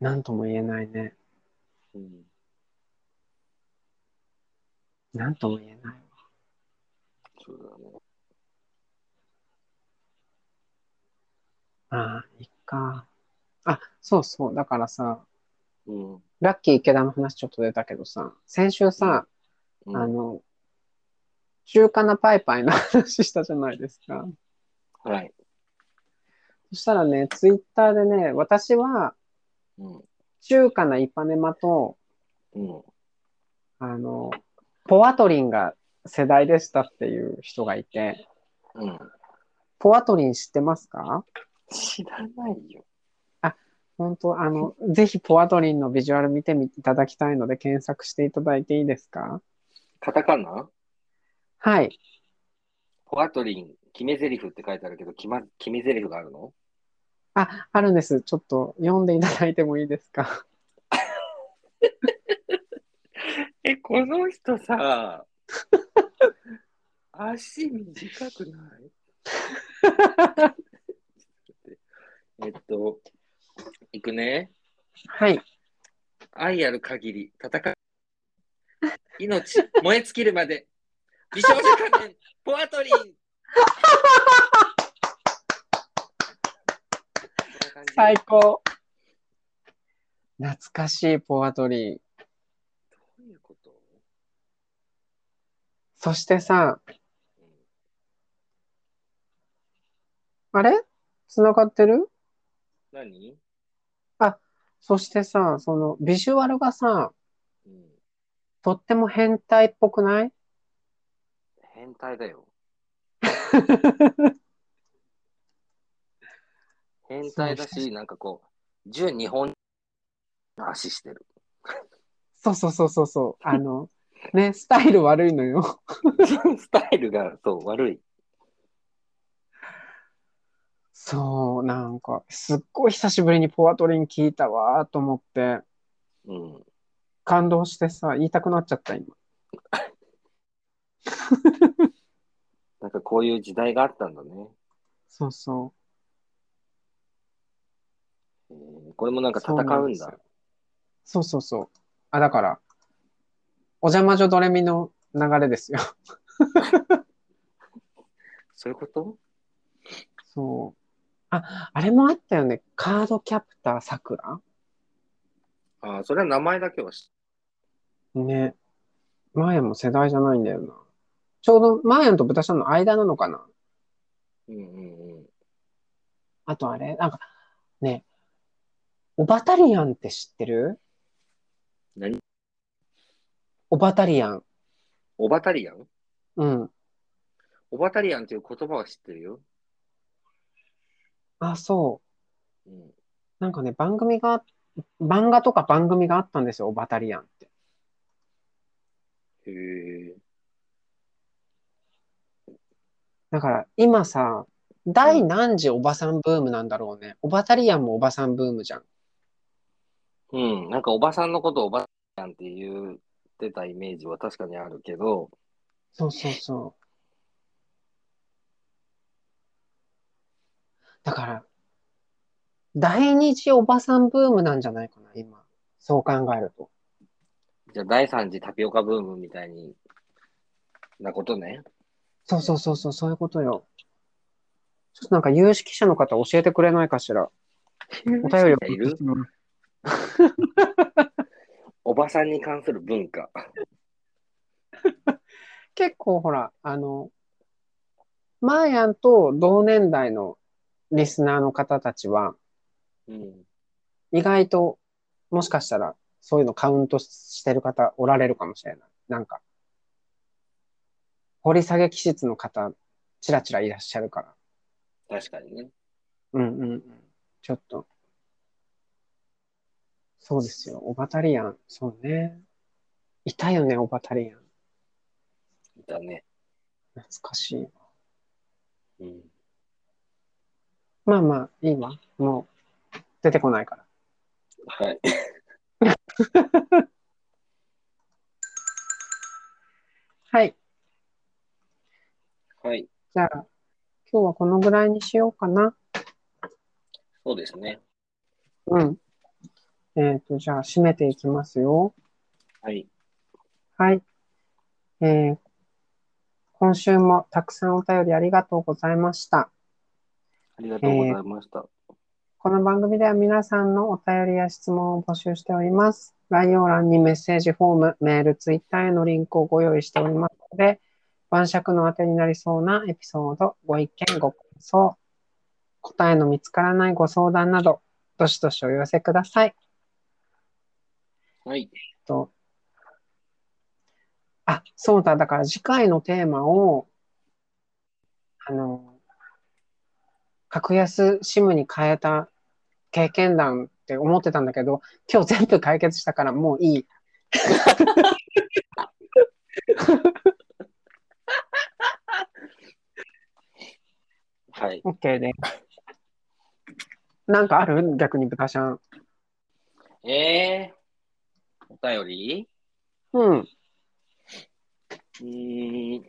なんとも言えないね。
うん、
なんとも言えない。
そうだね。
ああ、いっか。あ、そうそう。だからさ、
うん。
ラッキー池田の話ちょっと出たけどさ、先週さ、
う
あ
ん、
の、中華なパイパイの話したじゃないですか。
はい。
そしたらね、ツイッターでね、私は
うん。
中華なイパネマと、
うん。
あの、ポワトリンが世代でしたっていう人がいて、
うん。
ポワトリン知ってますか
知らないよ。
本当あの、ぜひポワトリンのビジュアル見てみいただきたいので検索していただいていいですか
カタカナ
はい。
ポアトリン、決め台詞って書いてあるけど、決ま、決め台詞があるの
あ、あるんです。ちょっと読んでいただいてもいいですか
え、この人さ、 足短くない えっと、いくね。
はい。
愛ある限り戦う。命、燃え尽きるまで。美少女仮面、ポア トリン。こんな感じ
最高。懐かしいポワトリン。
どういうこと
そしてさ、あれ繋がってる
何
そしてさ、そのビジュアルがさ、
うん、
とっても変態っぽくない
変態だよ。変態だ
そう久
し、なんかこう、純日本の足して る。
そうそうそうそうそう。あの、ね、スタイル悪いのよ。
スタイルがそう悪い。
そう、なんか、すっごい久しぶりにポワトリン聞いたわーと思って、
うん。
感動してさ、言いたくなっちゃった今。
なんかこういう時代があったんだね。
そうそ
えーこれもなん
う。
か戦うん
そな
だ。
ですよそうそうそう。あ、だから、お邪魔女ドレミの流れですよ。
そういうこと
そう。あ、あれもあったよね。カードキャプターさくら
ああ、それは名前だけは知
ね。マーヤも世代じゃないんだよな。ちょうどマーヤと豚ちゃんの間なのかな。
うんうんうん。
あとあれなんか、ね。オバタリアンって知ってる
何
オバタリアン。
オバタリアン
うん。
オバタリアンという言葉は知ってるよ。
あ、そ
うん。
う。なんかね、番組が、漫画とか番組があったんですよ、オバタリアンって。
へえ。
だから、今さ、第何次おばさんブームなんだろうね。オバタリアンもおばさんブームじゃん。
うん。なんかおばさんのことをおばタリアンって言ってたイメージは確かにあるけど、
そうそうそう。だから、第二次おばさんブームなんじゃないかな、今。そう考えると。
じゃあ第3次タピオカブームみたいになことね。
そうそうそうそう、そういうことよ。ちょっとなんか有識者の方教えてくれないかしら。お便りを。
いるおばさんに関する文化。
結構ほら、あの、マーヤンと同年代のリスナーの方たちは、
うん。
意外と、もしかしたら、そういうのカウントしてる方おられるかもしれない。なんか、掘り下げ気質の方、ちらちらいらっしゃるから。
確かにね。
うんうんうん。ちょっと。そうですよ。オバタリアン。そうね。いたよね、オバタリアン。
だね。
懐かしい。
うん。
まあまあ、いいわ。もう、出てこないから。
はい。
はい。
はい。
じゃあ、今日はこのぐらいにしようかな。
そうですね。
うん。えっ、と、じゃあ、締めていきますよ。
はい。
はい。えー今週もたくさんお便りありがとうございました。
ありがとうございました。
この番組では皆さんのお便りや質問を募集しております。概要欄にメッセージフォーム、メール、ツイッターへのリンクをご用意しておりますので、晩酌のあてになりそうなエピソード、ご意見、ご感想、答えの見つからないご相談など、どしどしお寄せください。
はい。
えっと、あ、そうだ、だから次回のテーマを、あの、格安 SIM に変えた経験談って思ってたんだけど、今日全部解決したからもういい。
はい。
OK で。なんかある逆に豚ちゃん。
えー、お便り
うん。
うーん。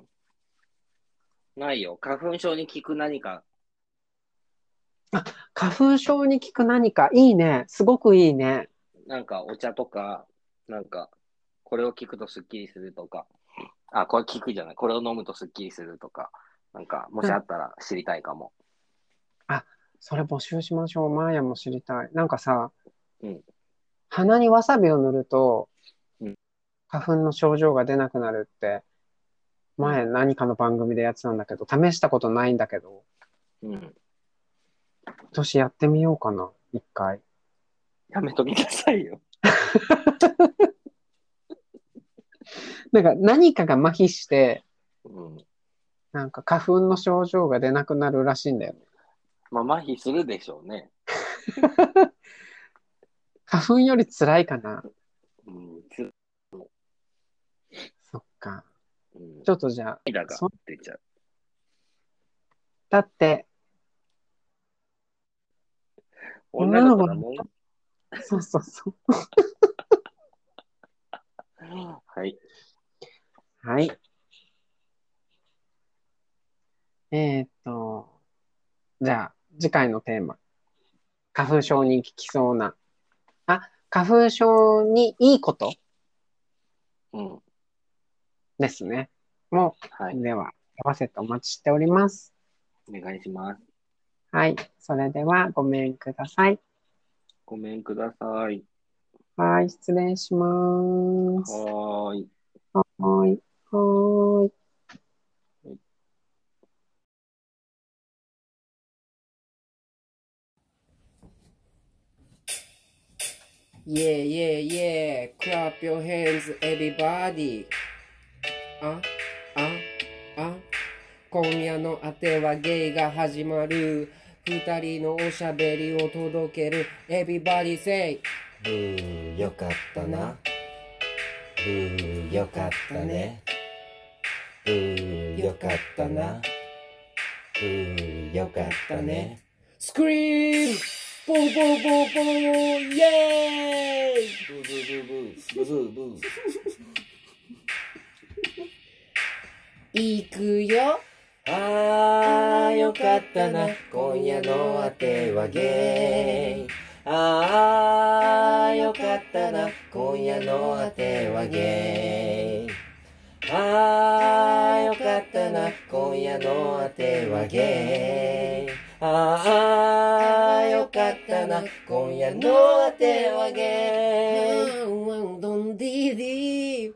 ないよ。花粉症に効く何か。
花粉症に効く何か、いいね。すごくいいね。
なんかお茶とか、なんか、これを聞くとスッキリするとか、あ、これ聞くじゃない、これを飲むとスッキリするとか、なんか、もしあったら知りたいかも。
それ募集しましょう。マーヤも知りたい。なんかさ、
うん
鼻にわさびを塗ると、
うん
花粉の症状が出なくなるって、前何かの番組でやってたんだけど、試したことないんだけど、
うん。
今年やってみようかな、一回。
やめときなさいよ。
なんか何かが麻痺して、
うん。
なんか花粉の症状が出なくなるらしいんだよね。
まあ、麻痺するでしょうね。
花粉より辛いかな。
うん。つ
そっか。
うん
ちょっとじゃあ、
涙が
そ
出ちゃう。
だって、
女の子だもん。
そうそうそう。
はい。
はい。えーっと、じゃあ、次回のテーマ。花粉症に効きそうな。あ、花粉症にいいこと
うん。
ですね。も
は
う、
い。
では、合わせてお待ちしております。
お願いします。
はい。それでは、ごめんください。
ごめんください。
はい、失礼します。は
はーい。
ーい。はーい。
Yeah, yeah, yeah. Clap your hands, everybody. あ、あ、あ。今夜のあてはゲイが始まる。二人のおしゃべりを届ける。Everybody say.
ブーよかったなブーよかったねブーよかったなブーよかったね
Scream! ボンボンボンボンイェーイ
ブーブーブーブーブーブーブー
行くよ
あーよかったな今夜のあてはゲイあーよかったな今夜のあてはゲイあーよかったな今夜のあてはゲイあーよかったな今夜のあてはゲイ
ワンワンドンディディ